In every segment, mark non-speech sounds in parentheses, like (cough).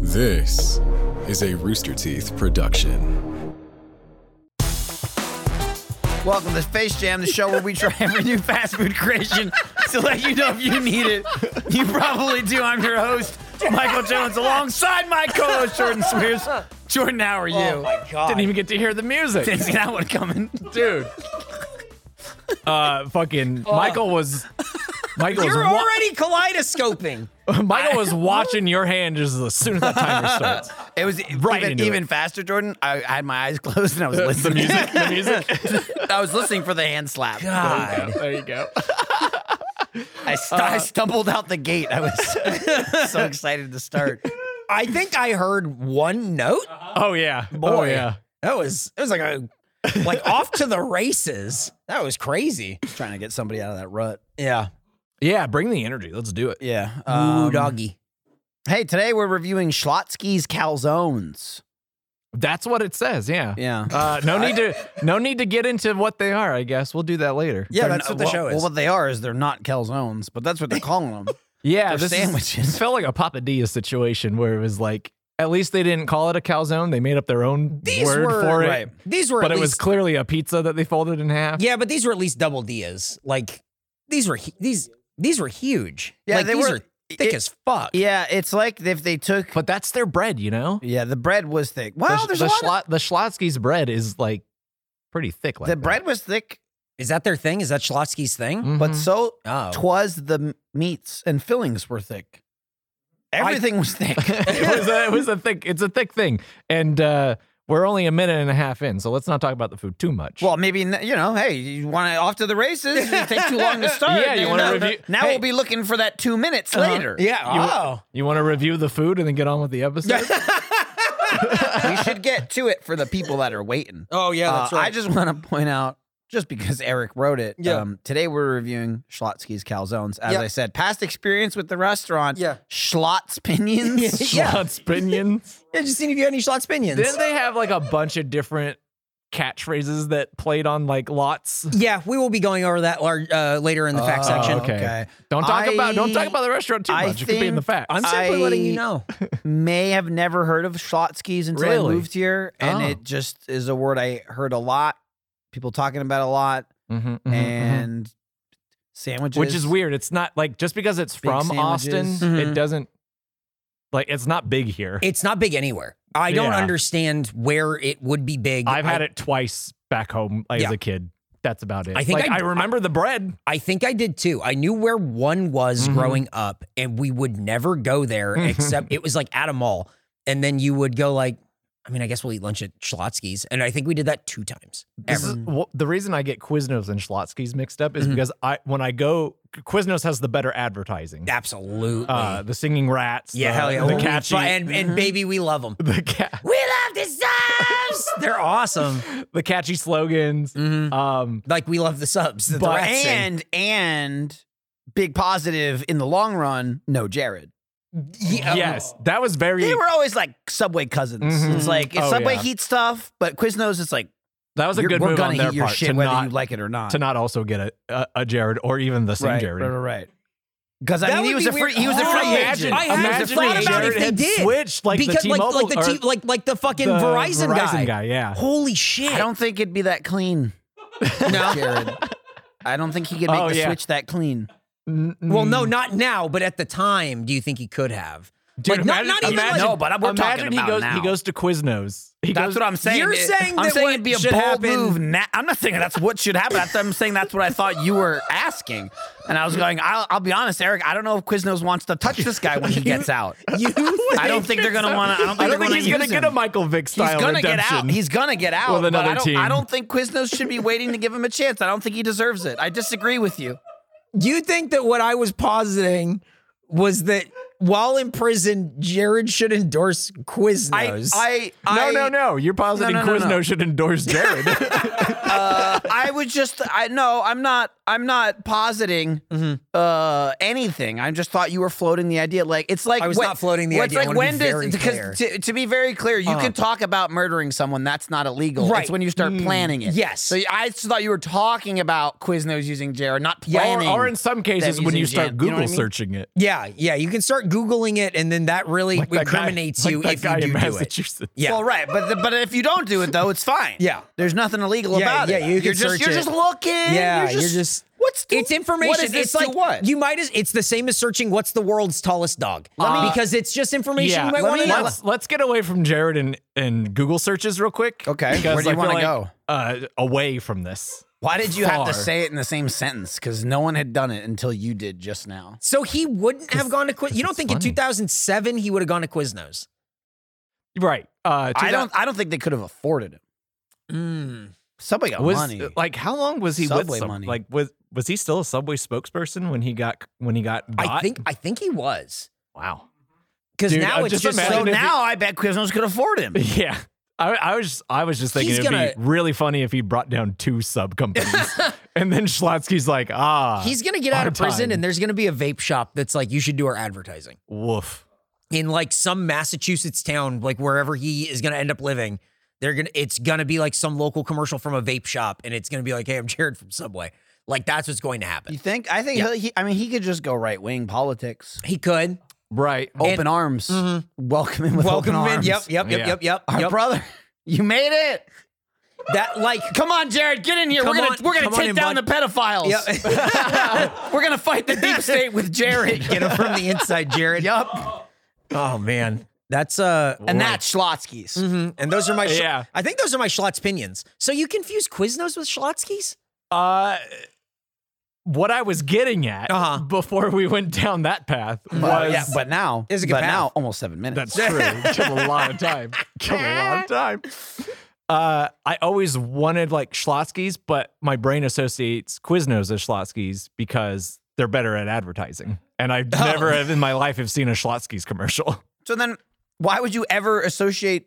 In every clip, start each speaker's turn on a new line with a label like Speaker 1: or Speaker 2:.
Speaker 1: This is a Rooster Teeth production.
Speaker 2: Welcome to Space Jam, the show where we try every new fast food creation to let you know if you need it. You probably do. I'm your host, Michael Jones, alongside my co-host Jordan Smears. Jordan, how are you?
Speaker 3: Oh my god!
Speaker 4: Didn't even get to hear the music,
Speaker 2: Didn't see that one coming.
Speaker 4: dude. Uh, fucking Michael was Michael was
Speaker 3: You're
Speaker 4: wa-
Speaker 3: already kaleidoscoping.
Speaker 4: Michael was watching your hand just as soon as that timer starts.
Speaker 2: It was
Speaker 3: (laughs)
Speaker 4: Right
Speaker 2: even,
Speaker 4: into
Speaker 2: even faster, Jordan. I, I had my eyes (laughs) closed and I was
Speaker 4: the
Speaker 2: listening.
Speaker 4: music, the music.
Speaker 2: I was listening for the hand
Speaker 3: (laughs)
Speaker 2: slap.
Speaker 4: God, there you go.
Speaker 2: I, st-
Speaker 3: Uh,
Speaker 2: I stumbled out the gate. I was (laughs) so excited to start.
Speaker 3: I think I heard one note.
Speaker 4: Oh yeah, oh
Speaker 3: Boy.
Speaker 4: yeah.
Speaker 3: That was it was like a like off to the races. That was crazy.
Speaker 2: Trying to get somebody out of that rut.
Speaker 3: Yeah.
Speaker 4: Yeah, bring the energy. Let's do it.
Speaker 2: Yeah.
Speaker 3: Ooh,
Speaker 2: um,
Speaker 3: doggy.
Speaker 2: Hey, today we're reviewing Schlotsky's calzones.
Speaker 4: That's what it says. Yeah.
Speaker 2: Yeah.
Speaker 4: Uh, no need to no need to get into what they are. I guess we'll do that later.
Speaker 3: Yeah,
Speaker 2: They're
Speaker 3: that's
Speaker 2: not-
Speaker 3: what the
Speaker 2: well-
Speaker 3: show is.
Speaker 2: Well, what they are is they're not calzones, but that's what they're calling them.
Speaker 4: Yeah,
Speaker 2: They're
Speaker 4: this is-
Speaker 2: sandwiches.
Speaker 4: it felt like a papadilla situation where it was like at least they didn't call it a calzone. They made up their own
Speaker 3: These
Speaker 4: word
Speaker 3: were
Speaker 4: for it.
Speaker 3: right. These were
Speaker 4: But
Speaker 3: at
Speaker 4: it was
Speaker 3: least,
Speaker 4: clearly a pizza that they folded in half.
Speaker 3: Yeah, but these were at least double D's. Like these were hu- these these were huge.
Speaker 2: Yeah,
Speaker 3: Like,
Speaker 2: they
Speaker 3: these
Speaker 2: were-
Speaker 3: are (laughs) thick
Speaker 2: it-
Speaker 3: as fuck.
Speaker 2: yeah, it's like if they took.
Speaker 4: But that's their bread, you know?
Speaker 2: Yeah, the bread was thick. Wow,
Speaker 4: the
Speaker 2: there's
Speaker 4: the,
Speaker 2: a lot. of-
Speaker 4: Schlo- the Schlotsky's bread is like pretty thick. Like
Speaker 2: the
Speaker 4: that.
Speaker 2: bread was thick,
Speaker 3: Is that their thing? Is that Schlotsky's thing?
Speaker 4: (laughs) Mhm.
Speaker 2: but so
Speaker 3: Oh.
Speaker 2: twas the m- meats and fillings were thick. Everything was
Speaker 3: (laughs)
Speaker 2: thick. (laughs)
Speaker 4: it, was a, it was a thick, it's a thick thing. And uh, we're only a minute and a half in, so let's not talk about the food too much.
Speaker 2: Well, maybe n- you know. Hey, you want to off to the races? You take too
Speaker 3: (laughs)
Speaker 2: long to start.
Speaker 4: Yeah, you
Speaker 2: Now-
Speaker 4: wanna
Speaker 2: now-
Speaker 4: review-
Speaker 2: Now
Speaker 4: Hey.
Speaker 2: we'll be looking for that two minutes later.
Speaker 3: Uh-huh. yeah. wow.
Speaker 4: you want to review the food and then get on with the episode?
Speaker 2: we should get to it for the people that are waiting.
Speaker 3: oh yeah,
Speaker 2: Uh, I just want to point out, just because Eric wrote it,
Speaker 3: Yeah.
Speaker 2: um, today we're reviewing Schlotsky's calzones. As
Speaker 3: Yeah.
Speaker 2: I said, past experience with the restaurant.
Speaker 3: Yeah.
Speaker 2: Schlotz
Speaker 3: (laughs)
Speaker 2: pinions.
Speaker 3: Yeah. (laughs)
Speaker 4: Schlotzpinions.
Speaker 3: yeah, just seeing if you had any Schlotz pinions.
Speaker 4: Didn't they have like a bunch of different catchphrases that played on like lots?
Speaker 3: Yeah, we will be going over that lar- uh, later in the fact
Speaker 2: Oh,
Speaker 3: section.
Speaker 4: okay. Don't talk about don't talk about the restaurant too
Speaker 2: I
Speaker 4: much. It could be in the
Speaker 2: think
Speaker 4: facts.
Speaker 3: I'm simply letting you
Speaker 2: I-
Speaker 3: know.
Speaker 2: May have never heard of Schlotsky's until I
Speaker 4: Really?
Speaker 2: moved here, and
Speaker 4: Oh.
Speaker 2: it just is a word I heard a lot, people talking about a lot,
Speaker 3: Mm-hmm,
Speaker 4: Mhm, mhm, mhm.
Speaker 2: and sandwiches,
Speaker 4: which is weird. It's not like just because it's
Speaker 2: Big
Speaker 4: from Austin,
Speaker 2: sandwiches.
Speaker 3: Mhm.
Speaker 4: it doesn't like it's not big here.
Speaker 3: It's not big anywhere. I don't
Speaker 4: Yeah.
Speaker 3: understand where it would be big.
Speaker 4: I've had
Speaker 3: I,
Speaker 4: it twice back home like, as
Speaker 3: Yeah.
Speaker 4: a kid. That's about it.
Speaker 3: I think
Speaker 4: Like,
Speaker 3: I-
Speaker 4: I, remember the bread.
Speaker 3: I think I did too. I knew where one was
Speaker 4: Mhm.
Speaker 3: growing up, and we would never go
Speaker 4: (laughs)
Speaker 3: there except it was like at a mall. And then you would go like, I mean, I guess we'll eat lunch at Schlotsky's, and I think we did that two times
Speaker 4: This
Speaker 3: ever.
Speaker 4: is- wh- the reason I get Quiznos and Schlotsky's mixed up is
Speaker 3: Mhm.
Speaker 4: because I when I go Quiznos has the better advertising.
Speaker 3: Absolutely.
Speaker 4: Uh, the singing rats.
Speaker 3: yeah,
Speaker 4: the,
Speaker 3: hell yeah.
Speaker 4: The
Speaker 3: Ooh,
Speaker 4: catchy. Mm-hmm.
Speaker 3: and and baby, we love them.
Speaker 4: (laughs) the, ca-
Speaker 3: We love the subs. They're awesome.
Speaker 4: the catchy slogans.
Speaker 2: Mm-hmm.
Speaker 3: Mhm.
Speaker 4: Um,
Speaker 3: Like we love the subs. that the
Speaker 4: But-
Speaker 3: rats sing.
Speaker 2: and and big positive in the long run. No, Jared.
Speaker 3: Yeah.
Speaker 4: Yes, that was very.
Speaker 2: They were always like Subway cousins.
Speaker 4: Mhm.
Speaker 2: It's like it's
Speaker 4: Oh,
Speaker 2: Subway
Speaker 4: yeah.
Speaker 2: heat stuff, but Quiznos is like
Speaker 4: that was a
Speaker 2: you're-
Speaker 4: good
Speaker 2: we're
Speaker 4: move
Speaker 2: gonna
Speaker 4: on their
Speaker 2: eat your
Speaker 4: part
Speaker 2: shit
Speaker 4: to
Speaker 2: whether
Speaker 4: not
Speaker 2: you like it or not.
Speaker 4: to not also get a, a, a Jared or even the same
Speaker 2: right,
Speaker 4: Jared.
Speaker 2: right, right, right. Because I
Speaker 3: That
Speaker 2: mean, he
Speaker 3: would
Speaker 2: was
Speaker 3: be
Speaker 2: a free,
Speaker 3: weird.
Speaker 2: he was a
Speaker 3: Oh,
Speaker 2: free
Speaker 3: imagine-
Speaker 2: agent.
Speaker 3: I
Speaker 2: He was
Speaker 3: hadn't
Speaker 2: a
Speaker 4: Imagine
Speaker 2: free
Speaker 4: if
Speaker 3: thought
Speaker 2: agent.
Speaker 3: about it
Speaker 4: Jared
Speaker 3: if they
Speaker 4: had
Speaker 3: did.
Speaker 4: switched like
Speaker 3: because
Speaker 4: the
Speaker 3: like
Speaker 4: T-Mobile
Speaker 3: like the
Speaker 4: or
Speaker 3: T- like like the fucking
Speaker 4: the
Speaker 3: Verizon, guy.
Speaker 4: Verizon guy. Yeah.
Speaker 3: Holy shit!
Speaker 2: I don't think it'd be that clean,
Speaker 3: know.
Speaker 2: Jared. I don't think he could make
Speaker 4: Oh,
Speaker 2: the
Speaker 4: yeah.
Speaker 2: switch that clean.
Speaker 3: (laughs) well, no, not now, but at the time, do you think he could have?
Speaker 4: Dude,
Speaker 3: like, not- not even like-
Speaker 2: No, but we're talking
Speaker 4: imagine
Speaker 2: about
Speaker 4: he goes,
Speaker 2: now.
Speaker 4: He goes to Quiznos. He
Speaker 2: That's
Speaker 4: goes,
Speaker 2: what I'm saying.
Speaker 3: You're
Speaker 2: It-
Speaker 3: saying
Speaker 2: I'm
Speaker 3: that
Speaker 2: saying
Speaker 3: what
Speaker 2: it'd be a
Speaker 3: should
Speaker 2: bold
Speaker 3: happen-
Speaker 2: move. Na- I'm not saying that's what should happen. That's- I'm saying that's what I thought you were asking. And I was going, I'll, I'll be honest, Eric. I don't know if Quiznos wants to touch this guy when he
Speaker 4: (laughs)
Speaker 2: gets out. (laughs)
Speaker 3: You
Speaker 2: I don't think they're gonna want to. I don't think
Speaker 4: I
Speaker 2: they're
Speaker 4: don't think
Speaker 2: gonna
Speaker 4: he's gonna
Speaker 2: use
Speaker 4: get
Speaker 2: him.
Speaker 4: a Michael Vick
Speaker 2: He's
Speaker 4: style
Speaker 2: gonna
Speaker 4: redemption.
Speaker 2: get out. He's gonna get out.
Speaker 4: With
Speaker 2: but I
Speaker 4: another
Speaker 2: don't,
Speaker 4: team.
Speaker 2: I don't think Quiznos should be waiting to give him a chance. I don't think he deserves it. I disagree with you.
Speaker 3: you think that what I was positing was that while in prison, Jared should endorse
Speaker 2: I,
Speaker 3: Quiznos.
Speaker 2: I,
Speaker 4: no,
Speaker 2: I,
Speaker 4: no, no. You're positing
Speaker 2: no, no,
Speaker 4: Quiznos
Speaker 2: no. (laughs)
Speaker 4: should endorse Jared.
Speaker 2: Uh, I would just, I no, I'm not, I'm not positing
Speaker 3: Mm-hmm.
Speaker 2: uh, anything. I just thought you were floating the idea. Like it's like
Speaker 3: I was
Speaker 2: when-
Speaker 3: not floating the
Speaker 2: well,
Speaker 3: idea. I
Speaker 2: It's like
Speaker 3: wanna be
Speaker 2: when
Speaker 3: very
Speaker 2: does
Speaker 3: clear. Uh-huh.
Speaker 2: because to, to be very clear, you can talk about murdering someone. That's not illegal.
Speaker 3: Right. Mm,
Speaker 2: It's when you start planning it.
Speaker 3: Yes.
Speaker 2: So I just thought you were talking about Quiznos using Jared, not
Speaker 4: or,
Speaker 2: planning.
Speaker 4: or in some cases,
Speaker 2: them
Speaker 4: when you
Speaker 2: using
Speaker 4: start
Speaker 2: Jan- you know
Speaker 4: Google
Speaker 2: what I mean?
Speaker 4: searching it.
Speaker 3: yeah, yeah, you can start Googling it and then that really
Speaker 4: Like that guy-
Speaker 3: incriminates
Speaker 4: like
Speaker 3: you
Speaker 4: that
Speaker 3: if
Speaker 4: guy
Speaker 3: you
Speaker 4: in
Speaker 3: do do it.
Speaker 4: Massachusetts.
Speaker 2: (laughs)
Speaker 3: Yeah.
Speaker 2: Well, right, but the, but if you don't do it though, it's fine.
Speaker 3: Yeah.
Speaker 2: there's noththing illegal
Speaker 3: Yeah,
Speaker 2: about
Speaker 3: yeah,
Speaker 2: it.
Speaker 3: you can
Speaker 2: are just
Speaker 3: search
Speaker 2: you're
Speaker 3: it.
Speaker 2: just looking.
Speaker 3: Yeah,
Speaker 2: you're just, what's to-
Speaker 3: it's information.
Speaker 2: What is this
Speaker 3: it's
Speaker 2: to
Speaker 3: like
Speaker 2: what Uh,
Speaker 3: you might as it's the same as searching what's the world's tallest dog because it's just information
Speaker 4: Yeah,
Speaker 3: you might
Speaker 4: let
Speaker 3: want to
Speaker 4: me-
Speaker 3: know.
Speaker 4: let's, let's get away from Jared and, and Google searches real quick.
Speaker 2: Okay,
Speaker 4: because
Speaker 2: where do you
Speaker 4: I feel
Speaker 2: wanna
Speaker 4: like, Uh, away from this.
Speaker 2: Why did you have to
Speaker 4: far.
Speaker 2: say it in the same sentence? Because no one had done it until you did just now.
Speaker 3: So he wouldn't have gone to Quiz. You don't
Speaker 4: it's
Speaker 3: think in
Speaker 4: funny.
Speaker 3: 2007 he would have gone to Quiznos?
Speaker 4: Right. Uh,
Speaker 2: I don't. I don't think they could have afforded it.
Speaker 3: Mm.
Speaker 2: Subway got
Speaker 4: was
Speaker 2: money.
Speaker 4: like how long was he
Speaker 2: Subway
Speaker 4: with some-
Speaker 2: money.
Speaker 4: like was was he still a Subway spokesperson when he got when he got
Speaker 3: I
Speaker 4: got?
Speaker 3: think I think he was
Speaker 4: wow. (laughs)
Speaker 3: because
Speaker 4: Dude,
Speaker 3: now
Speaker 4: I
Speaker 3: it's
Speaker 4: just
Speaker 3: just
Speaker 4: imagine
Speaker 2: so
Speaker 3: like,
Speaker 4: if he-
Speaker 2: now I bet Quiznos could afford
Speaker 3: (laughs)
Speaker 2: him.
Speaker 4: Yeah. I, I was I was just thinking
Speaker 3: He's
Speaker 4: it'd
Speaker 3: gonna-
Speaker 4: be really funny if he brought down two sub
Speaker 3: (laughs)
Speaker 4: companies, and then Schlotsky's like, ah,
Speaker 3: he's gonna get out
Speaker 4: our
Speaker 3: of prison
Speaker 4: time.
Speaker 3: and there's gonna be a vape shop that's like you should do our advertising
Speaker 4: woof.
Speaker 3: in like some Massachusetts town, like wherever he is gonna end up living. They're gonna it's gonna be like some local commercial from a vape shop, and it's gonna be like, hey, I'm (laughs) Jared from Subway. Like that's what's going to happen.
Speaker 2: You think? I think. he'll- He, I mean, he could just go right wing politics.
Speaker 3: He could.
Speaker 4: Right.
Speaker 3: Oh,
Speaker 2: Open arms. Welcome him with
Speaker 3: Mm-hmm.
Speaker 2: open
Speaker 3: Welcome him in.
Speaker 2: arms.
Speaker 3: Yep, yep, yep,
Speaker 4: Yeah.
Speaker 3: yep, yep.
Speaker 2: Our
Speaker 3: yep.
Speaker 2: brother, (laughs) you made it.
Speaker 3: that like
Speaker 2: Come on, Jared, get in here.
Speaker 3: Come
Speaker 2: we're gonna
Speaker 3: on-
Speaker 2: we're
Speaker 3: come
Speaker 2: gonna
Speaker 3: on
Speaker 2: take
Speaker 3: in,
Speaker 2: down
Speaker 3: bud.
Speaker 2: the pedophiles. (laughs) we're gonna fight the deep state with Jared.
Speaker 3: (laughs) get him from the inside, Jared.
Speaker 2: Yup.
Speaker 3: Oh man. That's uh
Speaker 2: And that's Schlotsky's.
Speaker 3: Mhm. And those are my,
Speaker 4: Yeah.
Speaker 3: I think those are my Schlotz opinions. So you confuse Quiznos with Schlotzky's?
Speaker 4: Uh, what I was getting at
Speaker 3: Uh-huh.
Speaker 4: before we went down that path was
Speaker 2: But,
Speaker 4: (laughs)
Speaker 2: yeah, but now,
Speaker 3: It's a good
Speaker 2: but
Speaker 3: path.
Speaker 2: now, almost seven minutes. (laughs)
Speaker 4: That's true. It Killed a lot of time. Killed a lot of time. Uh, I always wanted like Schlotsky's, but my brain associates Quiznos as Schlotsky's because they're better at advertising. And I
Speaker 2: Oh. (laughs)
Speaker 4: never have in my life have seen a Schlotsky's commercial.
Speaker 2: so then, why would you ever associate?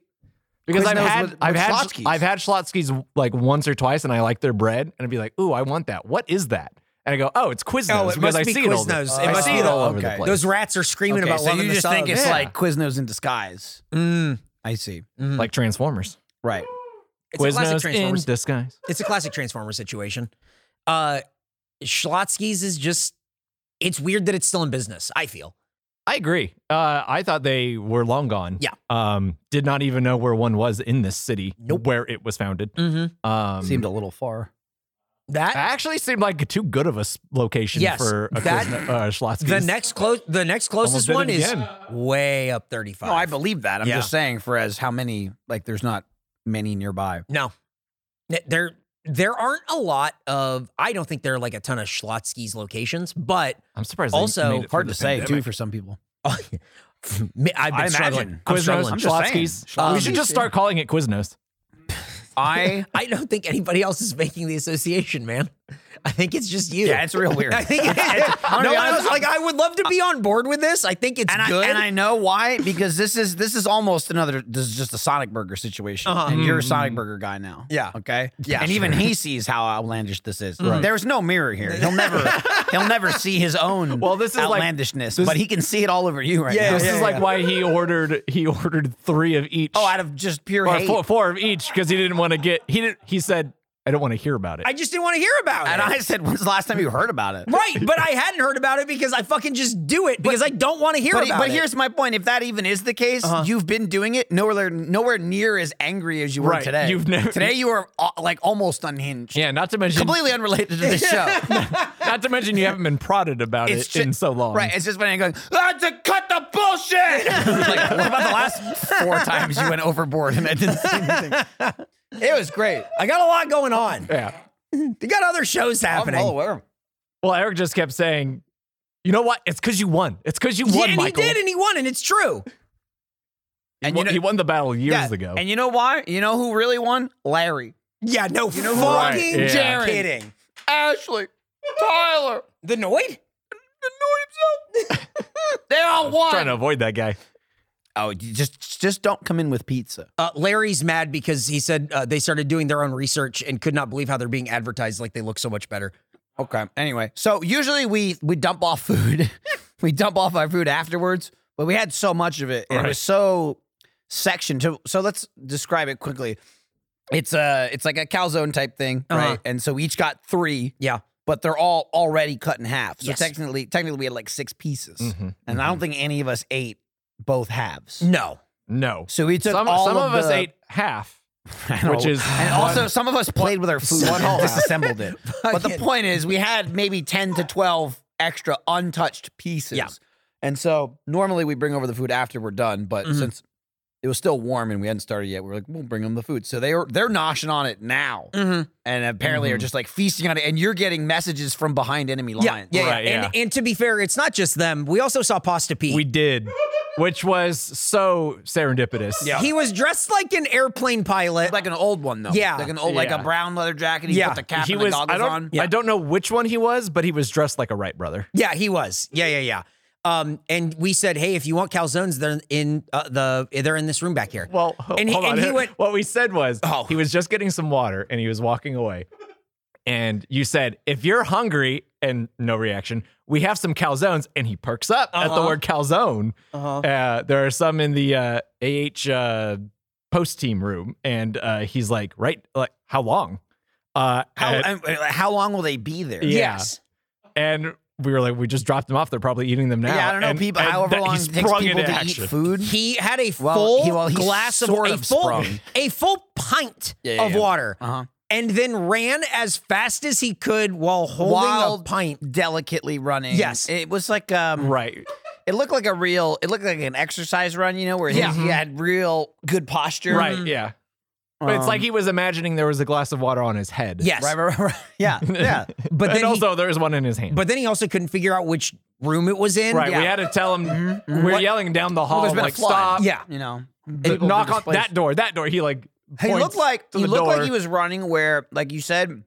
Speaker 4: Because I've
Speaker 2: Quiznos
Speaker 4: had
Speaker 2: with-
Speaker 4: I've
Speaker 2: with
Speaker 4: had
Speaker 2: Schlotsky's.
Speaker 4: I've had Schlotsky's like once or twice, and I like their bread, and I'd be like, "Ooh, I want that. What is that?" And I go, "Oh, it's Quiznos."
Speaker 3: Oh, it
Speaker 4: because
Speaker 3: must
Speaker 4: I
Speaker 3: be
Speaker 4: see it all the-
Speaker 3: Quiznos. It
Speaker 4: I
Speaker 3: must
Speaker 4: see
Speaker 3: be
Speaker 4: it all
Speaker 2: the-
Speaker 4: over the
Speaker 2: okay.
Speaker 4: place.
Speaker 3: Those rats are screaming
Speaker 2: Okay,
Speaker 3: about
Speaker 2: so
Speaker 3: loving
Speaker 2: you
Speaker 3: the
Speaker 2: just think
Speaker 3: sub.
Speaker 2: it's
Speaker 3: Yeah.
Speaker 2: like Quiznos in disguise.
Speaker 3: Mm,
Speaker 2: I see.
Speaker 3: mm.
Speaker 4: like Transformers.
Speaker 2: Right.
Speaker 3: it's a classic
Speaker 4: Quiznos in
Speaker 3: Transformers.
Speaker 4: disguise.
Speaker 3: it's a classic Transformer situation. Uh, Schlotzky's is just, it's weird that it's still in business, I feel.
Speaker 4: I agree. Uh, I thought they were long gone.
Speaker 3: Yeah.
Speaker 4: Um, did not even know where one was in this city
Speaker 3: Nope.
Speaker 4: where it was founded.
Speaker 3: Mm-hmm.
Speaker 4: Um,
Speaker 2: Seemed a little far.
Speaker 3: That,
Speaker 4: actually seemed like too good of a s- location
Speaker 3: Yes,
Speaker 4: for a
Speaker 3: that-
Speaker 4: Quizno- uh, Schlotsky's.
Speaker 3: the next close, the next
Speaker 4: Almost
Speaker 3: closest
Speaker 4: did it
Speaker 3: one is
Speaker 4: again.
Speaker 3: way up 35.
Speaker 2: No, I believe that. I'm
Speaker 4: Yeah.
Speaker 2: just saying, for as how many, like, there's not many nearby.
Speaker 3: No. Th- There there aren't a lot of I don't think there are like a ton of Schlotsky's locations, but (laughs)
Speaker 4: I'm surprised.
Speaker 3: also,
Speaker 4: they made it
Speaker 2: Hard
Speaker 4: through
Speaker 2: to
Speaker 4: the
Speaker 2: say, too,
Speaker 4: pandemic.
Speaker 2: for some people.
Speaker 3: I've been
Speaker 2: imagine.
Speaker 3: struggling. I'm
Speaker 4: Quiznos,
Speaker 3: struggling.
Speaker 2: I'm just
Speaker 4: Schlotsky's.
Speaker 2: saying.
Speaker 4: we should
Speaker 2: Schlotsky's,
Speaker 4: just start calling it Quiznos.
Speaker 2: I.
Speaker 3: (laughs) I don't think anybody else is making the association, man. I think it's just you.
Speaker 2: Yeah, it's real weird.
Speaker 3: (laughs) I think
Speaker 2: (laughs) gonna
Speaker 3: no
Speaker 2: be
Speaker 3: one
Speaker 2: honest,
Speaker 3: else, like I would love to be on board with this. I think it's
Speaker 2: and
Speaker 3: good.
Speaker 2: I and I know why because this is this is almost another this is just a Sonic Burger situation,
Speaker 3: Uh-huh.
Speaker 2: and you're a Sonic Burger guy now.
Speaker 3: Yeah.
Speaker 2: Okay.
Speaker 3: Yeah,
Speaker 2: And even he sees how outlandish this is. There's no mirror here. He'll never he'll never see his (laughs) own
Speaker 4: Well, this is like-
Speaker 2: outlandishness,
Speaker 4: this-
Speaker 2: but he can see it all over you right
Speaker 3: Yeah,
Speaker 2: now.
Speaker 4: This
Speaker 3: yeah,
Speaker 4: is like
Speaker 3: yeah.
Speaker 4: why he ordered he ordered three of each.
Speaker 2: oh, out of just pure
Speaker 4: or
Speaker 2: hate.
Speaker 4: four, four of each because he didn't want to get he didn't he said I don't want to hear about it.
Speaker 3: I just didn't want to hear about
Speaker 2: and
Speaker 3: it.
Speaker 2: I said, when's the last time you heard about it?
Speaker 3: (laughs) right, but I hadn't heard about it because I fucking just do it because I don't want to hear
Speaker 2: But,
Speaker 3: about
Speaker 2: but
Speaker 3: it.
Speaker 2: here's my point: if that even is the case,
Speaker 4: Uh-huh.
Speaker 2: you've been doing it nowhere nowhere near as angry as you were
Speaker 4: Right.
Speaker 2: today.
Speaker 4: You've never-
Speaker 2: today you were uh, like almost unhinged,
Speaker 4: yeah, not to mention
Speaker 2: completely unrelated to
Speaker 4: (laughs)
Speaker 2: the show.
Speaker 4: Not to mention you haven't been prodded about it
Speaker 2: ju-
Speaker 4: in so long.
Speaker 2: Right. It's just when I go, ah, to cut the
Speaker 4: (laughs)
Speaker 2: bullshit. (laughs) like, what about the last four times you went overboard and that didn't seem anything? It was great.
Speaker 3: I got a lot going on.
Speaker 4: Yeah.
Speaker 3: You got other shows happening.
Speaker 2: aware.
Speaker 4: Well, Eric just kept saying, you know what? It's because you won. It's because you
Speaker 3: yeah,
Speaker 4: won,
Speaker 3: and
Speaker 4: Michael.
Speaker 3: he did, and he won, and it's true.
Speaker 2: And you
Speaker 4: Well,
Speaker 2: know,
Speaker 4: he won the battle years
Speaker 2: yeah,
Speaker 4: ago.
Speaker 2: And you know why? You know who really won? Larry.
Speaker 3: Yeah, no
Speaker 2: know who-
Speaker 3: fucking
Speaker 4: Right, yeah.
Speaker 3: Jared. kidding.
Speaker 2: Ashley. Tyler.
Speaker 3: The Noid?
Speaker 2: They all won.
Speaker 4: Trying to avoid that guy.
Speaker 2: oh, you just just don't come in with pizza.
Speaker 3: Uh, Larry's mad because he said uh, they started doing their own research and could not believe how they're being advertised like they look so much better.
Speaker 2: Okay. Anyway, so usually we we dump off food. (laughs) we dump off our food afterwards, but we had so much of it. and It
Speaker 4: Right.
Speaker 2: was so sectioned. To, so let's describe it quickly. It's a it's like a calzone type thing,
Speaker 3: Uh-huh.
Speaker 2: right? And so we each got three.
Speaker 3: Yeah.
Speaker 2: but they're all already cut in half. So
Speaker 3: Yes.
Speaker 2: technically, technically, we had like six pieces,
Speaker 4: Mhm,
Speaker 2: and I don't think any of us ate both halves.
Speaker 3: No.
Speaker 4: No.
Speaker 2: So we took
Speaker 4: Mm. Some,
Speaker 2: all
Speaker 4: some of, us
Speaker 2: the-
Speaker 4: ate half,
Speaker 2: I know.
Speaker 4: which is
Speaker 2: and also some of us played with our food
Speaker 3: One whole
Speaker 2: and disassembled it. But the
Speaker 3: Fucking-
Speaker 2: point is, we had maybe ten to twelve extra untouched pieces.
Speaker 3: Yeah.
Speaker 2: And so normally we bring over the food after we're done, but
Speaker 3: Mhm.
Speaker 2: since it was still warm and we hadn't started yet, we were like, we'll bring them the food. So they are they're noshing on it now,
Speaker 3: Mhm.
Speaker 2: and apparently are
Speaker 4: Mhm.
Speaker 2: just like feasting on it. And you're getting messages from behind enemy lines.
Speaker 3: Yeah, yeah, yeah.
Speaker 4: Right,
Speaker 3: and, and to be fair, it's not just them. We also saw Pasta Pete.
Speaker 4: we did, which was so serendipitous.
Speaker 2: Yeah.
Speaker 3: He was dressed like an airplane pilot.
Speaker 2: Like an old one though.
Speaker 3: Yeah.
Speaker 2: Like an old, like a
Speaker 4: Yeah.
Speaker 2: brown leather jacket. He
Speaker 3: Yeah.
Speaker 2: put the cap
Speaker 4: He
Speaker 2: and the
Speaker 4: was.
Speaker 2: goggles
Speaker 4: I don't.
Speaker 2: on.
Speaker 4: I don't know which one he was, but he was dressed like a Wright brother.
Speaker 3: yeah, he was. Yeah, yeah, yeah. Um, and we said, hey, if you want calzones, they're in uh, the they're in this room back here.
Speaker 4: Well,
Speaker 3: And he-
Speaker 4: hold on.
Speaker 3: and he went-
Speaker 4: what we said was
Speaker 3: Oh.
Speaker 4: he was just getting some water and he was walking away. And you said, if you're hungry, and no reaction, we have some calzones. And he perks up at the
Speaker 3: Uh-huh.
Speaker 4: word calzone.
Speaker 3: Uh-huh.
Speaker 4: Uh, there are some in the uh, AH uh, post team room. And uh, he's like, right, like, how long? Uh,
Speaker 2: How,
Speaker 4: and,
Speaker 2: and, uh, how long will they be there?
Speaker 4: Yeah.
Speaker 3: Yes.
Speaker 4: and we were like, we just dropped them off. They're probably eating them now.
Speaker 2: Yeah, I don't know.
Speaker 4: And-
Speaker 2: people,
Speaker 4: and
Speaker 2: however
Speaker 4: that-
Speaker 2: long
Speaker 4: he
Speaker 2: it takes
Speaker 4: sprung
Speaker 2: people
Speaker 4: into
Speaker 2: to
Speaker 4: action.
Speaker 2: eat food.
Speaker 3: He had a full
Speaker 2: Well, he- well, he
Speaker 3: glass of,
Speaker 2: sort
Speaker 3: a
Speaker 2: of
Speaker 3: full
Speaker 2: sprung.
Speaker 3: a full pint
Speaker 2: Yeah, yeah,
Speaker 3: of
Speaker 2: yeah.
Speaker 3: water,
Speaker 2: Uh-huh.
Speaker 3: and then ran as fast as he could while holding a
Speaker 2: While-
Speaker 3: pint.
Speaker 2: delicately running.
Speaker 3: Yes.
Speaker 2: it was like um,
Speaker 4: Right.
Speaker 2: it looked like a real, it looked like an exercise run. You know, where he-
Speaker 3: Yeah.
Speaker 2: he, had real good posture.
Speaker 4: Right. Yeah. But it's
Speaker 2: Um,
Speaker 4: like he was imagining there was a glass of water on his head.
Speaker 3: Yes,
Speaker 2: right, right, right, right. Yeah,
Speaker 4: (laughs)
Speaker 2: yeah.
Speaker 3: but
Speaker 4: and
Speaker 3: then he,
Speaker 4: also there's one in his hand.
Speaker 3: but then he also couldn't figure out which room it was in.
Speaker 4: right,
Speaker 2: yeah. Mm-hmm.
Speaker 4: we had to tell him we're yelling down the hall
Speaker 2: there's been a
Speaker 4: like
Speaker 2: flood.
Speaker 4: stop.
Speaker 3: Yeah.
Speaker 2: You know,
Speaker 4: th-
Speaker 2: people
Speaker 4: knock
Speaker 2: were
Speaker 4: on that door, that door. He like
Speaker 2: He
Speaker 4: points
Speaker 2: looked like
Speaker 4: to
Speaker 2: he
Speaker 4: the
Speaker 2: looked like
Speaker 4: door.
Speaker 2: he was running where, like you said, you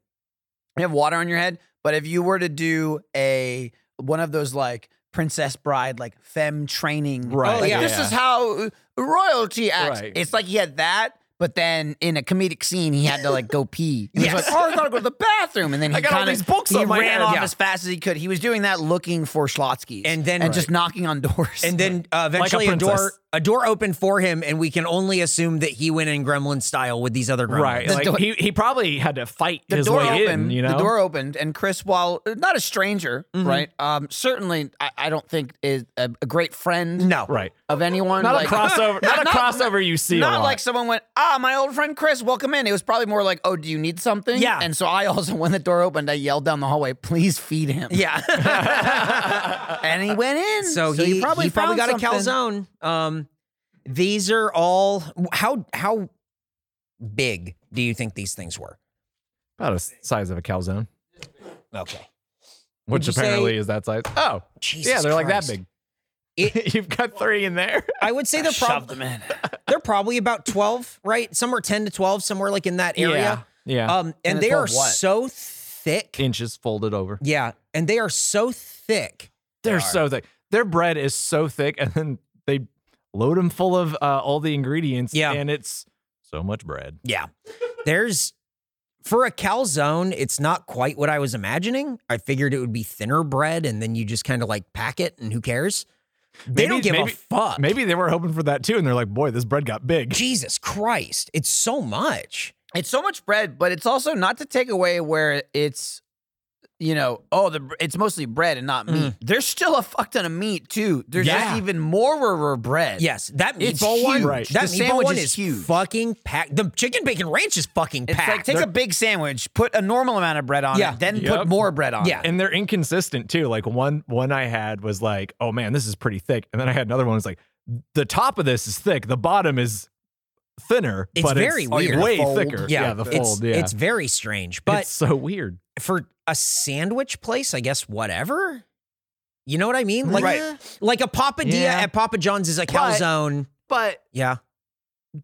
Speaker 2: have water on your head. But if you were to do a one of those like Princess Bride like femme training,
Speaker 4: Right,
Speaker 2: Like,
Speaker 3: yeah.
Speaker 2: This is how royalty acts.
Speaker 4: Right.
Speaker 2: It's like he had that. But then in a comedic scene, he had to like go pee. And He was
Speaker 3: Yes.
Speaker 2: like, oh, I gotta go to the bathroom.
Speaker 4: (laughs)
Speaker 2: And then he
Speaker 4: got all
Speaker 2: kind
Speaker 4: these
Speaker 2: of
Speaker 4: books
Speaker 2: he
Speaker 4: on my
Speaker 2: ran
Speaker 4: head.
Speaker 2: off
Speaker 4: Yeah.
Speaker 2: as fast as he could. He was doing that looking for Schlotsky's
Speaker 3: And then-
Speaker 2: and just knocking on doors.
Speaker 3: And then uh, eventually a, door
Speaker 4: princess.
Speaker 3: a door opened for him, and we can only assume that he went in Gremlin style with these other gremlins.
Speaker 4: right.
Speaker 2: The
Speaker 4: like
Speaker 2: door-
Speaker 4: he he probably had to fight
Speaker 2: the
Speaker 4: his
Speaker 2: door
Speaker 4: way
Speaker 2: opened.
Speaker 4: in. You know, Mm-hmm.
Speaker 2: the door opened, and Chris, while not a stranger, right? Um, certainly, I, I don't think is a, a great friend.
Speaker 3: No.
Speaker 4: right.
Speaker 2: of anyone.
Speaker 4: Not
Speaker 2: like,
Speaker 4: a
Speaker 2: (laughs)
Speaker 4: crossover. Not, a
Speaker 2: not-
Speaker 4: crossover. You see a
Speaker 2: Not
Speaker 4: lot.
Speaker 2: like someone went, ah, my old friend Chris, welcome in. It was probably more like, oh, do you need something?
Speaker 3: Yeah.
Speaker 2: And so I also, (laughs) when the door opened, I yelled down the hallway, please feed him.
Speaker 3: (laughs) Yeah.
Speaker 4: (laughs)
Speaker 2: And he went in.
Speaker 3: so he,
Speaker 2: you
Speaker 3: probably, probably got
Speaker 2: found something.
Speaker 3: a calzone. Um, these are all how how big do you think these things were?
Speaker 4: about a size of a calzone,
Speaker 3: Okay.
Speaker 4: which
Speaker 3: you say-
Speaker 4: apparently is that size. Oh,
Speaker 3: Jesus
Speaker 4: yeah, they're like that
Speaker 3: Christ.
Speaker 4: big. (laughs) You've got three in
Speaker 3: (laughs)
Speaker 4: there.
Speaker 3: I
Speaker 4: (laughs)
Speaker 3: would say they're
Speaker 2: Shoved
Speaker 3: probably
Speaker 2: him in.
Speaker 3: they're probably about twelve, right? Somewhere ten to twelve, somewhere like in that area.
Speaker 4: Yeah. Yeah.
Speaker 3: Um, and,
Speaker 2: to
Speaker 3: they are
Speaker 2: 12 what?
Speaker 3: so thick.
Speaker 4: Inches folded over.
Speaker 3: yeah, and they are so thick.
Speaker 4: They're so thick. Their bread is so thick, and then they load them full of uh, all the ingredients.
Speaker 3: Yeah.
Speaker 4: and it's so much bread.
Speaker 3: Yeah. There's for a calzone, it's not quite what I was imagining. I figured it would be thinner bread and then you just kind of like pack it and who cares? They don't give a fuck.
Speaker 4: Uh, Maybe they were hoping for that too, and they're like, "Boy, this bread got big."
Speaker 3: (laughs) Jesus Christ. It's so much.
Speaker 2: It's so much bread, but it's also not to take away where it's, you know, oh, the it's mostly bread and not meat.
Speaker 3: Mm.
Speaker 2: There's still a fuck ton of meat too. There's
Speaker 4: Yeah.
Speaker 2: just even more bread.
Speaker 3: Yes, that
Speaker 2: It's
Speaker 3: meatball one.
Speaker 2: huge.
Speaker 4: Right.
Speaker 3: That
Speaker 2: The
Speaker 3: meatball
Speaker 2: sandwich
Speaker 3: one
Speaker 2: is
Speaker 3: is
Speaker 2: huge.
Speaker 3: fucking packed. The chicken bacon ranch is fucking
Speaker 2: It's
Speaker 3: packed.
Speaker 2: like take
Speaker 3: They're-
Speaker 2: a big sandwich, put a normal amount of bread on
Speaker 3: Yeah.
Speaker 2: it, then
Speaker 4: Yep.
Speaker 2: put more bread on
Speaker 3: Yeah.
Speaker 2: it.
Speaker 4: and they're inconsistent too. Like one one I had was like, "Oh man, this is pretty thick," and then I had another one was like, "The top of this is thick, the bottom is thinner,
Speaker 3: It's
Speaker 4: but
Speaker 3: very
Speaker 4: it's
Speaker 3: weird.
Speaker 4: way
Speaker 3: The fold.
Speaker 4: thicker." Yeah, the
Speaker 3: it's-
Speaker 4: fold. yeah,
Speaker 3: It's very strange. But
Speaker 4: it's so weird.
Speaker 3: for a sandwich place, I guess whatever. You know what I mean? Like eh,
Speaker 2: Right.
Speaker 3: like a papadilla
Speaker 4: Yeah.
Speaker 3: at Papa John's is a
Speaker 4: But-
Speaker 3: calzone.
Speaker 4: But
Speaker 3: yeah.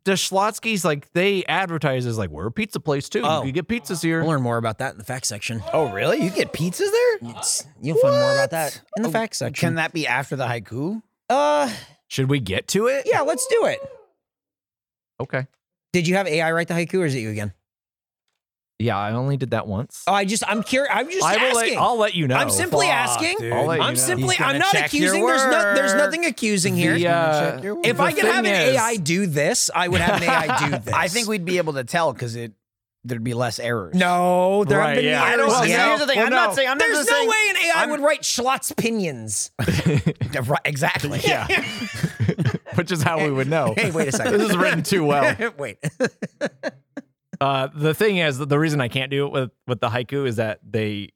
Speaker 4: the Schlotsky's like they advertise as like we're a pizza place too.
Speaker 3: Oh.
Speaker 4: You can get pizzas here.
Speaker 3: We'll learn more about that in the fact section.
Speaker 2: Oh, really? You get pizzas there?
Speaker 3: It's- you'll find more about that in the
Speaker 2: Oh,
Speaker 3: fact
Speaker 2: Can
Speaker 3: section.
Speaker 2: that be after the haiku?
Speaker 3: uh,
Speaker 4: Should we get to it?
Speaker 3: yeah, let's do it.
Speaker 4: Okay.
Speaker 3: Did you have AI write the haiku, or is it you again?
Speaker 4: Yeah, I only did that once.
Speaker 3: Oh, I just, I'm curious. I'm just
Speaker 4: I will
Speaker 3: asking.
Speaker 4: Let, I'll let you know.
Speaker 3: I'm simply
Speaker 2: Fuck,
Speaker 3: asking.
Speaker 2: dude.
Speaker 4: I'll let you
Speaker 3: I'm
Speaker 4: know.
Speaker 3: simply.
Speaker 2: He's gonna
Speaker 3: I'm not
Speaker 2: check your
Speaker 3: accusing. There's not. There's
Speaker 2: work.
Speaker 3: nothing accusing here.
Speaker 4: The, uh,
Speaker 2: Check your
Speaker 3: if
Speaker 4: the
Speaker 3: I could have an
Speaker 4: thing is- (laughs)
Speaker 3: AI do this, I would have an AI do this.
Speaker 2: I think we'd be able to tell because it there'd be less errors.
Speaker 3: No, there
Speaker 4: Right,
Speaker 3: have been
Speaker 4: yeah.
Speaker 2: I
Speaker 3: errors.
Speaker 2: don't.
Speaker 4: Well,
Speaker 2: see,
Speaker 4: no.
Speaker 2: here's the thing.
Speaker 4: Well,
Speaker 2: I'm not
Speaker 4: no.
Speaker 2: saying. I'm not
Speaker 3: There's
Speaker 2: just
Speaker 3: no
Speaker 2: saying,
Speaker 3: way an AI would write Schlott's pinions.
Speaker 4: (laughs)
Speaker 2: Right, exactly.
Speaker 4: Yeah. (laughs) Which is how we would know.
Speaker 3: Hey, wait a second.
Speaker 4: (laughs) This is written too well. (laughs)
Speaker 3: wait.
Speaker 4: Uh, the thing is, the reason I can't do it with with the haiku is that they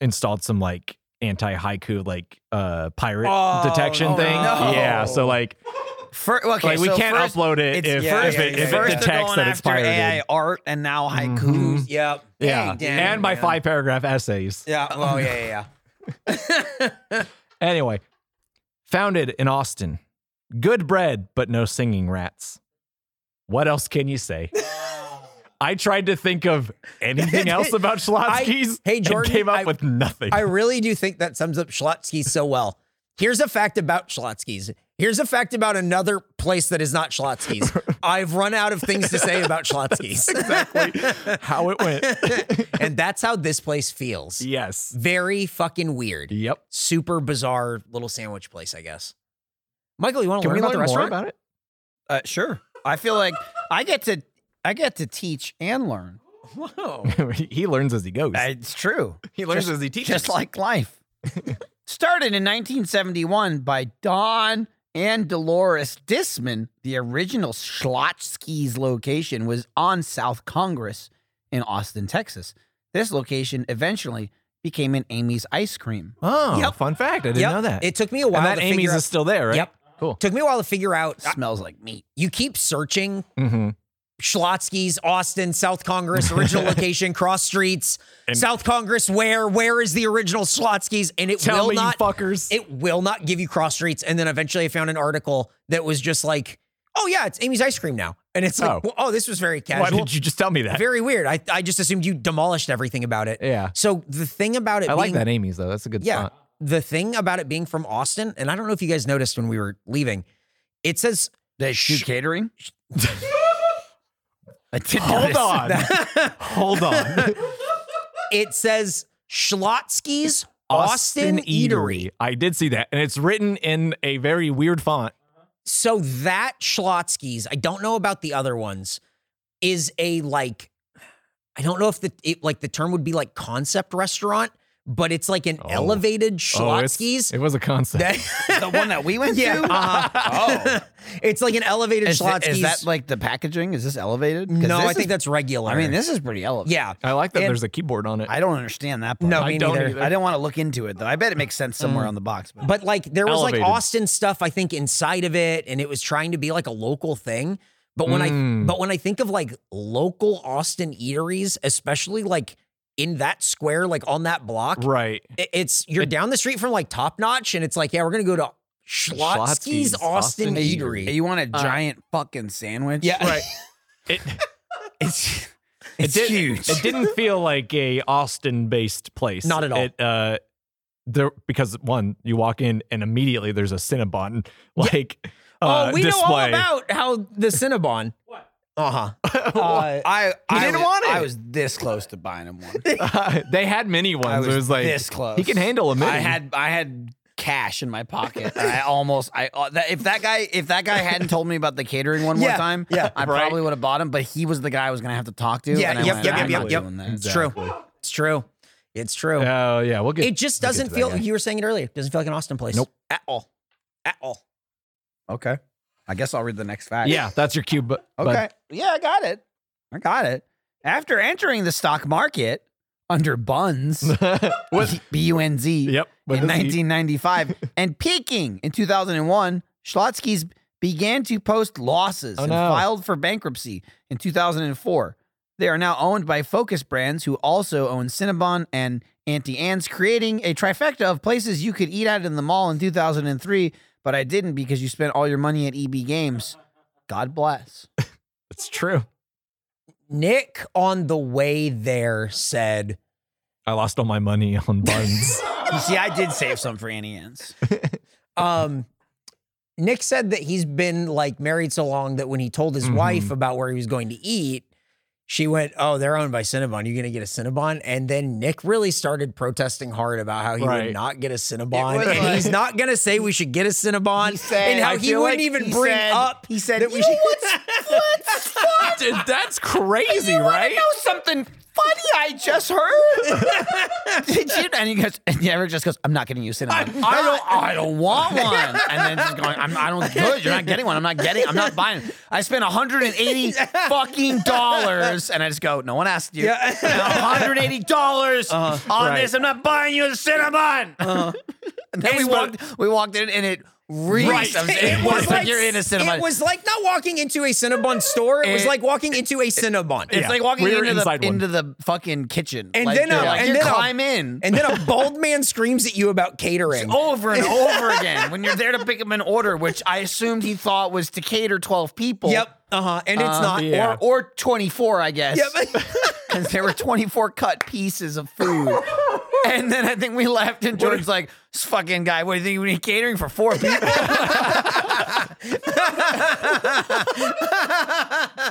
Speaker 4: installed some like anti haiku like uh pirate
Speaker 2: Oh,
Speaker 4: detection
Speaker 2: no.
Speaker 4: thing. Yeah, so like
Speaker 2: Fir- okay,
Speaker 4: like we
Speaker 2: so
Speaker 4: can't
Speaker 2: first,
Speaker 4: upload it
Speaker 3: it's-
Speaker 4: if,
Speaker 3: yeah,
Speaker 4: if
Speaker 3: yeah,
Speaker 4: it,
Speaker 3: yeah,
Speaker 4: if
Speaker 3: yeah.
Speaker 4: it
Speaker 2: first they're
Speaker 4: detects
Speaker 2: going
Speaker 4: that it's
Speaker 2: after
Speaker 4: pirated.
Speaker 2: AI art and now haikus.
Speaker 4: Mm-hmm.
Speaker 3: Yeah.
Speaker 4: yeah,
Speaker 3: Dang, dang,
Speaker 4: and my
Speaker 2: man.
Speaker 4: five paragraph essays.
Speaker 3: Yeah. Oh, yeah, yeah, yeah.
Speaker 4: Anyway, founded in Austin, good bread but no singing rats. What else can you
Speaker 3: (laughs)
Speaker 4: say? I tried to think of anything else about Schlotsky's
Speaker 3: hey,
Speaker 4: and
Speaker 3: Jordan,
Speaker 4: came up
Speaker 3: I-
Speaker 4: with nothing.
Speaker 3: (laughs) I really do think that sums up Schlotsky so well. Here's a fact about Schlotsky's. Here's a fact about another place that is
Speaker 4: (laughs)
Speaker 3: not Schlotsky's. I've run out of things to say about Schlotsky's.
Speaker 4: (laughs) how it went.
Speaker 3: (laughs) and that's how this place feels.
Speaker 4: yes.
Speaker 3: Very fucking weird.
Speaker 4: Yep.
Speaker 3: Super bizarre little sandwich place, I guess. Michael, you want to learn about the restaurant?
Speaker 4: about it?
Speaker 2: Uh, sure. I feel like I get to I get to teach and learn.
Speaker 3: Whoa.
Speaker 4: (laughs) he learns as he goes.
Speaker 2: Uh, It's true.
Speaker 4: he
Speaker 2: just-
Speaker 4: as he
Speaker 2: Just like life. Started in 1971 by Don and Dolores Disman, the original Schlotsky's location was on South Congress in Austin, Texas. This location eventually became an Amy's Ice Cream.
Speaker 4: Oh,
Speaker 3: Yep.
Speaker 4: fun fact. I didn't
Speaker 3: Yep.
Speaker 4: know that.
Speaker 3: It took me a while
Speaker 4: and that
Speaker 3: to
Speaker 4: Amy's
Speaker 3: figure
Speaker 4: is
Speaker 3: out.
Speaker 4: still there, right?
Speaker 3: Yep.
Speaker 4: Cool.
Speaker 3: Took me a while to figure out.
Speaker 2: smells like meat.
Speaker 3: You keep searching
Speaker 4: Mm-hmm.
Speaker 3: Schlotsky's, Austin, South Congress,
Speaker 4: (laughs)
Speaker 3: original location, cross streets,
Speaker 4: And-
Speaker 3: South Congress, where? Where is the original Schlotsky's? And it
Speaker 4: Tell
Speaker 3: will
Speaker 4: me,
Speaker 3: not
Speaker 4: you fuckers.
Speaker 3: it will not give you cross streets. And then eventually I found an article that was just like, oh yeah, it's Amy's ice cream now. And it's like,
Speaker 4: Oh.
Speaker 3: well, oh, this was very
Speaker 4: Why
Speaker 3: casual.
Speaker 4: did you just tell me that?
Speaker 3: very weird. I, I just assumed you demolished everything about it.
Speaker 4: Yeah.
Speaker 3: So the thing about it
Speaker 4: I like
Speaker 3: being
Speaker 4: that Amy's though. That's a good
Speaker 3: yeah.
Speaker 4: spot.
Speaker 3: The thing about it being from Austin, and I don't know if you guys noticed when we were leaving, it says
Speaker 2: They shoot catering? I did
Speaker 4: Hold
Speaker 2: notice
Speaker 4: (laughs) on.
Speaker 2: that.
Speaker 4: Hold (laughs) on.
Speaker 3: it says Schlotsky's Austin, Eatery.
Speaker 4: I did see that. And it's written in a very weird font.
Speaker 3: So that Schlotsky's, I don't know about the other ones, is a like, I don't know if the it, like the term would be like concept restaurant, but it's like an
Speaker 4: Oh.
Speaker 3: elevated
Speaker 4: Oh, it's-
Speaker 3: Schlotsky's.
Speaker 4: It was a concept.
Speaker 2: (laughs) The one that we went
Speaker 3: (laughs) yeah,
Speaker 2: to?
Speaker 3: (laughs) uh-huh. it's like an elevated
Speaker 2: Is, th-
Speaker 3: Schlotsky's.
Speaker 2: is that like the packaging? Is this elevated? 'Cause
Speaker 3: no,
Speaker 2: this
Speaker 3: I think
Speaker 2: is-
Speaker 3: that's regular.
Speaker 2: I mean, this is pretty elevated.
Speaker 3: yeah,
Speaker 4: I like that
Speaker 3: And-
Speaker 4: there's a keyboard on it.
Speaker 2: I don't understand that part.
Speaker 3: No,
Speaker 2: I
Speaker 3: me
Speaker 4: don't
Speaker 3: neither.
Speaker 4: either.
Speaker 2: I didn't want to look into it though. I bet it makes sense somewhere on the box. But,
Speaker 3: But like there was
Speaker 4: Elevated.
Speaker 3: like Austin stuff I think inside of it and it was trying to be like a local thing. But when I
Speaker 4: Mm.
Speaker 3: but when I think of like local Austin eateries, especially like in that square, like on that block,
Speaker 4: right.
Speaker 3: i- it's you're down the street from like Top Notch and it's like, yeah, we're gonna go to Schlotsky's
Speaker 4: Schlotsky's
Speaker 3: Austin,
Speaker 4: Austin
Speaker 3: Eatery.
Speaker 2: you want a giant fucking sandwich?
Speaker 3: Yeah.
Speaker 4: Right. It,
Speaker 2: (laughs) it's
Speaker 4: it
Speaker 2: it's
Speaker 4: did,
Speaker 2: huge.
Speaker 4: It
Speaker 3: (laughs)
Speaker 4: didn't feel like a Austin based place.
Speaker 3: Not at all.
Speaker 4: It, uh, there because one, you walk in and immediately there's a Cinnabon (laughs) like uh,
Speaker 3: oh, we know all
Speaker 4: display.
Speaker 3: about how the Cinnabon. Uh-huh. Uh,
Speaker 2: (laughs) I I
Speaker 4: didn't
Speaker 2: was,
Speaker 4: want it.
Speaker 2: I was this close to buying him one.
Speaker 4: (laughs) they had mini ones.
Speaker 2: I was,
Speaker 4: it was like
Speaker 2: this close.
Speaker 4: He can handle a mini.
Speaker 2: I had I had cash in my pocket. and I almost I uh, that, if that guy if that guy hadn't told me about the catering one
Speaker 3: Yeah,
Speaker 2: more time,
Speaker 3: yeah.
Speaker 2: I
Speaker 4: Right.
Speaker 2: probably would have bought him. But he was the guy I was gonna have to talk to.
Speaker 3: Yeah,
Speaker 2: and I
Speaker 3: yep,
Speaker 2: went,
Speaker 3: yep,
Speaker 2: "I'm
Speaker 3: yep,
Speaker 2: not
Speaker 3: yep,
Speaker 2: doing
Speaker 3: yep.
Speaker 2: that."
Speaker 3: It's true. It's true. It's true.
Speaker 4: Oh yeah, we'll get.
Speaker 3: it just
Speaker 4: we'll get to
Speaker 3: doesn't
Speaker 4: that
Speaker 3: feel
Speaker 4: guy.
Speaker 3: you were saying it earlier, it doesn't feel like an Austin place.
Speaker 4: Nope.
Speaker 3: At all. At all.
Speaker 2: Okay, I guess I'll read the next fact.
Speaker 4: yeah, that's your cube. But,
Speaker 2: Okay. yeah, I got it. I got it. After entering the stock market under
Speaker 3: (laughs)
Speaker 2: Buns,
Speaker 4: With-
Speaker 2: B U N Z,
Speaker 4: (laughs) yep.
Speaker 2: in
Speaker 4: with- (laughs)
Speaker 2: 1995, and peaking in 2001, Schlotsky's began to post losses
Speaker 4: Oh,
Speaker 2: and
Speaker 4: no.
Speaker 2: filed for bankruptcy in 2004. They are now owned by Focus Brands, who also own Cinnabon and Auntie Anne's, creating a trifecta of places you could eat at in the mall in 2003. But I didn't because you spent all your money at EB Games. God bless.
Speaker 4: It's true.
Speaker 3: Nick on the way there said,
Speaker 4: I lost all my money on buns.
Speaker 2: You see, I did save some for Annie (laughs) Ann's.
Speaker 3: um, Nick said that he's been like married so long that when he told his
Speaker 4: Mhm.
Speaker 3: wife about where he was going to eat, she went, Oh, they're owned by Cinnabon. You're going to get a Cinnabon. And then Nick really started protesting hard about how he
Speaker 4: Right.
Speaker 3: would not get a
Speaker 2: It
Speaker 3: Cinnabon.
Speaker 2: was
Speaker 3: And
Speaker 2: like-
Speaker 3: he's not going to say we should get a Cinnabon. and how
Speaker 2: I
Speaker 3: he
Speaker 2: feel
Speaker 3: wouldn't
Speaker 2: like
Speaker 3: even
Speaker 2: he
Speaker 3: bring
Speaker 2: said- (laughs)
Speaker 3: up
Speaker 2: He said
Speaker 3: that we should. (laughs)
Speaker 4: Dude, that's crazy,
Speaker 2: I
Speaker 4: right?
Speaker 2: know something funny I just heard. (laughs) Did you? And he goes, and Eric just goes, I'm not getting you cinnamon. I'm I do not I don't want one. And then just going, I'm, I don't, good, you're not getting one. I'm not getting, I'm not buying. it. I spent (laughs) 180 fucking dollars. And I just go, no one asked you. (laughs)
Speaker 3: Yeah.
Speaker 2: $180 on
Speaker 4: right.
Speaker 2: this. I'm not buying you a cinnamon. Uh-huh. and then we
Speaker 3: It's
Speaker 2: walked, we walked in and it reeked. of- It, (laughs) was like, you're in a cinnamon.
Speaker 3: It was like not walking into a Cinnabon store. It was
Speaker 2: It-
Speaker 3: like walking into a Cinnabon.
Speaker 2: It's
Speaker 4: Yeah.
Speaker 2: like walking
Speaker 4: We were
Speaker 2: into the
Speaker 4: inside one.
Speaker 2: into the fucking kitchen,
Speaker 3: And
Speaker 2: Like,
Speaker 3: then
Speaker 2: they're
Speaker 3: a-
Speaker 2: like,
Speaker 3: and
Speaker 2: "Here,
Speaker 3: then a-
Speaker 2: climb in
Speaker 3: (laughs) And then a bald man screams at you about
Speaker 2: (laughs)
Speaker 3: catering.
Speaker 2: over
Speaker 3: (laughs)
Speaker 2: and over again when you're there to pick up an order, which I assumed he thought was to cater twelve people.
Speaker 3: Yep. Uh huh. And it's
Speaker 2: Uh,
Speaker 3: not.
Speaker 4: yeah.
Speaker 2: or or twenty four, I guess. (laughs)
Speaker 3: Yep. (laughs)
Speaker 2: because there were twenty four cut pieces of food.
Speaker 3: (laughs)
Speaker 2: And then I think we left, and Jordan's like, "This fucking guy, what do you think we need catering for four
Speaker 3: (laughs)
Speaker 2: people?" (laughs)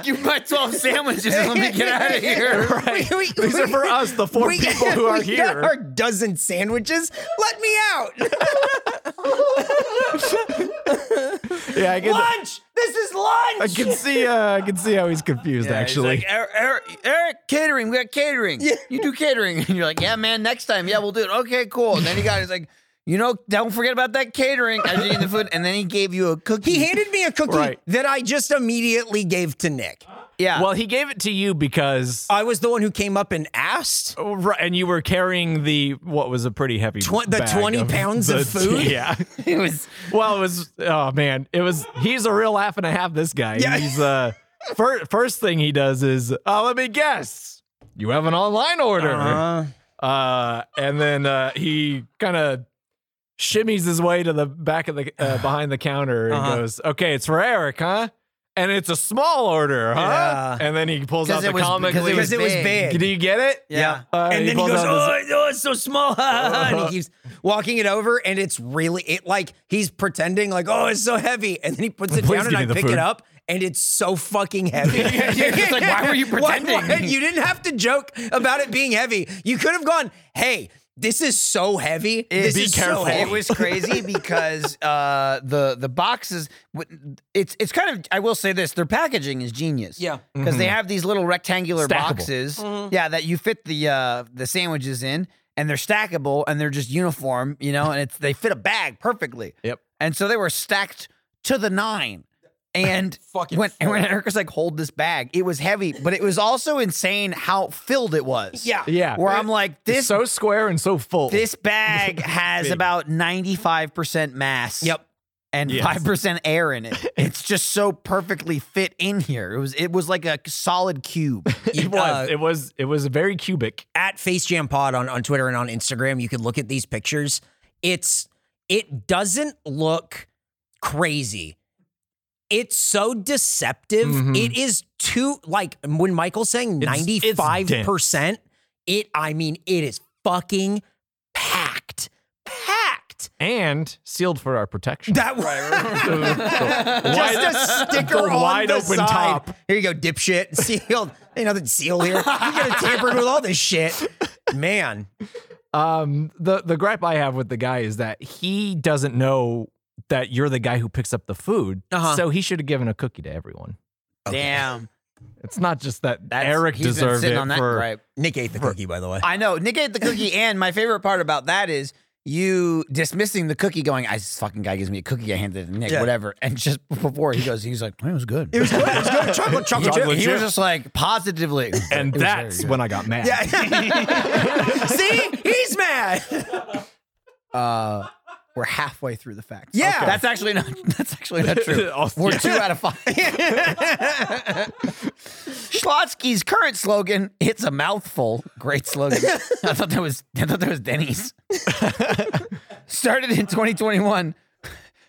Speaker 2: Give me my twelve sandwiches and let me get out of here.
Speaker 3: (laughs) Right.
Speaker 4: These are for us, the four people who are
Speaker 3: we Got
Speaker 4: here.
Speaker 3: our dozen sandwiches. Let me
Speaker 2: (laughs)
Speaker 3: out.
Speaker 4: (laughs) Yeah, I can,
Speaker 3: lunch. This is
Speaker 4: I
Speaker 3: lunch.
Speaker 4: can see. Uh, I can see how he's confused.
Speaker 2: Yeah, he's
Speaker 4: actually,
Speaker 2: like, Eric, Eric, Eric, catering. We got catering. You do catering. (laughs) And you're like, yeah, man, next time. Yeah, we'll do it. Okay, cool. And then he got, he's like, you know, don't forget about that catering. I you eat the food. And then he gave you a cookie.
Speaker 3: He handed me a cookie
Speaker 4: Right.
Speaker 3: that I just immediately gave to Nick.
Speaker 2: yeah.
Speaker 4: "Ah." well, he gave it to you because,
Speaker 3: I was the one who came up and asked.
Speaker 4: oh, right, and you were carrying the what was a pretty heavy
Speaker 3: Twen- the
Speaker 4: bag
Speaker 3: 20 pounds of
Speaker 4: (laughs)
Speaker 3: food?
Speaker 4: Yeah.
Speaker 2: it was,
Speaker 4: Well, it was. Oh man, it was. He's a real laugh and a half. This guy.
Speaker 3: Yeah.
Speaker 4: He's uh. First, first thing he does is, oh, let me guess, you have an online order.
Speaker 2: Uh-huh.
Speaker 4: Uh, and then uh, he kind of shimmies his way to the back of the
Speaker 3: (sighs)
Speaker 4: uh, behind the counter and
Speaker 3: Uh-huh.
Speaker 4: goes, "Okay, it's for Eric, huh?" And it's a small order, huh?
Speaker 3: Yeah.
Speaker 4: And then he pulls
Speaker 2: 'Cause
Speaker 4: out
Speaker 2: it
Speaker 4: the
Speaker 2: was-
Speaker 4: comic.
Speaker 2: because it
Speaker 3: Because
Speaker 4: leaf.
Speaker 3: it was
Speaker 2: big.
Speaker 3: big.
Speaker 4: Do you get it?
Speaker 2: Yeah.
Speaker 4: Uh,
Speaker 3: and then he
Speaker 4: pulls
Speaker 3: goes,
Speaker 4: out this-
Speaker 3: oh, oh, it's so small. (laughs) and he keeps walking it over, and it's really, it like, he's pretending, like, oh, it's so heavy. And then he puts it
Speaker 4: Please
Speaker 3: down, and
Speaker 4: give
Speaker 3: I
Speaker 4: me the
Speaker 3: pick
Speaker 4: food.
Speaker 3: it up, and it's so fucking
Speaker 4: (laughs)
Speaker 3: heavy.
Speaker 2: You're just like, why were
Speaker 3: (laughs)
Speaker 2: you pretending?
Speaker 3: You didn't have to joke about it being heavy. You could have gone, hey, this is so heavy. this
Speaker 4: Be
Speaker 3: is
Speaker 4: careful.
Speaker 3: so heavy.
Speaker 2: it was
Speaker 4: (laughs)
Speaker 2: crazy because uh, the the boxes w- it's it's kind of I will say this their packaging is genius
Speaker 3: Yeah. Mm-hmm.
Speaker 2: because they have these little rectangular
Speaker 4: Mm-hmm. Stackable.
Speaker 2: boxes yeah that you fit the uh, the sandwiches in and they're stackable and they're just uniform you know and it's they fit a bag perfectly
Speaker 4: Yep.
Speaker 2: and so they were stacked to the nine. And
Speaker 3: (laughs) Fucking
Speaker 2: when, and
Speaker 3: full.
Speaker 2: when Eric was like, hold this bag, it was heavy, but it was also insane how filled it was.
Speaker 3: Yeah.
Speaker 4: Yeah.
Speaker 2: Where I'm like,
Speaker 4: It's
Speaker 2: this
Speaker 4: so square and so full.
Speaker 2: this bag has about 95% mass.
Speaker 3: Yep.
Speaker 2: And
Speaker 4: Yes.
Speaker 2: five percent air in it. It's just so perfectly fit in here. It was it was like a solid cube.
Speaker 4: (laughs) (laughs) it
Speaker 3: Uh,
Speaker 4: was. it was. It was very cubic.
Speaker 3: at Face Jam Pod on, on Twitter and on Instagram, you can look at these pictures. It's it doesn't look crazy. It's so deceptive. It is too like when Michael's saying
Speaker 4: Mm-hmm. It's-
Speaker 3: ninety
Speaker 4: it's
Speaker 3: five percent. It I mean it is fucking packed, packed.
Speaker 4: and sealed for our protection.
Speaker 3: That
Speaker 4: (laughs) Just
Speaker 3: (laughs) just a sticker
Speaker 4: the
Speaker 3: on
Speaker 4: wide
Speaker 3: the
Speaker 4: open
Speaker 3: side.
Speaker 4: top.
Speaker 3: Here you go, dipshit. (laughs) Sealed. Ain't nothing sealed here. You could have tampered with all this shit, man.
Speaker 4: Um, the the gripe I have with the guy is that he doesn't know that you're the guy who picks up the food,
Speaker 3: Uh-huh.
Speaker 4: so he should have given a cookie to everyone.
Speaker 2: Damn.
Speaker 4: It's not just that
Speaker 2: That's-
Speaker 4: Eric
Speaker 2: he's been
Speaker 4: deserved
Speaker 2: sitting
Speaker 4: it
Speaker 2: on that
Speaker 4: for.
Speaker 2: gripe.
Speaker 3: Nick ate the cookie, by the way.
Speaker 2: I know. Nick ate the cookie, and my favorite part about that is you dismissing the cookie, going, "I this fucking guy gives me a cookie, I handed it to Nick,
Speaker 3: Yeah.
Speaker 2: whatever." And just before he goes, he's like, "It was good."
Speaker 3: It was good. It was good. Chocolate, chocolate chip.
Speaker 2: (laughs) he was just like positively,
Speaker 4: And that's when I got mad.
Speaker 3: Yeah. (laughs) See, he's mad.
Speaker 2: uh, "We're halfway through the facts."
Speaker 3: Yeah. Okay.
Speaker 2: that's actually not. (laughs) That's actually not true.
Speaker 4: Oh,
Speaker 2: We're
Speaker 4: yeah.
Speaker 2: two out of five. Schlotsky's current slogan: "It's a mouthful." Great (laughs) slogan. I thought that was. I thought that was Denny's. (laughs) Started in 2021.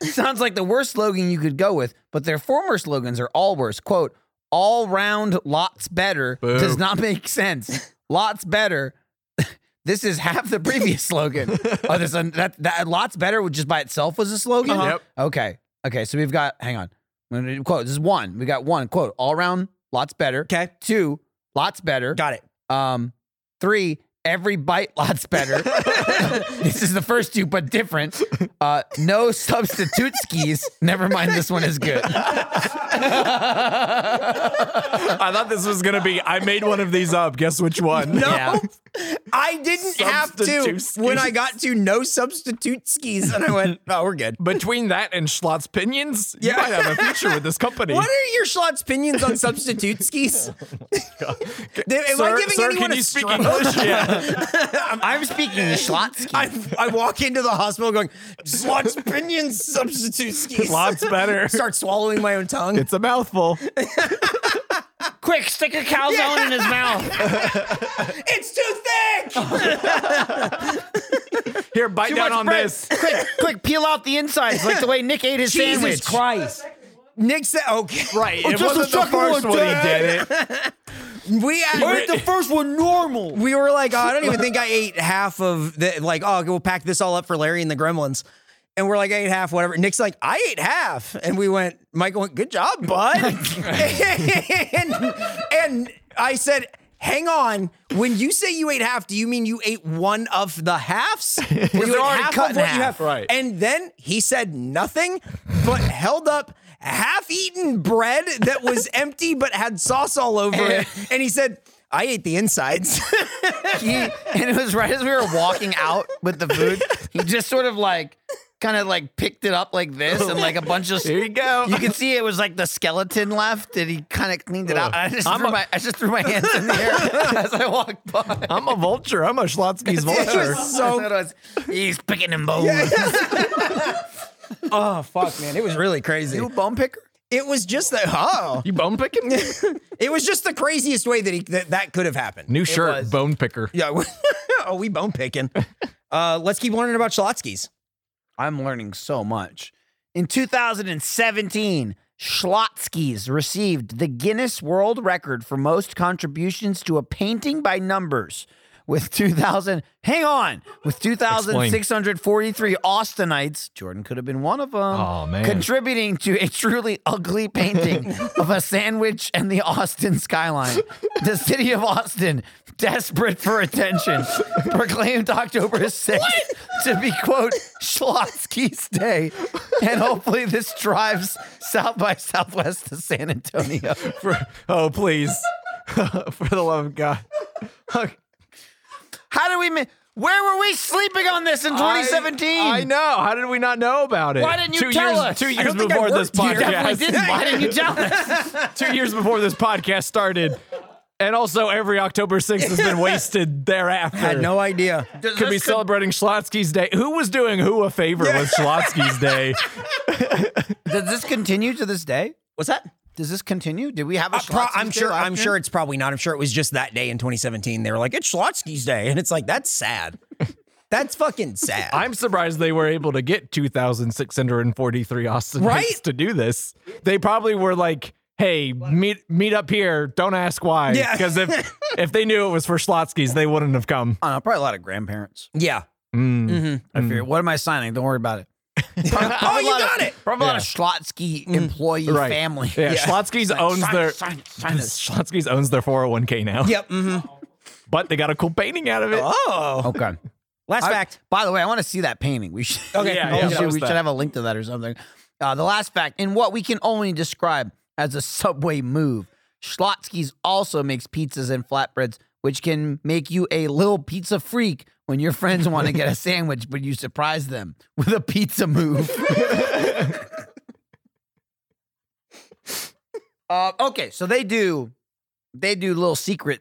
Speaker 2: Sounds like the worst slogan you could go with, but their former slogans are all worse. Quote: "All round, lots better." Does not make
Speaker 4: (laughs)
Speaker 2: sense. Lots better. (laughs) This is half the previous slogan. oh, this that that lots better would just by itself was a slogan.
Speaker 4: Uh-huh. Yep.
Speaker 2: Okay. Okay. So we've got. Hang on. I'm gonna do Quote. This is one. We got one quote. All round, lots better.
Speaker 3: Okay.
Speaker 2: Two, lots better.
Speaker 3: Got it.
Speaker 2: Um, three, Every bite lot's (laughs) better. this is the first two, but different. Uh, no substitute skis. Never mind, this one is (laughs) good.
Speaker 4: I thought this was gonna be. I made one of these up. Guess which one?
Speaker 3: No,
Speaker 2: Yeah.
Speaker 3: I didn't have to
Speaker 4: Substitute
Speaker 3: when I
Speaker 4: skis.
Speaker 3: got to no substitute skis, and I went, "No, we're good."
Speaker 4: (laughs) Between that and Schlott's pinions,
Speaker 3: Yeah.
Speaker 4: you might have a future with this company.
Speaker 3: What are your Schlott's opinions on substitute
Speaker 4: (laughs)
Speaker 3: skis? Am
Speaker 4: Oh, sir,
Speaker 3: I giving
Speaker 4: sir,
Speaker 3: anyone
Speaker 4: can
Speaker 3: a
Speaker 4: you speak
Speaker 3: stroke? (laughs)
Speaker 4: English? Yeah.
Speaker 2: I'm speaking Schlotsky.
Speaker 3: I, I walk into the hospital going, Schlott's opinions substitute skis.
Speaker 4: Lots better.
Speaker 3: (laughs) Start swallowing my own tongue.
Speaker 4: It's a mouthful.
Speaker 2: Quick, stick a calzone in his mouth.
Speaker 3: It's too thick.
Speaker 4: Here, bite
Speaker 2: Too
Speaker 4: down
Speaker 2: much
Speaker 4: on
Speaker 2: bread.
Speaker 4: this.
Speaker 3: Oh,
Speaker 2: Quick, quick, peel out the insides like the way Nick ate his sandwich.
Speaker 3: Christ. Nick said, okay.
Speaker 4: Right. it
Speaker 2: just
Speaker 4: wasn't
Speaker 2: the
Speaker 4: the
Speaker 2: second
Speaker 4: first
Speaker 2: one,
Speaker 4: one he
Speaker 2: Dad.
Speaker 4: did it.
Speaker 3: We,
Speaker 4: ate the
Speaker 3: first one normal. We were like, oh, I don't even think I ate half of the, like, oh, we'll pack this all up for Larry and the Gremlins. And we're like, I ate half, whatever. Nick's like, I ate half. And we went, Michael went, good job,
Speaker 2: (laughs)
Speaker 3: bud. and, and I said, hang on. When you say you ate half, do you mean you ate one of the halves?
Speaker 2: (laughs)
Speaker 3: Or you ate
Speaker 2: already
Speaker 3: half
Speaker 2: cut
Speaker 3: of
Speaker 2: in
Speaker 3: what you
Speaker 2: half.
Speaker 3: have.
Speaker 4: Right.
Speaker 3: And then he said nothing, but held up half eaten bread that was empty but had sauce all over
Speaker 2: (laughs)
Speaker 3: it. And he said, I ate the insides.
Speaker 2: (laughs) he, and it was right as we were walking out with the food. He just sort of like, kind of like picked it up like this, and like a bunch of.
Speaker 4: Here you
Speaker 3: (laughs)
Speaker 4: go.
Speaker 2: You can see it was like the skeleton left, and he kind of cleaned it out. I just,
Speaker 4: I'm
Speaker 2: threw
Speaker 4: a-
Speaker 2: my, I just threw my hands in the (laughs) air as I walked by.
Speaker 4: I'm a vulture. I'm a
Speaker 2: (laughs)
Speaker 4: Schlotsky's vulture.
Speaker 2: So he's picking them bones.
Speaker 3: oh, fuck, man. It was really crazy.
Speaker 2: You a bone picker?
Speaker 3: It was just the, oh.
Speaker 4: you bone picking?
Speaker 3: It was just the craziest way that he, that, that could have happened.
Speaker 4: New shirt,
Speaker 2: was.
Speaker 4: bone picker.
Speaker 3: yeah. (laughs) we- oh, we bone picking. Uh, let's keep learning about Shalotsky's.
Speaker 2: I'm learning so much. In 2017, Schlotsky's received the Guinness World Record for most contributions to a painting by numbers with 2,000. Hang on, with 2,643 Austinites. Jordan could have been one of them.
Speaker 4: Aw, man.
Speaker 2: Contributing to a truly ugly
Speaker 3: (laughs)
Speaker 2: painting of a sandwich and the Austin skyline. The city of Austin, desperate for
Speaker 3: (laughs)
Speaker 2: attention, proclaimed October 6th to be, quote, Schlotsky's Day. And hopefully this drives South by Southwest to San Antonio.
Speaker 4: (laughs) For- oh, please. (laughs) For the love of God.
Speaker 2: How do we, mi- where were we sleeping on this in 2017?
Speaker 4: I, I know. How did we not know about it?
Speaker 2: Why didn't you
Speaker 4: two
Speaker 2: tell
Speaker 4: years,
Speaker 2: us?
Speaker 4: Two
Speaker 2: I
Speaker 4: years
Speaker 3: don't think I
Speaker 4: before this
Speaker 3: worked
Speaker 2: (laughs)
Speaker 3: here.
Speaker 2: Definitely
Speaker 4: podcast.
Speaker 2: didn't. Why didn't you
Speaker 3: (laughs)
Speaker 2: tell us?
Speaker 4: (laughs) two years before this podcast started. And also, every October 6th has been wasted thereafter.
Speaker 3: Had no idea.
Speaker 4: could be celebrating Schlotsky's Day. Who was doing who a favor with Schlotsky's Day?
Speaker 2: Does this continue to this day?
Speaker 3: What's that?
Speaker 2: Does this continue? Did we have a
Speaker 3: Uh, pro-
Speaker 2: Schlotsky's
Speaker 3: I'm
Speaker 2: Day
Speaker 3: sure.
Speaker 2: last
Speaker 3: I'm
Speaker 2: year?
Speaker 3: sure it's probably not. I'm sure it was just that day in 2017. They were like, "It's Schlotsky's day," and it's like that's
Speaker 4: (laughs)
Speaker 3: sad. That's fucking sad.
Speaker 4: I'm surprised they were able to get 2,643 Austinites
Speaker 3: Right?
Speaker 4: to do this. They probably were like, hey, meet meet up here. Don't ask why.
Speaker 3: Yeah.
Speaker 4: Because
Speaker 3: (laughs)
Speaker 4: if, if they knew it was for Schlotsky's, they wouldn't have come. Mm.
Speaker 2: I don't know, probably a lot of grandparents.
Speaker 3: yeah. Mm-hmm.
Speaker 2: I figure, what am I signing? Don't worry about it.
Speaker 3: Oh, you got it.
Speaker 2: Probably a lot
Speaker 4: Yeah.
Speaker 2: of Schlotsky employee
Speaker 4: Right.
Speaker 2: family. (laughs)
Speaker 4: Yeah, Schlotsky's owns
Speaker 2: Sign
Speaker 4: their
Speaker 2: it, sign it, sign it.
Speaker 4: Schlotsky's owns their 401k now.
Speaker 3: Yep. mhm.
Speaker 4: But they got a cool painting out of it.
Speaker 3: Oh.
Speaker 2: Okay.
Speaker 3: Last
Speaker 2: I-
Speaker 3: fact.
Speaker 2: By the way, I want to see that painting. We should. (laughs)
Speaker 3: Okay,
Speaker 4: Yeah,
Speaker 2: we
Speaker 4: yeah,
Speaker 2: should,
Speaker 4: that
Speaker 2: we
Speaker 4: was
Speaker 2: should
Speaker 4: that.
Speaker 2: have a link to that or something. Uh, the last fact, in what we can only describe as a subway move, Schlotsky's also makes pizzas and flatbreads, which can make you a little pizza freak when your friends want to get a sandwich, but you surprise them with a pizza move. uh, okay, so they do, they do little secret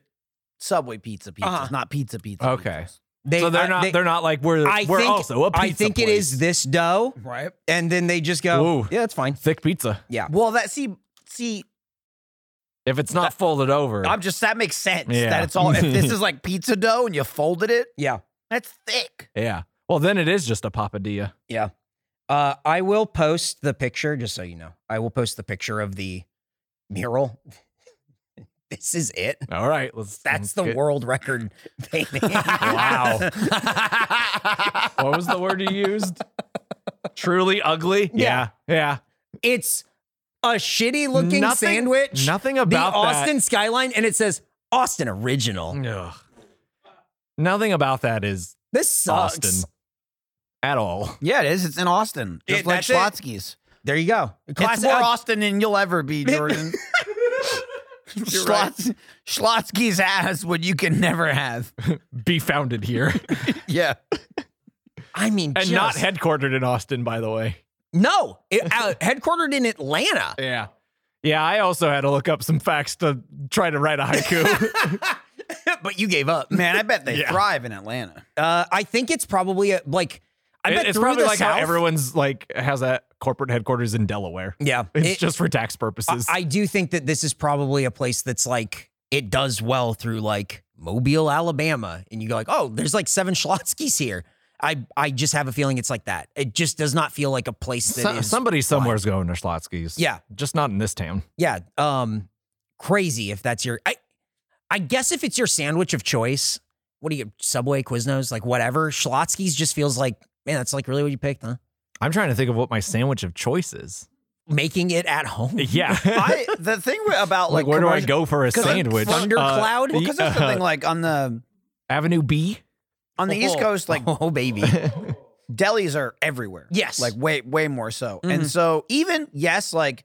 Speaker 2: subway pizza pizzas,
Speaker 3: Uh-huh.
Speaker 2: not pizza pizza.
Speaker 4: Okay.
Speaker 2: pizzas.
Speaker 3: They,
Speaker 4: (laughs) so they're
Speaker 3: I-
Speaker 4: not
Speaker 3: they-
Speaker 4: they, are not like we're
Speaker 3: I
Speaker 4: we're
Speaker 3: think.
Speaker 4: also a pizza
Speaker 3: I think it
Speaker 4: place.
Speaker 3: is this dough,
Speaker 2: right?
Speaker 3: and then they just go.
Speaker 4: Ooh.
Speaker 3: Yeah, that's fine.
Speaker 4: thick pizza.
Speaker 3: Yeah.
Speaker 2: Well, that see see
Speaker 4: If it's not folded over.
Speaker 2: I'm just that makes sense.
Speaker 4: Yeah.
Speaker 2: That it's all if (laughs) this is like pizza dough and you folded it,
Speaker 3: Yeah.
Speaker 2: that's thick.
Speaker 4: yeah. Well, then it is just a papadilla.
Speaker 3: Yeah. Uh, I will post the picture, just so you know. I will post the picture of the mural. (laughs) this is it.
Speaker 4: All right, let's.
Speaker 3: That's
Speaker 4: let's
Speaker 3: the
Speaker 4: get-
Speaker 3: world record (laughs) painting.
Speaker 4: Mm, Wow. (laughs) What was the word you used? Truly ugly.
Speaker 3: Yeah.
Speaker 4: yeah.
Speaker 3: It's a shitty looking
Speaker 4: Nothing-
Speaker 3: sandwich.
Speaker 4: nothing
Speaker 3: the
Speaker 4: about that. Mm.
Speaker 3: Austin skyline, and it says Austin original.
Speaker 4: yeah. Ugh. Nothing about that is
Speaker 3: This sucks.
Speaker 4: Austin at all. (laughs)
Speaker 2: Yeah, it is. It's in Austin, just
Speaker 3: It-
Speaker 2: like
Speaker 3: that's it.
Speaker 2: Schlotsky's.
Speaker 3: There you go.
Speaker 2: It's more Austin than you'll ever (laughs) be, Jordan.
Speaker 3: right.
Speaker 2: Schlots, Schlotsky's has what you can never have.
Speaker 4: Be founded
Speaker 3: (laughs)
Speaker 4: here
Speaker 2: Yeah.
Speaker 3: I mean,
Speaker 4: and not
Speaker 3: just-
Speaker 4: headquartered in Austin, by the way.
Speaker 3: no, it, uh, headquartered in Atlanta. (laughs)
Speaker 4: Yeah. Yeah, I also had to look up some facts to try to write a haiku.
Speaker 3: but you gave up.
Speaker 2: Man, I bet they
Speaker 4: Yeah.
Speaker 2: thrive in Atlanta.
Speaker 3: Uh, I think it's probably a, like (laughs) I
Speaker 4: It-
Speaker 3: bet
Speaker 4: it's
Speaker 3: through
Speaker 4: probably
Speaker 3: the
Speaker 4: like
Speaker 3: South,
Speaker 4: how everyone's like has that corporate headquarters in Delaware.
Speaker 3: Yeah,
Speaker 4: It's
Speaker 3: it-
Speaker 4: just for tax
Speaker 3: I,
Speaker 4: purposes.
Speaker 3: I do think that this is probably a place that's like it does well through like Mobile, Alabama, and you go like, oh, there's like seven (laughs) Schlotzskys here. I I just have a feeling it's like that. It just does not feel like a place that is.
Speaker 4: So- somebody somewhere's going to Schlotsky's.
Speaker 3: Yeah,
Speaker 4: Just not in this town.
Speaker 3: yeah. Um, crazy if that's your. I I guess if it's your sandwich of choice, what do you Subway, Quiznos, like whatever. Schlotzskys just feels like man, that's like really what you picked, huh?
Speaker 4: I'm trying to think of what my sandwich of choice is.
Speaker 3: Making it at home.
Speaker 4: (laughs) Yeah.
Speaker 2: I the thing wi- about
Speaker 4: like,
Speaker 2: like,
Speaker 4: where do I
Speaker 2: commercial-
Speaker 4: go for a
Speaker 3: 'Cause, like,
Speaker 4: sandwich? Uh,
Speaker 3: Thundercloud?
Speaker 2: Well, because that's the (laughs) thing. Like on the
Speaker 4: Avenue B?
Speaker 2: on the East Coast, like
Speaker 3: (laughs) oh baby.
Speaker 2: (laughs) delis are everywhere.
Speaker 3: Yes.
Speaker 2: Like way, way more so.
Speaker 3: Mhm.
Speaker 2: And so even, yes, like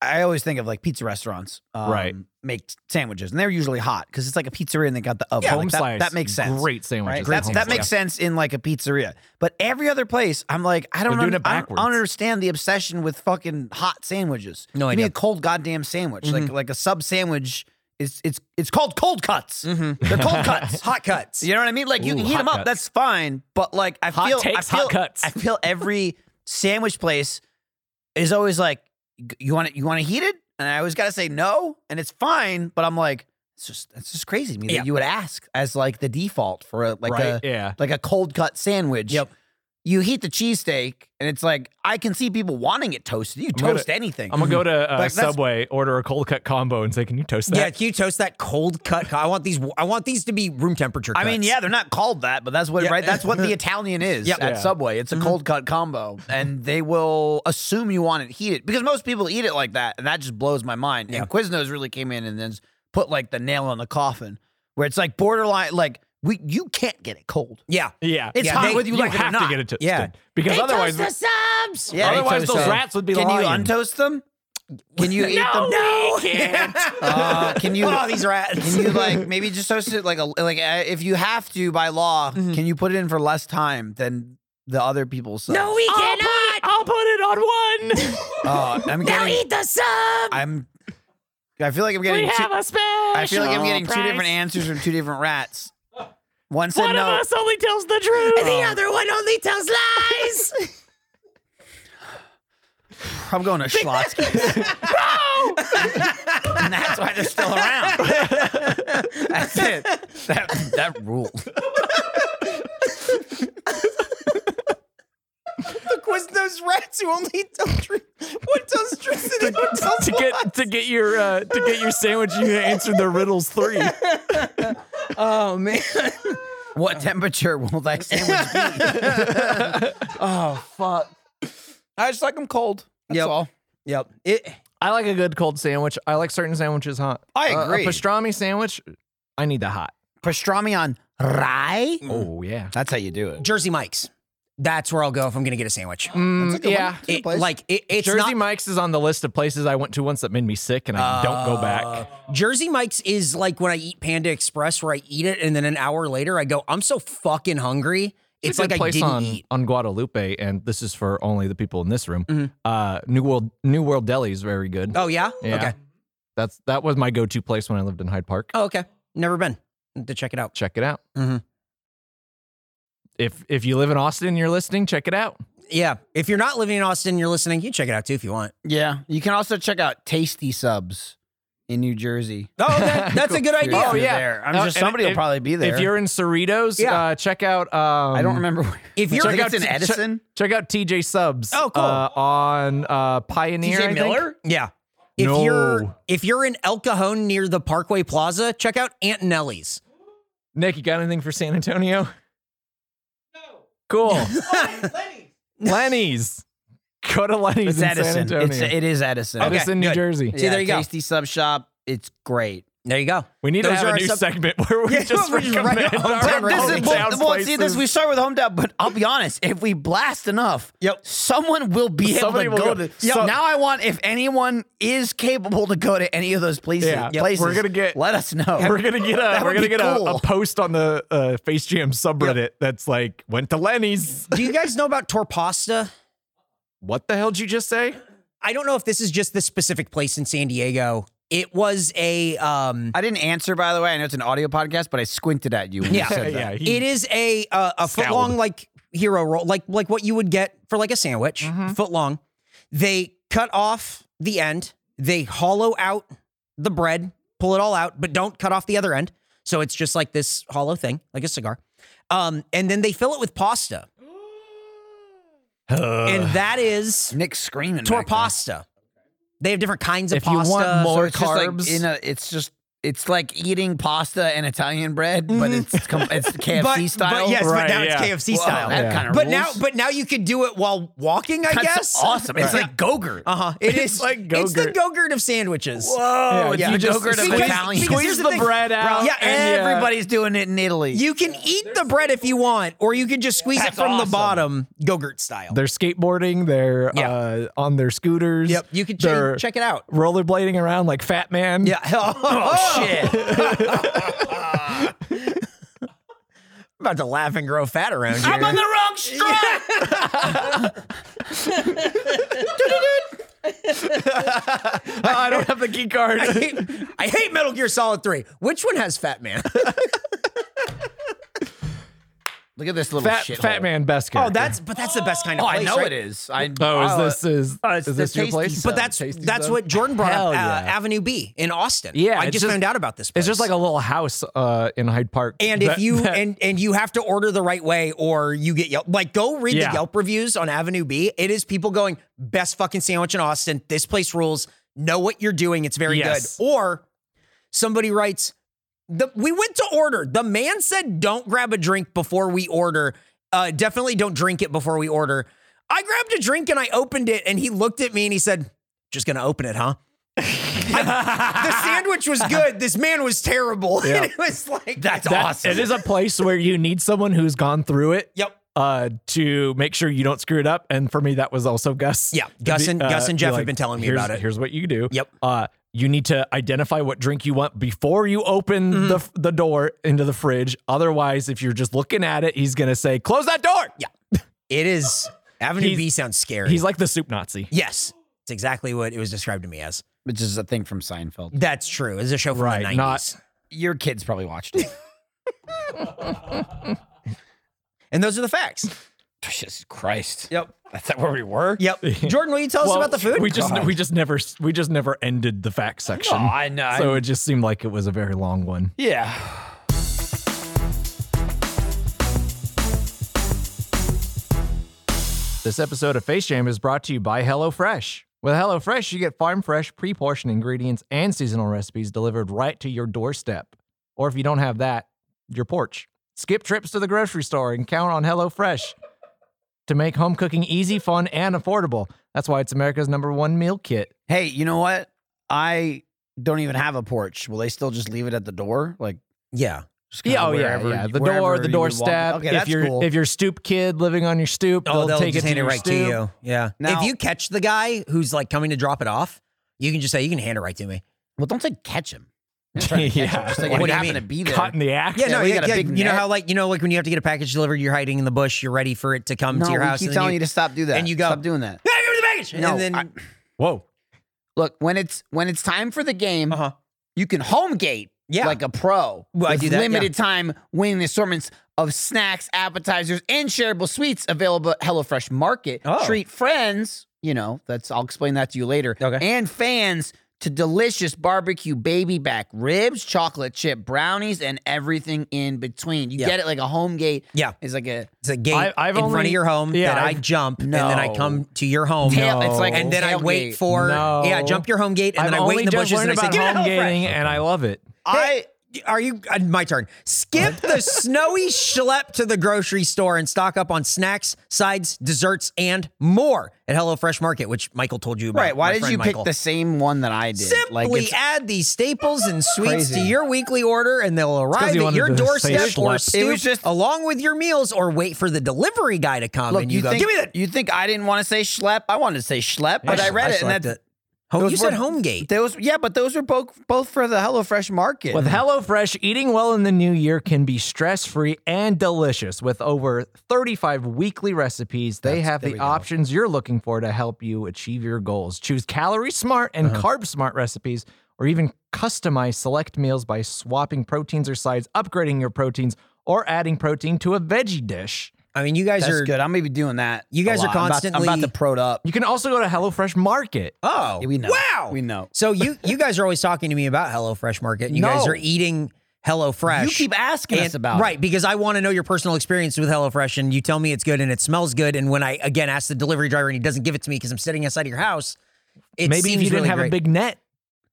Speaker 2: I always think of like pizza restaurants, um,
Speaker 4: Right.
Speaker 2: Make sandwiches, and they're usually hot because it's like a pizzeria and they got the oven.
Speaker 4: Home
Speaker 2: Like, that,
Speaker 4: slice.
Speaker 2: that makes sense.
Speaker 4: Great sandwiches.
Speaker 2: Right?
Speaker 4: Great
Speaker 2: That's,
Speaker 4: home
Speaker 2: that
Speaker 4: slice.
Speaker 2: makes sense in like a pizzeria, but every other place, I'm like, I don't,
Speaker 4: They're doing
Speaker 2: un-
Speaker 4: it
Speaker 2: I don't- I don't
Speaker 4: backwards.
Speaker 2: understand the obsession with fucking hot sandwiches.
Speaker 3: No
Speaker 2: Give
Speaker 3: idea.
Speaker 2: me a cold goddamn sandwich, like
Speaker 4: Mm-hmm.
Speaker 2: like a sub sandwich. It's it's it's called cold cuts. They're
Speaker 4: (laughs)
Speaker 2: cold cuts, hot
Speaker 3: cuts.
Speaker 2: You know what I mean? Like you
Speaker 4: Mm-hmm. Ooh,
Speaker 2: can heat
Speaker 4: hot
Speaker 2: them up,
Speaker 4: cuts.
Speaker 2: that's fine. But like I
Speaker 4: Hot
Speaker 2: feel,
Speaker 4: takes,
Speaker 2: I
Speaker 4: hot
Speaker 2: feel,
Speaker 4: cuts.
Speaker 2: I feel every sandwich place is always like, you want it, you want it heated, and I always got to say no, and it's fine. But I'm like, it's just it's just crazy to me
Speaker 3: Yeah.
Speaker 2: that you would ask as like the default for a like a
Speaker 4: Right? yeah.
Speaker 2: like a cold cut sandwich.
Speaker 3: Yep.
Speaker 2: You heat the cheesesteak, and it's like I can see people wanting it toasted. You
Speaker 4: gonna-
Speaker 2: toast anything.
Speaker 4: I'm gonna go to uh,
Speaker 2: Like, that's-
Speaker 4: Subway, order a cold cut combo, and say, "Can you toast
Speaker 3: Yeah,
Speaker 4: that?"
Speaker 3: can you toast that cold cut? I want these. I want these to be room temperature.
Speaker 2: I mean,
Speaker 3: cuts.
Speaker 2: yeah, they're not called that, but that's what
Speaker 3: Yeah.
Speaker 2: right. That's what
Speaker 4: (laughs)
Speaker 2: the Italian is
Speaker 3: Yep.
Speaker 2: at
Speaker 4: Yeah. Mm-hmm.
Speaker 2: Subway. It's a cold cut combo, and they will assume you want it heated because most people eat it like that, and that just blows my mind.
Speaker 3: Yeah.
Speaker 2: And Quiznos really came in and then put like the nail on the coffin, where it's like borderline, like we you can't get it cold.
Speaker 3: yeah,
Speaker 4: Yeah,
Speaker 2: It's
Speaker 3: Yeah, hot they-
Speaker 2: whether you like it or
Speaker 4: have
Speaker 2: not.
Speaker 4: to get it toasted.
Speaker 3: Yeah.
Speaker 4: because otherwise,
Speaker 3: subs.
Speaker 2: Yeah, they
Speaker 4: otherwise
Speaker 2: toast
Speaker 4: those
Speaker 2: them.
Speaker 4: rats would be
Speaker 2: Can you
Speaker 4: lying.
Speaker 2: untoast them? Can (laughs) you eat them?
Speaker 3: No,
Speaker 2: Uh, can you?
Speaker 3: (laughs) oh, these rats.
Speaker 2: Can you like maybe just toast it like a like uh, if you have to by law?
Speaker 3: Mm-hmm.
Speaker 2: Can you put it in for less time than the other people's? sub?
Speaker 3: we cannot.
Speaker 4: I'll put it on one.
Speaker 2: Oh, I'm getting.
Speaker 3: the sub.
Speaker 2: I'm. I feel like I'm getting. Two,
Speaker 4: a special.
Speaker 2: I feel like I'm getting two different answers from two different rats. One said no.
Speaker 4: only tells the truth.
Speaker 3: The other one only tells lies.
Speaker 2: I'm going to Schlotsky's. (laughs) and that's why they're still around. (laughs) that's it. That that ruled.
Speaker 3: was those rats who only tell truth. What tells truth and what
Speaker 4: (laughs)
Speaker 3: tells
Speaker 4: to get to get your uh, to get your sandwich, you answered the riddles three.
Speaker 3: Oh man.
Speaker 2: What temperature will that sandwich be?
Speaker 3: Oh fuck.
Speaker 2: I just like them cold. That's
Speaker 3: Yep.
Speaker 2: all.
Speaker 3: Yep. It.
Speaker 4: I like a good cold sandwich. I like certain sandwiches hot.
Speaker 2: I
Speaker 4: Uh,
Speaker 2: agree.
Speaker 4: a pastrami sandwich, I need the hot.
Speaker 2: Pastrami on rye.
Speaker 4: Oh yeah.
Speaker 2: That's how you do it.
Speaker 3: Jersey Mike's. That's where I'll go if I'm gonna get a sandwich.
Speaker 4: Mm, yeah.
Speaker 2: Good
Speaker 3: It-
Speaker 2: place.
Speaker 3: like it, it's
Speaker 4: Jersey
Speaker 3: not
Speaker 4: Mike's is on the list of places I went to once that made me sick, and I don't go
Speaker 3: Uh,
Speaker 4: back.
Speaker 3: Jersey Mike's is like when I eat Panda Express, where I eat it and then an hour later I go, I'm so fucking hungry. It's,
Speaker 4: a
Speaker 3: like
Speaker 4: good
Speaker 3: I
Speaker 4: place
Speaker 3: didn't
Speaker 4: on,
Speaker 3: eat. Mm-hmm.
Speaker 4: on Guadalupe, and this is for only the people in this room. Uh, New World New World Deli is very good.
Speaker 3: Oh yeah?
Speaker 4: Yeah.
Speaker 3: Okay.
Speaker 4: That's that was my go to place when I lived in Hyde Park.
Speaker 3: Oh okay. Never been to check it out.
Speaker 4: Check it out.
Speaker 3: Mhm.
Speaker 4: If if you live in Austin, and you're listening. Check it out.
Speaker 3: Yeah. If you're not living in Austin, you're listening. You can check it out too if you want.
Speaker 2: Yeah. You can also check out Tasty Subs in New Jersey.
Speaker 3: Oh,
Speaker 4: (laughs)
Speaker 3: okay.
Speaker 2: (laughs)
Speaker 3: that's a good
Speaker 2: If
Speaker 3: idea. Oh,
Speaker 2: you're
Speaker 4: yeah.
Speaker 2: there. I'm
Speaker 4: No,
Speaker 2: just
Speaker 4: and
Speaker 2: somebody will
Speaker 4: if-
Speaker 2: probably be there.
Speaker 4: If you're in Cerritos,
Speaker 3: Yeah.
Speaker 4: uh, check out. Um,
Speaker 2: I don't remember. Where.
Speaker 3: If you're-
Speaker 2: check
Speaker 4: Check
Speaker 2: out
Speaker 4: out
Speaker 2: in
Speaker 4: t- check-
Speaker 2: Edison,
Speaker 4: Check out TJ Subs.
Speaker 3: Oh, cool.
Speaker 4: Uh, on uh, Pioneer. I think.
Speaker 3: Yeah. If
Speaker 4: No.
Speaker 3: you're if you're in El Cajon near the Parkway Plaza, check out Antonelli's.
Speaker 4: Nick, you got anything for San Antonio? No. Cool. Lenny's. Lenny's. Go to Lenny's
Speaker 2: it's
Speaker 4: in San
Speaker 2: Edison.
Speaker 4: Antonio.
Speaker 2: It's, it is Edison.
Speaker 3: Okay.
Speaker 4: Edison, New
Speaker 3: good.
Speaker 4: Jersey.
Speaker 2: Yeah,
Speaker 3: See, there you go.
Speaker 2: Tasty Sub Shop. It's great.
Speaker 3: There you go.
Speaker 4: We need
Speaker 3: Those
Speaker 4: to have
Speaker 3: are
Speaker 4: a
Speaker 3: our
Speaker 4: new
Speaker 3: sub-
Speaker 4: segment where
Speaker 2: (laughs)
Speaker 4: we just
Speaker 3: we just
Speaker 4: recommend
Speaker 3: recommend
Speaker 4: our
Speaker 2: This
Speaker 3: hometown
Speaker 2: is,
Speaker 3: Hometown
Speaker 2: well, well, see, this
Speaker 4: places.
Speaker 2: we start with home dub, but I'll be honest. If we blast enough,
Speaker 3: Yep.
Speaker 2: someone will be
Speaker 4: Somebody
Speaker 2: able to
Speaker 4: will
Speaker 2: go,
Speaker 4: go.
Speaker 2: to. Yep.
Speaker 4: So-
Speaker 2: now I want if anyone is capable to go to any of those places,
Speaker 4: Yeah. Yep.
Speaker 2: places
Speaker 4: We're gonna get-
Speaker 2: Let us know.
Speaker 4: We're gonna get a
Speaker 2: That
Speaker 4: we're
Speaker 2: would
Speaker 4: gonna
Speaker 2: be
Speaker 4: get a- a,
Speaker 2: cool.
Speaker 4: post on the uh, Face Jam subreddit that's like went to Lenny's.
Speaker 3: (laughs) Do you guys know about Torpasta?
Speaker 4: What the hell did you just say?
Speaker 3: I don't know if this is just this specific place in San Diego. It was a um
Speaker 2: I didn't answer, by the way. I know it's an audio podcast, but I squinted at you. When
Speaker 3: Yeah.
Speaker 2: you said that.
Speaker 4: yeah, he-
Speaker 3: it is a uh, a foot
Speaker 4: Scowled.
Speaker 3: long like hero roll like like what you would get for like a sandwich,
Speaker 4: Mm-hmm.
Speaker 3: foot long. They cut off the end, they hollow out the bread, pull it all out, but don't cut off the other end. So it's just like this hollow thing, like a cigar. Um, and then they fill it with pasta. and that is
Speaker 2: Nick's screaming. back there.
Speaker 3: torpasta. They have different kinds of
Speaker 4: If you
Speaker 3: pasta.
Speaker 4: want more-
Speaker 2: it's just like
Speaker 4: carbs.
Speaker 2: in a, it's just it's like eating pasta and Italian bread, Mm-hmm. (laughs) but it's com- it's KFC
Speaker 3: but,
Speaker 2: style.
Speaker 3: But yes,
Speaker 4: Right,
Speaker 3: but now
Speaker 4: yeah.
Speaker 3: it's KFC
Speaker 2: Whoa,
Speaker 3: style.
Speaker 2: That kind of
Speaker 3: But now, but now you could do it while walking. I
Speaker 2: That's
Speaker 3: guess.
Speaker 2: awesome. It's like
Speaker 3: Gogurt.
Speaker 2: Uh-huh.
Speaker 3: Uh huh. It
Speaker 4: It's
Speaker 3: is
Speaker 4: like
Speaker 3: It's the
Speaker 4: Go-Gurt.
Speaker 3: Gogurt of sandwiches.
Speaker 4: Oh,
Speaker 2: it's the yogurt of
Speaker 4: squeeze,
Speaker 2: Italian.
Speaker 4: squeeze
Speaker 3: Because here's
Speaker 4: the,
Speaker 3: the thing,
Speaker 4: bread
Speaker 3: bro.
Speaker 4: out.
Speaker 3: Yeah,
Speaker 4: and you-
Speaker 2: everybody's doing it in Italy.
Speaker 3: You can eat the bread if you want, or you can just squeeze
Speaker 2: That's
Speaker 3: it from
Speaker 2: awesome.
Speaker 3: the bottom, Gogurt style.
Speaker 4: They're skateboarding. They're
Speaker 3: Yeah.
Speaker 4: uh, on their scooters.
Speaker 3: Yep, you can
Speaker 4: They're
Speaker 3: check, check it out.
Speaker 4: rollerblading around like Fat Man.
Speaker 3: Yeah. (laughs) Oh, shit. I'm about to laugh and grow fat around here.
Speaker 2: I'm on the wrong (laughs) strap.
Speaker 4: I don't have the key card.
Speaker 3: (laughs) I hate, I hate Metal Gear Solid 3. Which one has
Speaker 2: (laughs)
Speaker 3: Fat Man?
Speaker 2: Look at this little
Speaker 4: Fat,
Speaker 2: shit.
Speaker 4: Fat Man best
Speaker 3: Oh,
Speaker 4: character.
Speaker 3: that's but that's the best kind of
Speaker 2: Oh,
Speaker 3: place.
Speaker 2: I know
Speaker 3: right?
Speaker 2: it is. I
Speaker 4: Oh,
Speaker 2: uh,
Speaker 4: is this is,
Speaker 2: it's
Speaker 4: is this
Speaker 2: the
Speaker 4: your
Speaker 2: tasty
Speaker 4: place?
Speaker 2: sub.
Speaker 3: But that's
Speaker 4: Tasty
Speaker 3: that's
Speaker 4: sub?
Speaker 3: what Jordan brought
Speaker 4: Hell
Speaker 3: up. Uh,
Speaker 4: yeah.
Speaker 3: Avenue B in Austin.
Speaker 4: Yeah,
Speaker 3: I
Speaker 4: it's
Speaker 3: just,
Speaker 4: just-
Speaker 3: found out about this. Place.
Speaker 4: It's just like a little house uh, in Hyde Park.
Speaker 3: and
Speaker 4: that-
Speaker 3: if you
Speaker 4: that-
Speaker 3: and and you have to order the right way or you get Yelp. Like go read
Speaker 4: Yeah.
Speaker 3: the Yelp reviews on Avenue B. It is people going best fucking sandwich in Austin. This place rules. Know what you're doing. It's very
Speaker 4: Yes.
Speaker 3: good. Or somebody writes the we went to order. The man said don't grab a drink before we order. Uh, definitely don't drink it before we order. I grabbed a drink and I opened it and he looked at me and he said, "Just gonna open it,
Speaker 4: (laughs)
Speaker 3: huh?" I- the sandwich was good. This man was terrible. (laughs)
Speaker 4: Yeah.
Speaker 3: and it was like
Speaker 2: That's
Speaker 4: that-
Speaker 2: awesome.
Speaker 4: It is a place where you need someone who's gone through it.
Speaker 3: Yep.
Speaker 4: Uh, to make sure you don't screw it up, and for me that was also Gus.
Speaker 3: Yeah,
Speaker 4: To
Speaker 3: Gus and- Gus and
Speaker 4: be
Speaker 3: Jeff have been telling me
Speaker 4: "Here's-
Speaker 3: about it."
Speaker 4: Here's what you do.
Speaker 3: Yep.
Speaker 4: Uh, you need to identify what drink you want before you open
Speaker 3: Mm-hmm.
Speaker 4: the the door into the fridge. Otherwise, if you're just looking at it, he's gonna say, "Close that door."
Speaker 3: Yeah. It is. Avenue
Speaker 4: He's-
Speaker 3: B sounds scary.
Speaker 4: He's like the soup Nazi.
Speaker 3: yes. It's exactly what it was described to me as.
Speaker 2: which is a thing from Seinfeld.
Speaker 3: That's true. It's a show from
Speaker 4: Right,
Speaker 3: the 90s.
Speaker 4: not-
Speaker 2: Your kids probably watched it.
Speaker 3: and those are the facts.
Speaker 2: (laughs) Jesus Christ.
Speaker 3: Yep.
Speaker 2: That's not where we were. (laughs)
Speaker 3: Yep. Jordan, will you tell us
Speaker 4: Well,
Speaker 3: about the food?
Speaker 4: We just
Speaker 2: God.
Speaker 4: we just never we just never ended the fact section.
Speaker 2: Oh, I know.
Speaker 4: So it just seemed like it was a very long one.
Speaker 2: yeah.
Speaker 4: This episode of Face Jam is brought to you by HelloFresh. With HelloFresh, you get farm fresh, pre portioned ingredients and seasonal recipes delivered right to your doorstep. Or if you don't have that, your porch. Skip trips to the grocery store and count on HelloFresh to make home cooking easy, fun, and affordable. That's why it's America's number one meal kit.
Speaker 2: Hey, you know what? I don't even have a porch. Will they still just leave it at the door? Like,
Speaker 3: yeah.
Speaker 2: just kinda wherever-
Speaker 4: oh,
Speaker 2: wherever
Speaker 4: The door, the
Speaker 2: you would walk-
Speaker 4: doorstep.
Speaker 2: Okay,
Speaker 4: if
Speaker 2: that's
Speaker 4: you're
Speaker 2: cool.
Speaker 4: if you're stoop kid living on your stoop,
Speaker 3: Oh,
Speaker 4: they'll,
Speaker 3: they'll,
Speaker 4: take
Speaker 3: just
Speaker 4: it
Speaker 3: hand it
Speaker 4: your
Speaker 3: right
Speaker 4: stoop.
Speaker 3: to you. Yeah.
Speaker 2: Now-
Speaker 3: if you catch the guy who's like coming to drop it off, you can just say, you can hand it right to me.
Speaker 2: well, don't say catch him. (laughs) I'm trying to catch him.
Speaker 4: Yeah.
Speaker 2: Just like if
Speaker 3: What do
Speaker 2: you
Speaker 3: you
Speaker 2: happen to
Speaker 3: mean?
Speaker 2: be there.
Speaker 4: Caught in the act.
Speaker 3: Yeah,
Speaker 2: Yeah,
Speaker 3: no,
Speaker 2: we
Speaker 3: yeah,
Speaker 2: got a
Speaker 3: yeah,
Speaker 2: big
Speaker 3: you know
Speaker 2: net.
Speaker 3: how like, you know, like when you have to get a package delivered, you're hiding in the bush, you're ready for it to come
Speaker 2: no,
Speaker 3: to your
Speaker 2: we
Speaker 3: house.
Speaker 2: keep
Speaker 3: and then
Speaker 2: telling you, to stop do that.
Speaker 3: and you go-
Speaker 2: stop doing that.
Speaker 3: (laughs) "Yeah, give me the package.
Speaker 2: No,
Speaker 3: and then,
Speaker 2: I-
Speaker 4: Whoa.
Speaker 2: Look, when it's when it's time for the game,
Speaker 3: uh-huh.
Speaker 2: you can home gate
Speaker 3: Yeah.
Speaker 2: like a pro.
Speaker 3: Well, I
Speaker 2: with
Speaker 3: do that,
Speaker 2: limited time winning assortments of snacks, appetizers, and shareable sweets available at HelloFresh Market.
Speaker 3: Oh.
Speaker 2: Treat friends, you know, that's I'll explain that to you later.
Speaker 3: Okay.
Speaker 2: And fans to delicious barbecue baby back ribs, chocolate chip brownies, and everything in between. You
Speaker 3: Yeah.
Speaker 2: get it like a home gate.
Speaker 3: Yeah.
Speaker 2: It's like a
Speaker 3: It's a gate
Speaker 4: I- I've
Speaker 3: in front
Speaker 4: only-
Speaker 3: of your home
Speaker 4: yeah,
Speaker 3: that i
Speaker 4: I've-
Speaker 3: jump, and then I
Speaker 2: No.
Speaker 3: come to your home,
Speaker 2: tail.
Speaker 4: No.
Speaker 2: It's like
Speaker 3: and then I wait
Speaker 2: tailgate.
Speaker 3: for
Speaker 4: No.
Speaker 3: yeah, jump your home gate, and
Speaker 4: I've
Speaker 3: then I wait
Speaker 4: only
Speaker 3: in the
Speaker 4: just
Speaker 3: bushes
Speaker 4: learned
Speaker 3: and I say,
Speaker 4: about
Speaker 3: "Give me the
Speaker 4: home
Speaker 3: home
Speaker 4: gating, and I love it.
Speaker 2: I
Speaker 3: Are you uh, my turn?
Speaker 4: (laughs)
Speaker 3: Skip the snowy schlep to the grocery store and stock up on snacks, sides, desserts, and more at HelloFresh Market, which Michael told you about.
Speaker 2: Right. Why
Speaker 3: my
Speaker 2: did
Speaker 3: friend
Speaker 2: you
Speaker 3: Michael.
Speaker 2: pick the same one that I did?
Speaker 3: Simply
Speaker 2: it's-
Speaker 3: add these staples and sweets
Speaker 2: Crazy.
Speaker 3: to your weekly order, and they'll arrive
Speaker 4: you
Speaker 3: at
Speaker 4: wanted
Speaker 3: your
Speaker 4: to say
Speaker 3: doorstep or
Speaker 2: It
Speaker 4: schlep.
Speaker 2: was
Speaker 3: stoop
Speaker 2: just-
Speaker 3: along with your meals, or wait for the delivery guy to come
Speaker 2: Look,
Speaker 3: and
Speaker 2: you,
Speaker 3: you, go,
Speaker 2: think
Speaker 3: "Give me that."
Speaker 2: you think I didn't want to say schlep? I wanted to say schlep, but I, read it and
Speaker 3: slept
Speaker 2: that's
Speaker 3: Home,
Speaker 2: those
Speaker 3: you said
Speaker 2: were-
Speaker 3: home gate.
Speaker 2: those. Yeah, but those were both both for the HelloFresh market.
Speaker 4: With HelloFresh, eating well in the new year can be stress free and delicious. With over 35 weekly recipes, they have the options you're looking for to help you achieve your goals. Choose calorie smart and carb smart recipes, or even customize select meals by swapping proteins or sides, upgrading your proteins, or adding protein to a veggie dish.
Speaker 3: I mean, you guys
Speaker 2: that's
Speaker 3: are
Speaker 2: good. I'm gonna be doing that.
Speaker 3: You
Speaker 2: a
Speaker 3: guys are
Speaker 2: lot. I'm about- I'm about,
Speaker 3: constantly-
Speaker 2: to prod up.
Speaker 4: You can also go to HelloFresh Market.
Speaker 3: Oh,
Speaker 2: Yeah, we know.
Speaker 3: Wow,
Speaker 2: We know. (laughs)
Speaker 3: So you you guys are always talking to me about HelloFresh Market. You guys
Speaker 4: No.
Speaker 3: are eating HelloFresh.
Speaker 2: You keep asking us
Speaker 3: And-
Speaker 2: about it.
Speaker 3: right because I want to know your personal experience with HelloFresh, and you tell me it's good and it smells good. And when I again ask the delivery driver and he doesn't give it to me because I'm sitting outside of your house, it
Speaker 4: Maybe if
Speaker 3: seems
Speaker 4: you didn't
Speaker 3: really
Speaker 4: have
Speaker 3: great.
Speaker 4: a big net.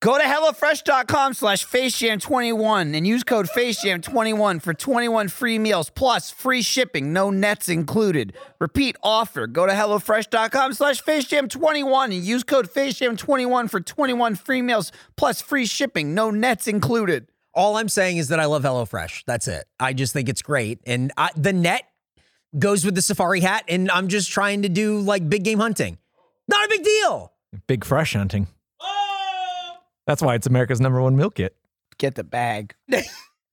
Speaker 2: Go to HelloFresh.com slash FaceJam21 and use code FaceJam21 for 21 free meals plus free shipping, no nets included. Repeat offer. Go to HelloFresh.com slash FaceJam21 and use code FaceJam21 for 21 free meals plus free shipping, no nets included.
Speaker 3: All I'm saying is that I love HelloFresh. That's it. I just think it's great, and I, the net goes with the safari hat. And I'm just trying to do like big game hunting. Not a big deal.
Speaker 4: Big fresh hunting. That's why it's America's number one meal kit.
Speaker 2: Get the
Speaker 4: (laughs)
Speaker 2: bag.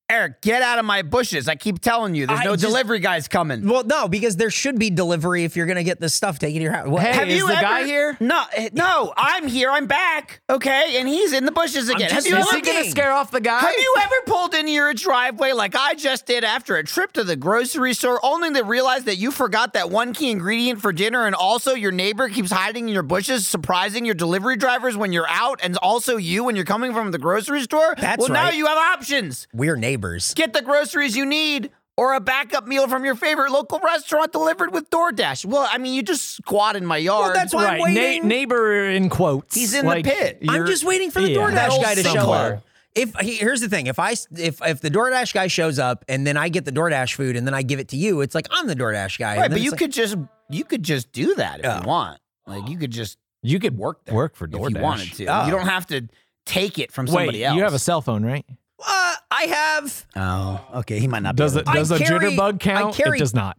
Speaker 2: Eric, get out of my bushes. I keep telling you, there's
Speaker 3: I
Speaker 2: no
Speaker 3: just-
Speaker 2: delivery guys coming.
Speaker 3: Well, no, because there should be delivery if you're gonna get this stuff taken to your house. What-
Speaker 4: Hey,
Speaker 2: Have
Speaker 4: is
Speaker 2: you
Speaker 4: the
Speaker 2: ever-
Speaker 4: guy here?
Speaker 2: No, eh, no, I'm here. I'm back. Okay, and he's in the bushes again. Have
Speaker 3: just-
Speaker 2: you
Speaker 3: is
Speaker 2: ever
Speaker 3: he gonna scare
Speaker 4: off the guy?
Speaker 2: Have you ever pulled into your driveway like I just did after a trip to the grocery store, only to realize that you forgot that one key ingredient for dinner, and also your neighbor keeps hiding in your bushes, surprising your delivery drivers when you're out, and also you when you're coming from the grocery store?
Speaker 3: That's
Speaker 2: well, now
Speaker 3: right.
Speaker 2: you have options.
Speaker 3: We're neighbors.
Speaker 2: Get the groceries you need. Or a backup meal from your favorite local restaurant delivered with DoorDash. Well, I mean, you just squat in my yard.
Speaker 3: that's why I'm
Speaker 4: right.
Speaker 3: waiting.
Speaker 4: Na- neighbor in quotes.
Speaker 2: He's in the pit. I'm
Speaker 3: I'm
Speaker 4: you're-
Speaker 3: just waiting for the
Speaker 4: yeah.
Speaker 2: That
Speaker 3: DoorDash
Speaker 2: old
Speaker 3: guy to show
Speaker 2: somewhere.
Speaker 3: up. If he- here's the thing, if I s- if if the DoorDash guy shows up and then I get the DoorDash food and then I give it to you, it's like I'm the DoorDash guy. and
Speaker 2: Right,
Speaker 3: then
Speaker 2: but
Speaker 3: it's
Speaker 2: you
Speaker 3: like-
Speaker 2: could just you could just do that if
Speaker 3: Yeah.
Speaker 2: you want. Like you could just
Speaker 4: You could
Speaker 2: work there
Speaker 4: work for
Speaker 2: if
Speaker 4: DoorDash.
Speaker 2: you wanted to.
Speaker 3: Oh.
Speaker 2: You don't have to take it from
Speaker 4: Ah. Wait,
Speaker 2: somebody else.
Speaker 4: you have a cell phone, right?
Speaker 3: uh, I have
Speaker 2: oh, okay. He might not.
Speaker 4: Does
Speaker 2: be
Speaker 4: it?
Speaker 2: able to-
Speaker 3: I
Speaker 4: Does a
Speaker 3: carry- I
Speaker 4: jitterbug count?
Speaker 3: carry-
Speaker 4: it does not.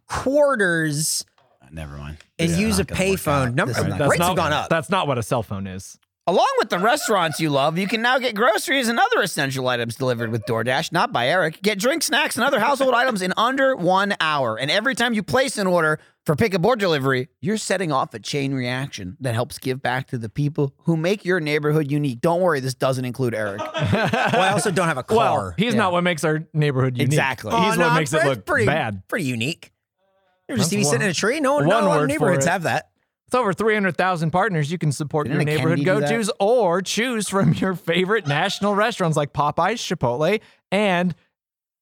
Speaker 3: quarters
Speaker 2: Never mind.
Speaker 3: and
Speaker 2: This is
Speaker 3: use a
Speaker 2: not gonna work
Speaker 3: payphone.
Speaker 2: out.
Speaker 3: Number
Speaker 2: This is not
Speaker 3: rates
Speaker 2: gonna
Speaker 3: have
Speaker 4: not,
Speaker 3: gone up.
Speaker 4: That's not what a cell phone is.
Speaker 2: Along with the restaurants you love, you can now get groceries and other essential items delivered with DoorDash, not by Eric. Get drinks, snacks, and other household items in under one hour. And every time you place an order for pickup or delivery, you're setting off a chain reaction that helps give back to the people who make your neighborhood unique. Don't worry, this doesn't include Eric.
Speaker 3: well, I also don't have a
Speaker 4: (laughs) Well,
Speaker 3: car.
Speaker 4: he's
Speaker 2: yeah.
Speaker 4: not what makes our neighborhood unique.
Speaker 2: Exactly.
Speaker 4: He's
Speaker 3: Oh,
Speaker 4: what
Speaker 3: no,
Speaker 4: makes it
Speaker 3: that's
Speaker 4: look
Speaker 3: pretty,
Speaker 4: bad.
Speaker 3: Pretty unique. You're just
Speaker 4: That's
Speaker 3: TV
Speaker 4: one-
Speaker 3: sitting in a tree. No,
Speaker 4: one
Speaker 3: no a lot
Speaker 4: word for
Speaker 3: of neighborhoods
Speaker 4: it.
Speaker 3: have that.
Speaker 4: It's over 300,000 partners you can support
Speaker 2: Didn't
Speaker 4: your
Speaker 2: a
Speaker 4: neighborhood
Speaker 2: Kennedy do
Speaker 4: go
Speaker 2: that?
Speaker 4: tos or choose from your favorite national restaurants like Popeyes, Chipotle, and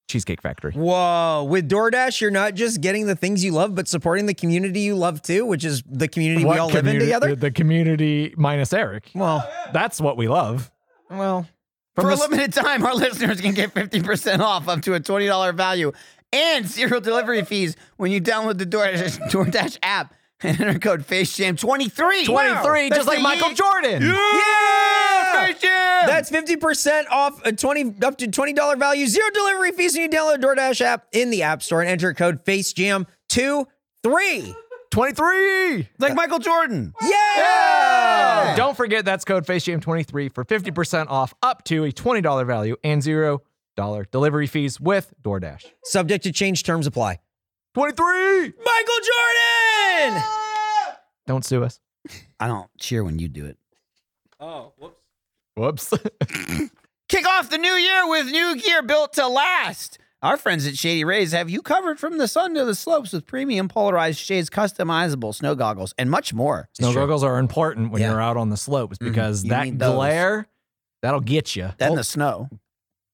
Speaker 4: Cheesecake Factory.
Speaker 3: Whoa. With DoorDash, you're not just getting the things you love, but supporting the community you love too, which is the community we all live in
Speaker 4: community-
Speaker 3: together.
Speaker 4: The community minus Eric.
Speaker 3: Well,
Speaker 4: That's what we love.
Speaker 2: Well,
Speaker 4: From
Speaker 2: for a
Speaker 4: the-
Speaker 2: limited time, our (laughs) listeners can get 50% off up to a $20 value and zero delivery fees when you download the DoorDash, (laughs) DoorDash app and enter code FaceJam23. 23,
Speaker 4: 23, just like Michael Jordan.
Speaker 2: Yeah! FaceJam!
Speaker 3: That's 50% off a 20 up to $20 value, zero delivery fees when you download DoorDash app in the App Store and enter code FaceJam23.
Speaker 4: 23.
Speaker 2: like Michael Jordan.
Speaker 3: Yeah!
Speaker 4: Don't forget that's code FaceJam23 for 50% off up to a $20 value and $0 delivery fees with DoorDash.
Speaker 3: Subject to change terms apply.
Speaker 4: 23.
Speaker 3: Michael Jordan!
Speaker 4: Don't sue us.
Speaker 2: I don't cheer when you do it.
Speaker 4: (laughs) Whoops.
Speaker 2: Kick off the new year with new gear built to last. Our friends at Shady Rays have you covered from the sun to the slopes with premium polarized shades, customizable snow goggles, and much more.
Speaker 4: Snow
Speaker 3: Uh,
Speaker 4: goggles are important when
Speaker 3: Yeah.
Speaker 4: you're out on the slopes because
Speaker 2: You
Speaker 4: that
Speaker 2: need those.
Speaker 4: glare, that'll get you.
Speaker 2: Then the snow.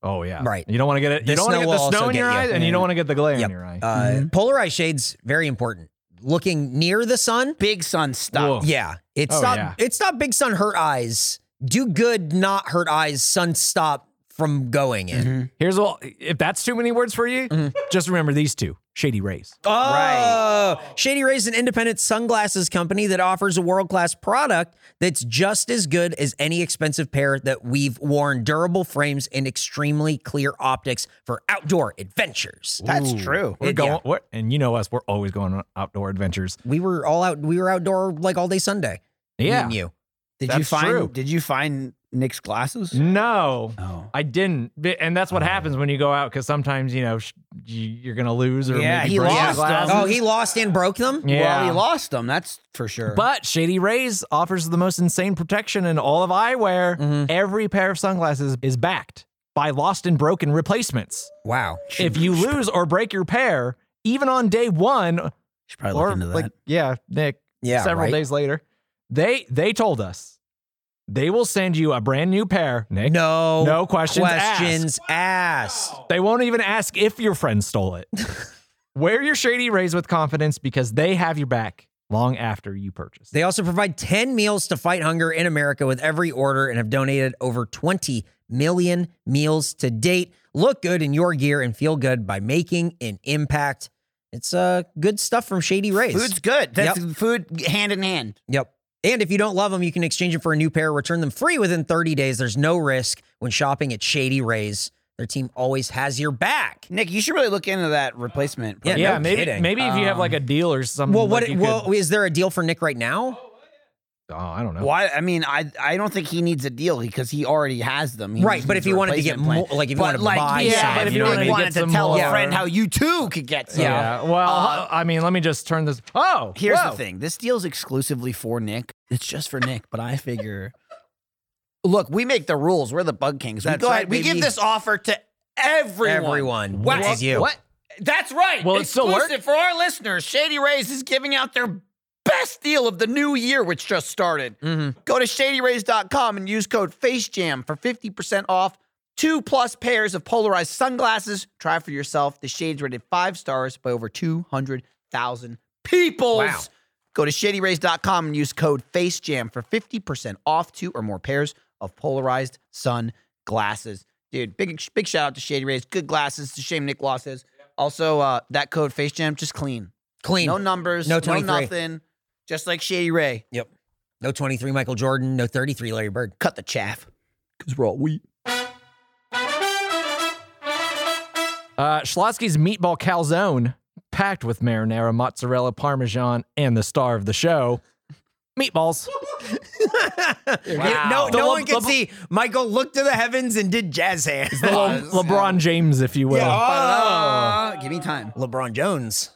Speaker 4: Oh, yeah.
Speaker 3: Right.
Speaker 4: You don't want to get it.
Speaker 3: The
Speaker 4: you don't want
Speaker 3: snow
Speaker 4: to get
Speaker 3: will
Speaker 4: the
Speaker 3: also
Speaker 4: snow in
Speaker 3: get
Speaker 4: your
Speaker 3: you.
Speaker 4: eyes and you don't want to get the glare
Speaker 3: Yep.
Speaker 4: in your eye.
Speaker 3: Uh, Polarized shades, very important. Looking near the sun,
Speaker 2: Big sun stuff.
Speaker 4: Whoa.
Speaker 3: yeah. It
Speaker 4: Oh,
Speaker 3: stopped,
Speaker 4: yeah.
Speaker 3: it stopped Big Sun hurt eyes. Do good, not hurt eyes. Sun stop from going in.
Speaker 4: Here's all. If that's too many words for you, just remember these two: Shady Rays.
Speaker 3: Oh,
Speaker 2: Right.
Speaker 3: Shady Rays, an independent sunglasses company that offers a world class product that's just as good as any expensive pair that we've worn. Durable frames and extremely clear optics for outdoor adventures.
Speaker 2: That's true.
Speaker 4: We're
Speaker 3: Yeah.
Speaker 4: going. We're, and you know us. We're always going on outdoor adventures.
Speaker 3: We were all out. We were outdoor like all day Sunday. me
Speaker 4: Yeah.
Speaker 3: and you.
Speaker 2: Did you
Speaker 4: That's
Speaker 2: find
Speaker 4: true.
Speaker 2: Did you find Nick's glasses?
Speaker 4: No,
Speaker 2: Oh.
Speaker 4: I didn't. Bi- And that's what happens when you go out because sometimes you know sh- you- you're gonna lose or
Speaker 2: Yeah,
Speaker 4: maybe
Speaker 2: he
Speaker 4: break your
Speaker 2: lost
Speaker 4: glass.
Speaker 2: them.
Speaker 3: Oh, he lost and broke them.
Speaker 4: Yeah.
Speaker 2: Well, he lost them. That's for sure.
Speaker 4: But Shady Rays offers the most insane protection in all of eyewear.
Speaker 2: Mm-hmm.
Speaker 4: Every pair of sunglasses is backed by lost and broken replacements.
Speaker 3: Wow.
Speaker 4: If you lose or break your pair, even on day one,
Speaker 2: should probably
Speaker 4: or
Speaker 2: look into that.
Speaker 4: like yeah, Nick,
Speaker 3: Yeah.
Speaker 4: several
Speaker 3: right?
Speaker 4: days later, they they told us they will send you a brand new pair. Nick,
Speaker 3: No.
Speaker 4: no questions, asked.
Speaker 3: Questions asked.
Speaker 4: They won't even ask if your friend stole
Speaker 3: (laughs)
Speaker 4: it. Wear your Shady Rays with confidence because they have your back long after you purchase.
Speaker 3: They also provide 10 meals to fight hunger in America with every order and have donated over 20 million meals to date. Look good in your gear and feel good by making an impact. It's uh, good stuff from Shady Rays.
Speaker 2: Food's good. That's food hand in hand.
Speaker 3: Yep. And if you don't love them, you can exchange them for a new pair, return them free within 30 days. There's no risk when shopping at Shady Rays. Their team always has your back.
Speaker 2: Nick, you should really look into that replacement.
Speaker 3: Yeah,
Speaker 4: yeah,
Speaker 3: no
Speaker 4: maybe
Speaker 3: kidding. Um,
Speaker 4: maybe if you have like a deal or something.
Speaker 3: Well,
Speaker 4: Mm, like
Speaker 3: what?
Speaker 4: you
Speaker 3: Well,
Speaker 4: could-
Speaker 3: is there a deal for Nick right now?
Speaker 4: oh, I don't know.
Speaker 2: Why? I mean, I I don't think he needs a deal because he already has them. He
Speaker 3: Right,
Speaker 2: just
Speaker 3: but
Speaker 2: needs
Speaker 3: if
Speaker 2: a
Speaker 3: you wanted to get
Speaker 2: replacement plan.
Speaker 3: more- like, if you
Speaker 2: But,
Speaker 3: wanted to buy
Speaker 2: yeah,
Speaker 4: some,
Speaker 2: but if
Speaker 4: you
Speaker 2: you
Speaker 4: know what I
Speaker 2: really
Speaker 4: mean?
Speaker 2: wanted
Speaker 4: Get
Speaker 2: to
Speaker 4: some
Speaker 2: tell a
Speaker 4: more.
Speaker 2: friend how you too could get some.
Speaker 4: Yeah. Well,
Speaker 2: Uh,
Speaker 4: I mean, let me just turn this. Oh,
Speaker 2: Here's
Speaker 4: whoa.
Speaker 2: the thing: this deal's exclusively for Nick. It's just for Nick. But I figure, look, we make the rules. We're the bug kings. we
Speaker 3: That's
Speaker 2: go
Speaker 3: right,
Speaker 2: ahead. We
Speaker 3: baby.
Speaker 2: give this offer to everyone.
Speaker 3: Everyone.
Speaker 2: What?
Speaker 3: This is you.
Speaker 2: What? That's right.
Speaker 4: Will it still
Speaker 2: Exclusive for
Speaker 4: work?
Speaker 2: our listeners. Shady Rays is giving out their best deal of the new year, which just started.
Speaker 4: Mm-hmm.
Speaker 2: Go to shadyrays.com and use code FaceJam for 50% off two plus pairs of polarized sunglasses. Try for yourself. The shades rated five stars by over 200,000 people.
Speaker 3: Wow.
Speaker 2: Go to shadyrays.com and use code FaceJam for 50% off two or more pairs of polarized sunglasses. Dude, big big shout out to Shady Rays. Good glasses. It's a shame Nick lost his. Also, uh, that code FaceJam, just clean.
Speaker 3: Clean.
Speaker 2: No numbers,
Speaker 3: No
Speaker 2: no,
Speaker 3: 23.
Speaker 2: nothing. Just like Shady Ray.
Speaker 3: Yep. No 23 Michael Jordan, no 33 Larry Bird.
Speaker 2: Cut the chaff. Because we're all wheat.
Speaker 4: Uh, Schlotsky's meatball calzone, packed with marinara, mozzarella, parmesan, and the star of the show, meatballs.
Speaker 3: Yeah, No,
Speaker 4: The Le-
Speaker 3: no one could
Speaker 4: Le-
Speaker 3: see. Michael looked to the heavens and did jazz hands. (laughs)
Speaker 4: The Le- Ah. LeBron James, if you will.
Speaker 3: Oh.
Speaker 2: Uh, give me time.
Speaker 3: LeBron Jones.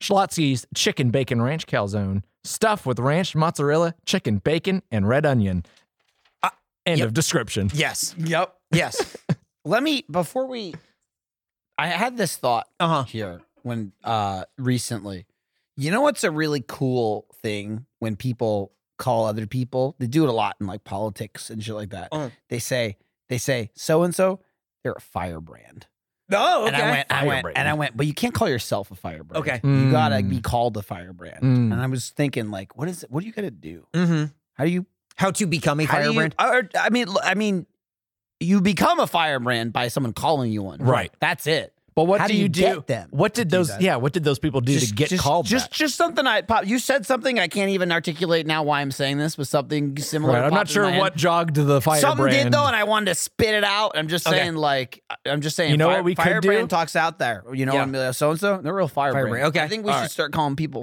Speaker 4: Schlotsky's chicken bacon ranch calzone, stuffed with ranch, mozzarella, chicken bacon, and red onion. End of description.
Speaker 3: Yes.
Speaker 2: Yep.
Speaker 4: (laughs)
Speaker 3: Yes.
Speaker 2: Let me before we I had this thought
Speaker 3: Uh huh.
Speaker 2: here when uh recently. You know what's a really cool thing when people call other people? They do it a lot in like politics and shit like that.
Speaker 3: Uh.
Speaker 2: They say they say so and so they're a firebrand.
Speaker 3: Oh,
Speaker 2: And I went, I went,
Speaker 4: Firebrand.
Speaker 2: and I went, but you can't call yourself a firebrand.
Speaker 3: Okay.
Speaker 2: You gotta
Speaker 4: Mm.
Speaker 2: be called a firebrand.
Speaker 4: Mm.
Speaker 2: And I was thinking, like, what is it? What do you gotta do?
Speaker 3: mm-hmm.
Speaker 2: How do you
Speaker 3: How to become a
Speaker 2: how do you-
Speaker 3: firebrand?
Speaker 2: or- I mean, l- I mean, you become a firebrand by someone calling you one.
Speaker 4: Right.
Speaker 2: That's it.
Speaker 4: But what
Speaker 2: How
Speaker 4: do
Speaker 2: do
Speaker 4: you
Speaker 2: you
Speaker 4: do?
Speaker 2: get them
Speaker 4: what did
Speaker 2: to do
Speaker 4: those?
Speaker 2: that?
Speaker 4: Yeah, what did those people do to get
Speaker 2: just,
Speaker 4: called?
Speaker 2: Just,
Speaker 4: that?
Speaker 2: just something I pop. You said something I can't even articulate now why I'm saying this, but something similar.
Speaker 4: Right, I'm not
Speaker 2: popped in my
Speaker 4: sure
Speaker 2: head.
Speaker 4: what jogged the fire
Speaker 2: Something
Speaker 4: brand.
Speaker 2: did though, and I wanted to spit it out. I'm just
Speaker 3: Okay.
Speaker 2: saying, like, I'm just saying.
Speaker 4: You know
Speaker 2: fire,
Speaker 4: what we could
Speaker 2: firebrand
Speaker 4: do?
Speaker 2: talks out there. You know,
Speaker 3: Yeah.
Speaker 2: I'm so and so. They're real firebrand.
Speaker 3: Firebrand, okay.
Speaker 2: I think we
Speaker 3: All
Speaker 2: should
Speaker 3: right.
Speaker 2: start calcalling people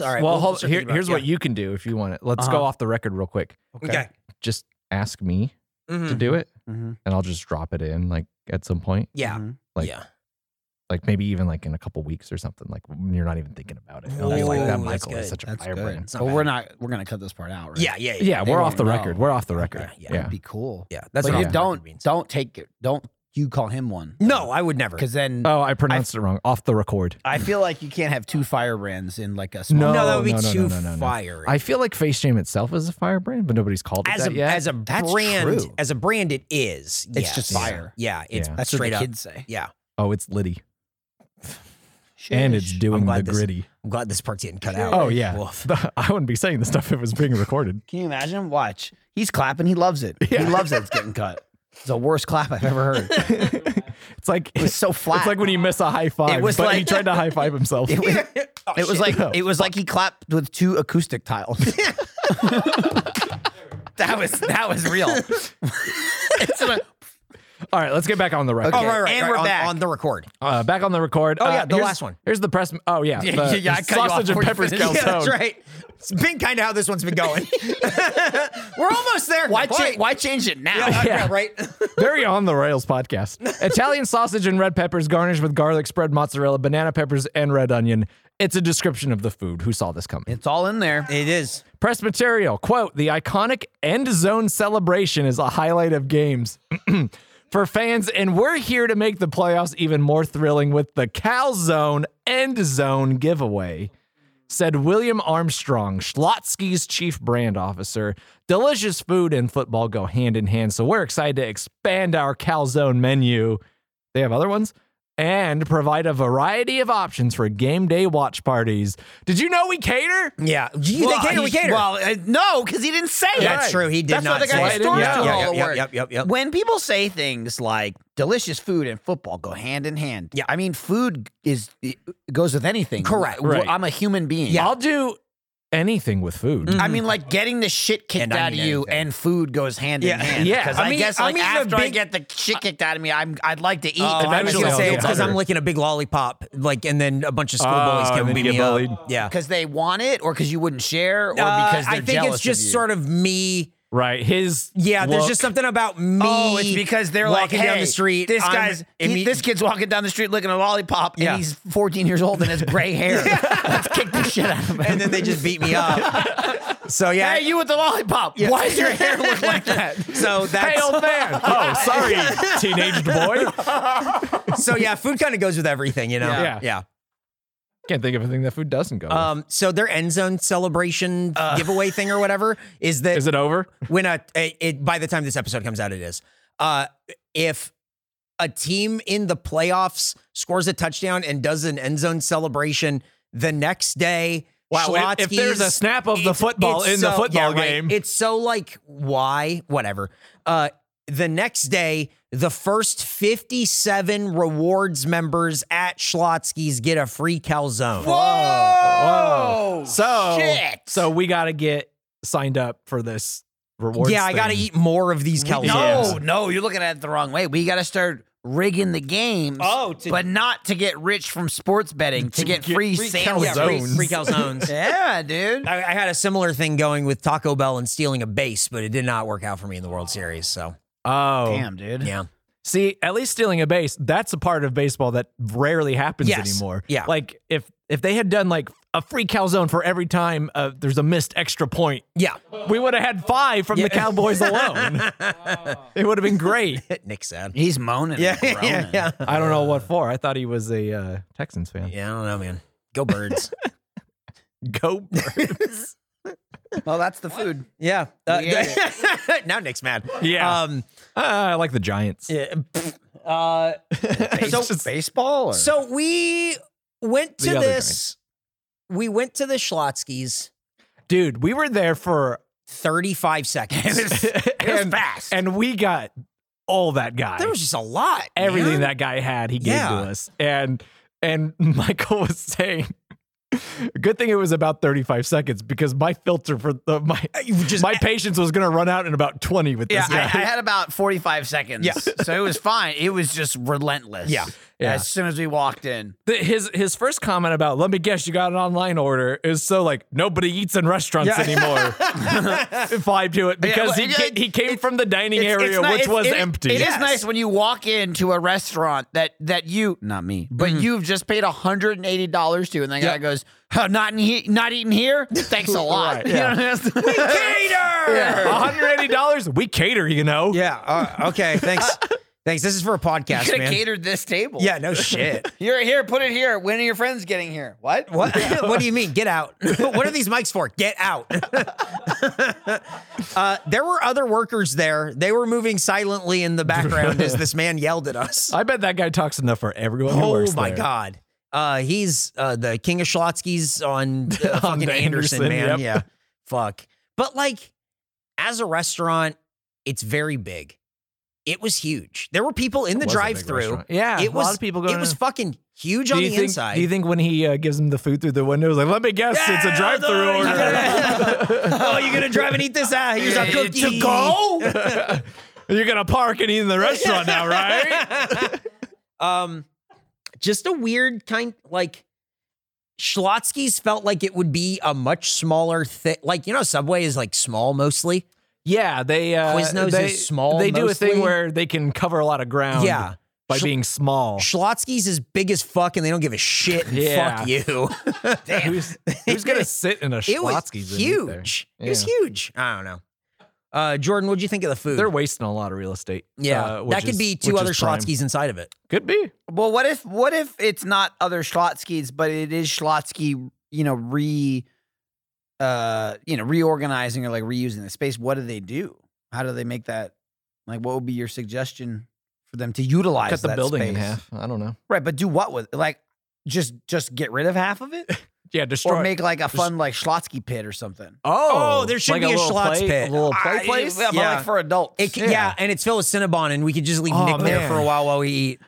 Speaker 2: firebrands.
Speaker 3: All right.
Speaker 4: well,
Speaker 3: we'll
Speaker 4: hold,
Speaker 3: circle
Speaker 4: here,
Speaker 3: you back.
Speaker 4: here's what
Speaker 3: Yeah.
Speaker 4: you can do if you want it. Let's
Speaker 2: Uh-huh.
Speaker 4: go off the record real quick.
Speaker 3: Okay.
Speaker 4: Just ask me to
Speaker 3: Mhm.
Speaker 4: do it,
Speaker 2: Mm-hmm.
Speaker 4: and I'll just drop it in like at some point,
Speaker 3: Yeah.
Speaker 4: Like-
Speaker 3: yeah.
Speaker 4: like maybe even like in a couple weeks or something. Like when you're not even thinking about it. And I'll be like
Speaker 3: Ooh,
Speaker 4: that
Speaker 3: that's
Speaker 4: Michael is
Speaker 3: good.
Speaker 4: such a
Speaker 2: That's
Speaker 4: firebrand.
Speaker 2: good.
Speaker 3: not
Speaker 2: But
Speaker 3: bad.
Speaker 2: we're not. We're gonna cut this part out. Right?
Speaker 3: Yeah. Yeah.
Speaker 4: Yeah,
Speaker 2: They
Speaker 4: we're off
Speaker 2: won't
Speaker 4: the
Speaker 2: know.
Speaker 4: record. We're off the record.
Speaker 3: Okay, yeah.
Speaker 4: Yeah.
Speaker 2: That'd be cool.
Speaker 3: Yeah. That's
Speaker 2: but
Speaker 3: what
Speaker 2: you
Speaker 3: I'm-
Speaker 2: don't don't take it. Don't you call him one?
Speaker 3: No, I would never.
Speaker 2: because then
Speaker 4: Oh, I pronounced it wrong. Off the record.
Speaker 2: I feel like you can't have two firebrands in like a small.
Speaker 3: No, that
Speaker 4: No,
Speaker 3: would be
Speaker 4: no, no,
Speaker 3: too
Speaker 4: no, no, no.
Speaker 3: fiery.
Speaker 4: I feel like Face Jam itself is a firebrand, but nobody's called it
Speaker 3: as
Speaker 4: that
Speaker 3: a
Speaker 4: yet.
Speaker 3: as a
Speaker 2: That's
Speaker 3: brand
Speaker 2: true.
Speaker 3: as a brand it is.
Speaker 2: It's
Speaker 3: yes.
Speaker 2: just fire.
Speaker 3: Yeah. It's
Speaker 4: Yeah.
Speaker 2: That's
Speaker 3: straight
Speaker 2: what
Speaker 3: up.
Speaker 2: the kids say.
Speaker 3: Yeah.
Speaker 4: oh, it's Liddy, and it's doing the
Speaker 3: glad this-
Speaker 4: gritty.
Speaker 3: I'm glad this part didn't cut out.
Speaker 4: Oh yeah,
Speaker 3: (laughs) Woof.
Speaker 4: (laughs) I wouldn't be saying this stuff if it was being recorded.
Speaker 2: Can you imagine? Watch. He's clapping. He loves it. He
Speaker 4: Yeah.
Speaker 2: loves that it's getting cut. It's the worst clap I've ever heard.
Speaker 4: It's like
Speaker 2: It was so flat.
Speaker 4: (laughs) It's like when you miss a high five.
Speaker 2: It was
Speaker 4: but he
Speaker 2: like-
Speaker 4: tried to high five
Speaker 2: (laughs)
Speaker 4: himself. (laughs)
Speaker 2: It
Speaker 3: Oh,
Speaker 2: was, it was like
Speaker 4: No,
Speaker 2: (laughs) it was like he clapped with two acoustic tiles. (laughs) that was that was real.
Speaker 4: All right, let's get back on the record.
Speaker 2: Okay.
Speaker 3: Oh, right, right,
Speaker 2: and
Speaker 3: right,
Speaker 2: we're
Speaker 3: on,
Speaker 2: back.
Speaker 3: on
Speaker 2: (laughs)
Speaker 3: the record.
Speaker 4: Uh, back on the record. Oh
Speaker 3: yeah, the last one.
Speaker 4: Here's the press. Oh yeah, the,
Speaker 2: yeah, yeah, I
Speaker 4: the
Speaker 2: cut you off
Speaker 4: sausage and
Speaker 2: before you (laughs)
Speaker 4: peppers
Speaker 2: finished.
Speaker 4: calzone.
Speaker 2: Yeah,
Speaker 3: that's right. It's been kind of how this one's been (laughs) going. We're almost there.
Speaker 2: Why
Speaker 3: Boy.
Speaker 2: cha- why change it now?
Speaker 3: Yeah,
Speaker 4: Yeah.
Speaker 3: (laughs) right.
Speaker 4: (laughs) Very on the rails podcast. Italian sausage and red peppers garnished with garlic spread, mozzarella, banana peppers, and red onion. It's a description of the food. Who saw this coming?
Speaker 2: (laughs) It's all in there.
Speaker 3: it is.
Speaker 4: Press material. Quote, the iconic end zone celebration is a highlight of games (clears throat) for fans, and we're here to make the playoffs even more thrilling with the Calzone End Zone giveaway. Said William Armstrong, Schlotsky's chief brand officer. Delicious food and football go hand in hand, so we're excited to expand our calzone menu. They have other ones? And provide a variety of options for game day watch parties. Did you know we cater?
Speaker 3: Yeah. You,
Speaker 2: Well,
Speaker 3: they cater. We
Speaker 2: he-
Speaker 3: cater.
Speaker 2: Well, uh, no, because he didn't say it.
Speaker 3: That's true. He did
Speaker 2: That's
Speaker 3: not
Speaker 2: why the
Speaker 3: say
Speaker 2: guy
Speaker 4: it.
Speaker 2: stormed
Speaker 4: Yeah.
Speaker 2: through
Speaker 4: Yeah,
Speaker 2: all
Speaker 3: yeah,
Speaker 2: the
Speaker 3: yeah,
Speaker 2: work.
Speaker 3: yep, yep, yep.
Speaker 2: When people say things like delicious food and football go hand in hand,
Speaker 3: Yeah.
Speaker 2: I mean, food is it goes with anything.
Speaker 3: Correct.
Speaker 2: W-
Speaker 4: Right.
Speaker 2: I'm a human being.
Speaker 4: I'll do anything with food.
Speaker 3: Mm.
Speaker 2: I mean, like getting the shit kicked
Speaker 3: And I
Speaker 2: out of
Speaker 3: mean
Speaker 2: you
Speaker 3: anything.
Speaker 2: and food goes hand
Speaker 3: Yeah.
Speaker 2: in hand.
Speaker 4: Yeah.
Speaker 2: Because
Speaker 3: I
Speaker 2: I,
Speaker 3: mean-
Speaker 2: guess
Speaker 3: I
Speaker 2: like
Speaker 3: mean, the
Speaker 2: after I
Speaker 3: big-
Speaker 2: get the shit kicked out of me, I'm I'd like to eat.
Speaker 3: Oh, I was
Speaker 4: Eventually
Speaker 3: gonna
Speaker 4: I'll
Speaker 3: say
Speaker 4: get
Speaker 3: it's because
Speaker 4: better.
Speaker 3: I'm licking a big lollipop, like, and then a bunch of
Speaker 2: Uh,
Speaker 3: schoolboys
Speaker 4: Oh,
Speaker 3: kept
Speaker 4: and then you
Speaker 3: beating me
Speaker 4: get
Speaker 3: up.
Speaker 4: bullied.
Speaker 3: Yeah,
Speaker 2: because they want it, or because you wouldn't share, or
Speaker 3: Uh,
Speaker 2: because they're
Speaker 3: I think
Speaker 2: jealous
Speaker 3: it's just
Speaker 2: of you.
Speaker 3: sort of me.
Speaker 4: Right. His
Speaker 3: Yeah, there's
Speaker 4: look-
Speaker 3: just something about me.
Speaker 2: Oh, it's because they're like,
Speaker 3: walking down
Speaker 2: "Hey,
Speaker 3: the street.
Speaker 2: This
Speaker 3: I'm
Speaker 2: guy's he-
Speaker 3: imme-
Speaker 2: this kid's walking down the street looking at a lollipop,
Speaker 3: Yeah.
Speaker 2: and he's 14 years old and has
Speaker 3: (laughs)
Speaker 2: gray hair. Let's kick the shit out of him.
Speaker 3: and then they just beat me up. so yeah,
Speaker 2: (laughs) hey, you with the lollipop? Why does your hair look
Speaker 3: (laughs)
Speaker 2: like that?
Speaker 3: so
Speaker 4: (laughs)
Speaker 3: that's
Speaker 4: Hey, old man. oh,
Speaker 3: (laughs)
Speaker 4: sorry, teenaged boy.
Speaker 3: so yeah. Food kind of goes with everything, you know.
Speaker 4: Yeah.
Speaker 3: yeah.
Speaker 4: Can't think of a thing that food doesn't go. with.
Speaker 3: Um, so their end zone celebration
Speaker 2: Uh.
Speaker 3: giveaway thing or whatever is that
Speaker 4: Is it
Speaker 3: (laughs)
Speaker 4: over?
Speaker 3: when a, a it, by the time this episode comes out, it is. Uh, if a team in the playoffs scores a touchdown and does an end zone celebration the next day,
Speaker 4: Wow, if- if there's a
Speaker 3: Schlotzky's-
Speaker 4: snap of the
Speaker 3: it's-
Speaker 4: football
Speaker 3: it's
Speaker 4: in the
Speaker 3: so-
Speaker 4: football
Speaker 3: yeah, right.
Speaker 4: game.
Speaker 3: it's so like why whatever. Uh, the next day, the first 57 rewards members at Schlotzky's get a free calzone.
Speaker 4: Whoa. So,
Speaker 2: shit.
Speaker 4: so we got to get signed up for this reward.
Speaker 3: Yeah, I got to eat more of these
Speaker 2: Oh,
Speaker 3: calzones.
Speaker 2: No, no, you're looking at it the wrong way. We got to start rigging the games.
Speaker 3: Oh, to-
Speaker 2: but not to get rich from sports betting, to, get, free, sandwiches.
Speaker 3: Yeah, free,
Speaker 2: (laughs)
Speaker 4: calzones. (laughs)
Speaker 3: free calzones.
Speaker 2: Yeah, dude.
Speaker 3: I, I had a similar thing going with Taco Bell and stealing a base, but it did not work out for me in the World Series. So
Speaker 4: Oh,
Speaker 2: Damn, dude.
Speaker 3: yeah,
Speaker 4: See, at least stealing a base, that's a part of baseball that rarely happens
Speaker 3: Yes.
Speaker 4: anymore.
Speaker 3: Yeah.
Speaker 4: Like if if they had done like a free calzone for every time uh, there's a missed extra point,
Speaker 3: yeah.
Speaker 4: we would have had five from the Cowboys
Speaker 3: (laughs)
Speaker 4: alone. it would have been great.
Speaker 3: Nick said.
Speaker 2: He's moaning. (laughs) Yeah, and groaning.
Speaker 3: yeah.
Speaker 4: I don't know what for. I thought he was a uh, Texans fan.
Speaker 3: Yeah, I don't know, man. Go birds.
Speaker 4: Go Birds.
Speaker 2: Well, that's the (laughs) food.
Speaker 3: yeah. Uh,
Speaker 2: We ate
Speaker 3: now Nick's mad.
Speaker 4: Yeah.
Speaker 3: Um.
Speaker 4: Uh, (laughs) I like the Giants.
Speaker 3: yeah, pff, Uh. So-
Speaker 2: baseball. Or?
Speaker 3: So we went to
Speaker 4: The other
Speaker 3: this. We went to the Schlotzky's.
Speaker 4: Dude, we were there for
Speaker 3: Thirty-five seconds.
Speaker 4: and,
Speaker 2: fast.
Speaker 4: and we got all that guy.
Speaker 3: there was just a lot.
Speaker 4: everything
Speaker 3: man.
Speaker 4: that guy had he gave
Speaker 3: Yeah.
Speaker 4: to us and and (laughs) michael was saying good thing it was about 35 seconds because my filter for the, my my patience was gonna run out in about 20 with
Speaker 2: Yeah,
Speaker 4: this
Speaker 2: I, I
Speaker 4: guy
Speaker 2: had about 45 seconds.
Speaker 4: Yeah.
Speaker 2: So it was fine. It was just relentless.
Speaker 3: Yeah.
Speaker 4: Yeah.
Speaker 2: As soon as we walked in,
Speaker 4: The- his his first comment about let me guess you got an online order is so like nobody eats in rrestaurants anymore vibe to it because
Speaker 2: well,
Speaker 4: he, ca-
Speaker 2: it-
Speaker 4: he came from the dining
Speaker 2: It's-
Speaker 4: area
Speaker 2: it's not-
Speaker 4: which
Speaker 2: it's-
Speaker 4: was
Speaker 2: it-
Speaker 4: empty
Speaker 2: It is nice when you walk into a restaurant that that you, not me, but
Speaker 4: Mm-hmm.
Speaker 2: you've just paid $180 to, and the guy goes, "Huh, "Not in he- not eating here? Thanks a lot." (laughs)
Speaker 4: (laughs) Right,
Speaker 2: You
Speaker 4: yeah.
Speaker 2: know what
Speaker 4: (laughs)
Speaker 2: I mean?
Speaker 4: (laughs)
Speaker 3: Gator.
Speaker 4: $180 we cater you know
Speaker 3: Yeah.
Speaker 4: (laughs)
Speaker 3: Uh, okay. Thanks. thanks. This is for a
Speaker 2: You (laughs)
Speaker 3: podcast,
Speaker 2: could
Speaker 3: man.
Speaker 2: have catered this table.
Speaker 3: Yeah.
Speaker 4: (laughs)
Speaker 3: No shit.
Speaker 2: You're here. Put it here. When are your friends getting here? What?
Speaker 3: What? (laughs) what do you mean? Get out. (laughs) what are these mics for? Get out. (laughs) uh, there were other workers there. They were moving silently in the background as this man yelled
Speaker 4: (laughs)
Speaker 3: at us.
Speaker 4: i bet that guy talks enough for everyone who
Speaker 3: Oh
Speaker 4: works
Speaker 3: my
Speaker 4: there.
Speaker 3: god. Uh, he's uh, the king of Schlotzky's
Speaker 4: (laughs)
Speaker 3: on uh, fucking
Speaker 4: the
Speaker 3: Anderson,
Speaker 4: Anderson, yep.
Speaker 3: man. Yeah. Fuck. But like, as a restaurant, it's very big. It was huge. There were people in the
Speaker 4: was a big
Speaker 3: drive-through.
Speaker 4: restaurant. Yeah, a
Speaker 3: it
Speaker 4: lot
Speaker 3: was
Speaker 4: of people going
Speaker 3: It was
Speaker 4: in.
Speaker 3: fucking huge
Speaker 4: Do
Speaker 3: on
Speaker 4: you
Speaker 3: the
Speaker 4: think?
Speaker 3: inside.
Speaker 4: Do you think when he uh, gives them the food through the window, he's like, "Let me guess, it's a drive-through order. (laughs)
Speaker 3: oh, you're gonna drive and eat this? Ah, here's our
Speaker 2: Yeah,
Speaker 3: cookie
Speaker 2: to go?
Speaker 4: (laughs) You're gonna park and eat in the restaurant now, right?"
Speaker 3: Um, just a weird kind like Schlotsky's felt like it would be a much smaller thing. Like you know, Subway is like small mostly.
Speaker 4: Yeah, they uh,
Speaker 3: Quiznos
Speaker 4: they,
Speaker 3: is small
Speaker 4: They do a
Speaker 3: mostly.
Speaker 4: thing where they can cover a lot of ground.
Speaker 3: Yeah.
Speaker 4: by
Speaker 3: Sh-
Speaker 4: being small.
Speaker 3: Schlotsky's is big as fuck, and they don't give a shit. and
Speaker 4: Yeah.
Speaker 3: Fuck you.
Speaker 4: (laughs) Who's, (laughs)
Speaker 2: (laughs)
Speaker 4: who's gonna sit in a
Speaker 3: (laughs) it was
Speaker 4: Schlotsky's? and eat there?
Speaker 3: huge. It was
Speaker 4: Yeah.
Speaker 3: huge. I don't know. Uh, Jordan, what'd you think of the food?
Speaker 4: They're wasting a lot of real estate.
Speaker 3: yeah,
Speaker 4: uh, which
Speaker 3: that could
Speaker 4: is-
Speaker 3: be two
Speaker 4: which
Speaker 3: other
Speaker 4: is prime.
Speaker 3: Schlotsky's inside of it.
Speaker 4: Could be.
Speaker 2: Well, what if what if it's not other Schlotsky's, but it is Schlotsky, you know, re uh, you know, reorganizing or like reusing the space. What do they do? How do they make that like what would be your suggestion for them to utilize
Speaker 4: Cut the
Speaker 2: that
Speaker 4: building in
Speaker 2: space?
Speaker 4: half. I don't know.
Speaker 2: Right, but do what with like just just get rid of half of
Speaker 4: (laughs)
Speaker 2: it?
Speaker 4: Yeah, destroy.
Speaker 2: or make like a
Speaker 4: Just-
Speaker 2: fun like Schlotsky pit or something.
Speaker 4: oh,
Speaker 3: Oh, there should
Speaker 4: like
Speaker 3: be a
Speaker 4: little
Speaker 3: Schlotz
Speaker 4: play,
Speaker 3: pit.
Speaker 4: A little play
Speaker 2: I-
Speaker 4: place.
Speaker 2: yeah, but
Speaker 3: Yeah.
Speaker 2: like for adults.
Speaker 3: It, c- yeah. and it's filled with Cinnabon, and we could just leave
Speaker 4: Oh,
Speaker 3: Nick there for a
Speaker 4: man.
Speaker 3: while while we eat.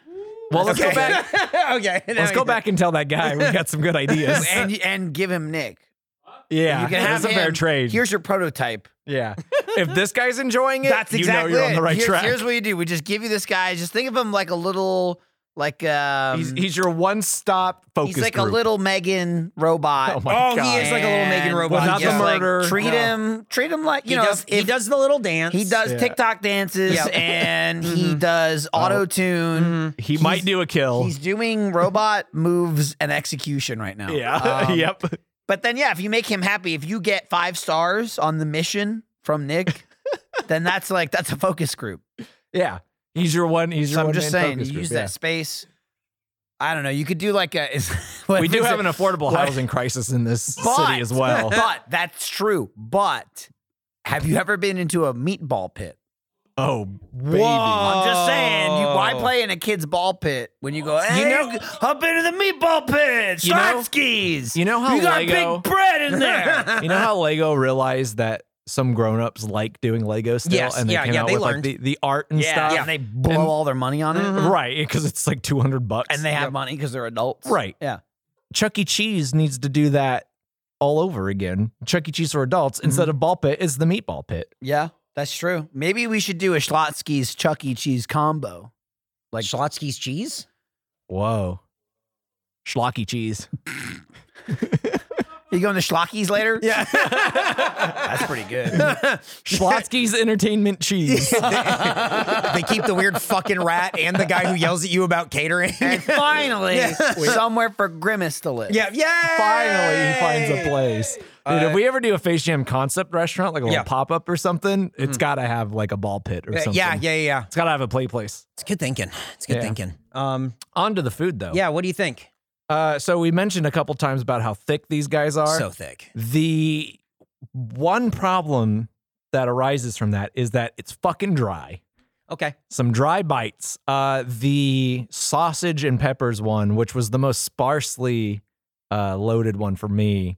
Speaker 4: Well, let's
Speaker 2: Okay.
Speaker 4: go back.
Speaker 3: (laughs) okay,
Speaker 4: Let's go back and tell that guy we got some good ideas.
Speaker 2: (laughs) and and give him Nick.
Speaker 4: (laughs) yeah,
Speaker 2: You can have
Speaker 4: that's a fair
Speaker 2: him.
Speaker 4: trade.
Speaker 2: Here's your prototype.
Speaker 4: yeah, if this guy's enjoying it,
Speaker 2: That's exactly
Speaker 4: you know you're on
Speaker 2: it.
Speaker 4: the right
Speaker 2: Here-
Speaker 4: track.
Speaker 2: Here's what you do: we just give you this guy. Just think of him like a little, like um,
Speaker 4: he's, he's your one-stop focus.
Speaker 2: he's like
Speaker 4: group.
Speaker 2: a little Megan robot.
Speaker 4: Oh my
Speaker 3: Oh, he
Speaker 4: God.
Speaker 3: is like a little Megan
Speaker 2: And
Speaker 3: robot.
Speaker 4: Without
Speaker 2: just,
Speaker 4: the
Speaker 2: like,
Speaker 4: murder.
Speaker 2: treat
Speaker 4: No.
Speaker 2: him, treat him like you
Speaker 3: he,
Speaker 2: know.
Speaker 3: does,
Speaker 2: if-
Speaker 3: he does the little dance.
Speaker 2: he does
Speaker 4: Yeah. Mm-hmm. Oh.
Speaker 2: TikTok dances
Speaker 3: Yeah.
Speaker 4: (laughs)
Speaker 2: and he does auto tune.
Speaker 4: He might
Speaker 2: He's-
Speaker 4: do a kill.
Speaker 2: He's doing robot (laughs) moves and execution right now.
Speaker 4: Yeah. (laughs)
Speaker 2: Um,
Speaker 4: yep.
Speaker 2: But then, yeah, if you make him happy, if you get five stars on the mission from
Speaker 4: (laughs)
Speaker 2: Nick, then that's like that's a focus group.
Speaker 4: Yeah. He's your one. He's your
Speaker 2: So I'm
Speaker 4: one.
Speaker 2: just
Speaker 4: man
Speaker 2: saying,
Speaker 4: focus
Speaker 2: you
Speaker 4: group,
Speaker 2: use
Speaker 4: yeah.
Speaker 2: that space. I don't know. You could do like a. Is, (laughs) what
Speaker 4: We do
Speaker 2: is
Speaker 4: have
Speaker 2: it?
Speaker 4: an (laughs) affordable
Speaker 2: What-
Speaker 4: housing crisis in (laughs) this
Speaker 2: But-
Speaker 4: city as well.
Speaker 2: (laughs) But that's true. But have you ever been into a meatball pit?
Speaker 4: oh, baby.
Speaker 2: I'm just saying, you, why play in a kid's ball pit when you go? Hey,
Speaker 4: know-
Speaker 2: hop into the meatball pit,
Speaker 4: You know-
Speaker 2: Schlotsky's.
Speaker 4: you know how
Speaker 2: you got
Speaker 4: Lego-
Speaker 2: big bread in (laughs) there.
Speaker 4: You know how Lego realized that some grown-ups like doing Lego still,
Speaker 3: Yes,
Speaker 4: and they
Speaker 3: yeah,
Speaker 4: came
Speaker 3: yeah,
Speaker 4: out
Speaker 3: they
Speaker 4: with
Speaker 3: learned.
Speaker 4: like the, the art and
Speaker 2: yeah,
Speaker 4: stuff.
Speaker 2: and they blow
Speaker 4: And-
Speaker 2: all their money on it.
Speaker 4: Right, because it's like two hundred bucks.
Speaker 2: and they have money because they're adults.
Speaker 4: Right.
Speaker 2: Yeah.
Speaker 4: Chuck E. Cheese needs to do that all over again. Chuck E. Cheese for adults instead of ball pit is the meatball pit.
Speaker 2: Yeah. That's true. Maybe we should do a Schlotsky's Chuck E. Cheese combo.
Speaker 3: like Schlotsky's cheese.
Speaker 4: Whoa, schlocky (laughs) cheese.
Speaker 2: You going to Schlocky's later? Yeah.
Speaker 4: That's
Speaker 2: pretty good.
Speaker 4: Schlotsky's entertainment cheese.
Speaker 3: (laughs) they keep the weird fucking rat and the guy who yells at you about catering.
Speaker 2: and (laughs) (laughs)
Speaker 3: (laughs)
Speaker 2: finally, somewhere for Grimace to live.
Speaker 3: yeah, yeah.
Speaker 4: Finally, he finds a place. Dude, if we ever do a Face Jam concept restaurant, like a little
Speaker 3: Uh, Yeah. Hmm.
Speaker 4: pop up or something, it's got to have like a ball pit or something.
Speaker 3: Yeah, yeah, yeah, yeah.
Speaker 4: It's got to have a play place.
Speaker 3: It's good thinking. It's good
Speaker 4: Yeah.
Speaker 3: thinking. Um,
Speaker 4: On to the food, though.
Speaker 3: yeah. What do you think?
Speaker 4: Uh, so we mentioned a couple times about how thick these guys are.
Speaker 3: So thick.
Speaker 4: the one problem that arises from that is that it's fucking dry.
Speaker 3: Okay.
Speaker 4: some dry bites. Uh, the sausage and peppers one, which was the most sparsely uh, loaded one for me,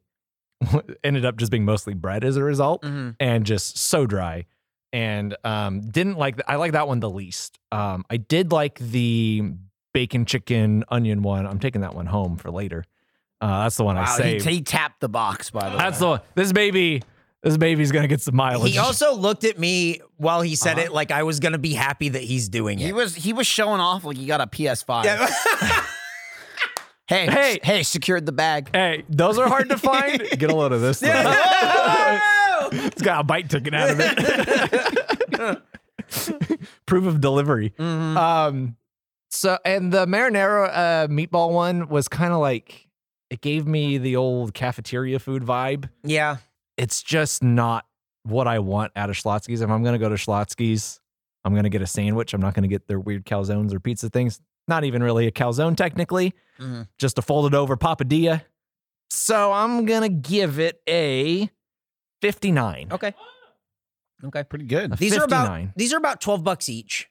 Speaker 4: (laughs) ended up just being mostly bread as a result,
Speaker 3: Mhm.
Speaker 4: and just so dry. And um, didn't like. th- I like that one the least. Um, I did like the bacon chicken onion one. I'm taking that one home for later. Uh, that's the one I
Speaker 2: Wow, he,
Speaker 4: saved.
Speaker 2: he tapped the box, by the way.
Speaker 4: that's the one. This baby. This baby's gonna get some mileage.
Speaker 3: He also looked at me while he said it like I was gonna be happy that he's doing
Speaker 2: he
Speaker 3: it.
Speaker 2: was he was showing off like he got a PS5. hey,
Speaker 4: Hey.
Speaker 2: s- hey, secured the bag.
Speaker 4: Hey, those are (laughs) hard to find. Get a load of this. thing. it's got a bite taken out of it. (laughs) Proof of delivery.
Speaker 3: Mm.
Speaker 4: Um, so, and the marinara uh, meatball one was kind of like it gave me the old cafeteria food vibe.
Speaker 3: yeah.
Speaker 4: It's just not what I want out of Schlotsky's. If I'm gonna go to Schlotsky's, I'm gonna get a sandwich. I'm not gonna get their weird calzones or pizza things. Not even really a calzone technically,
Speaker 2: Mm-hmm.
Speaker 3: Mhm.
Speaker 4: just a folded over papadilla. So I'm gonna give it a
Speaker 2: Oh,
Speaker 4: 59.
Speaker 3: Okay. Okay.
Speaker 4: pretty good.
Speaker 3: These are about these are about twelve bucks each.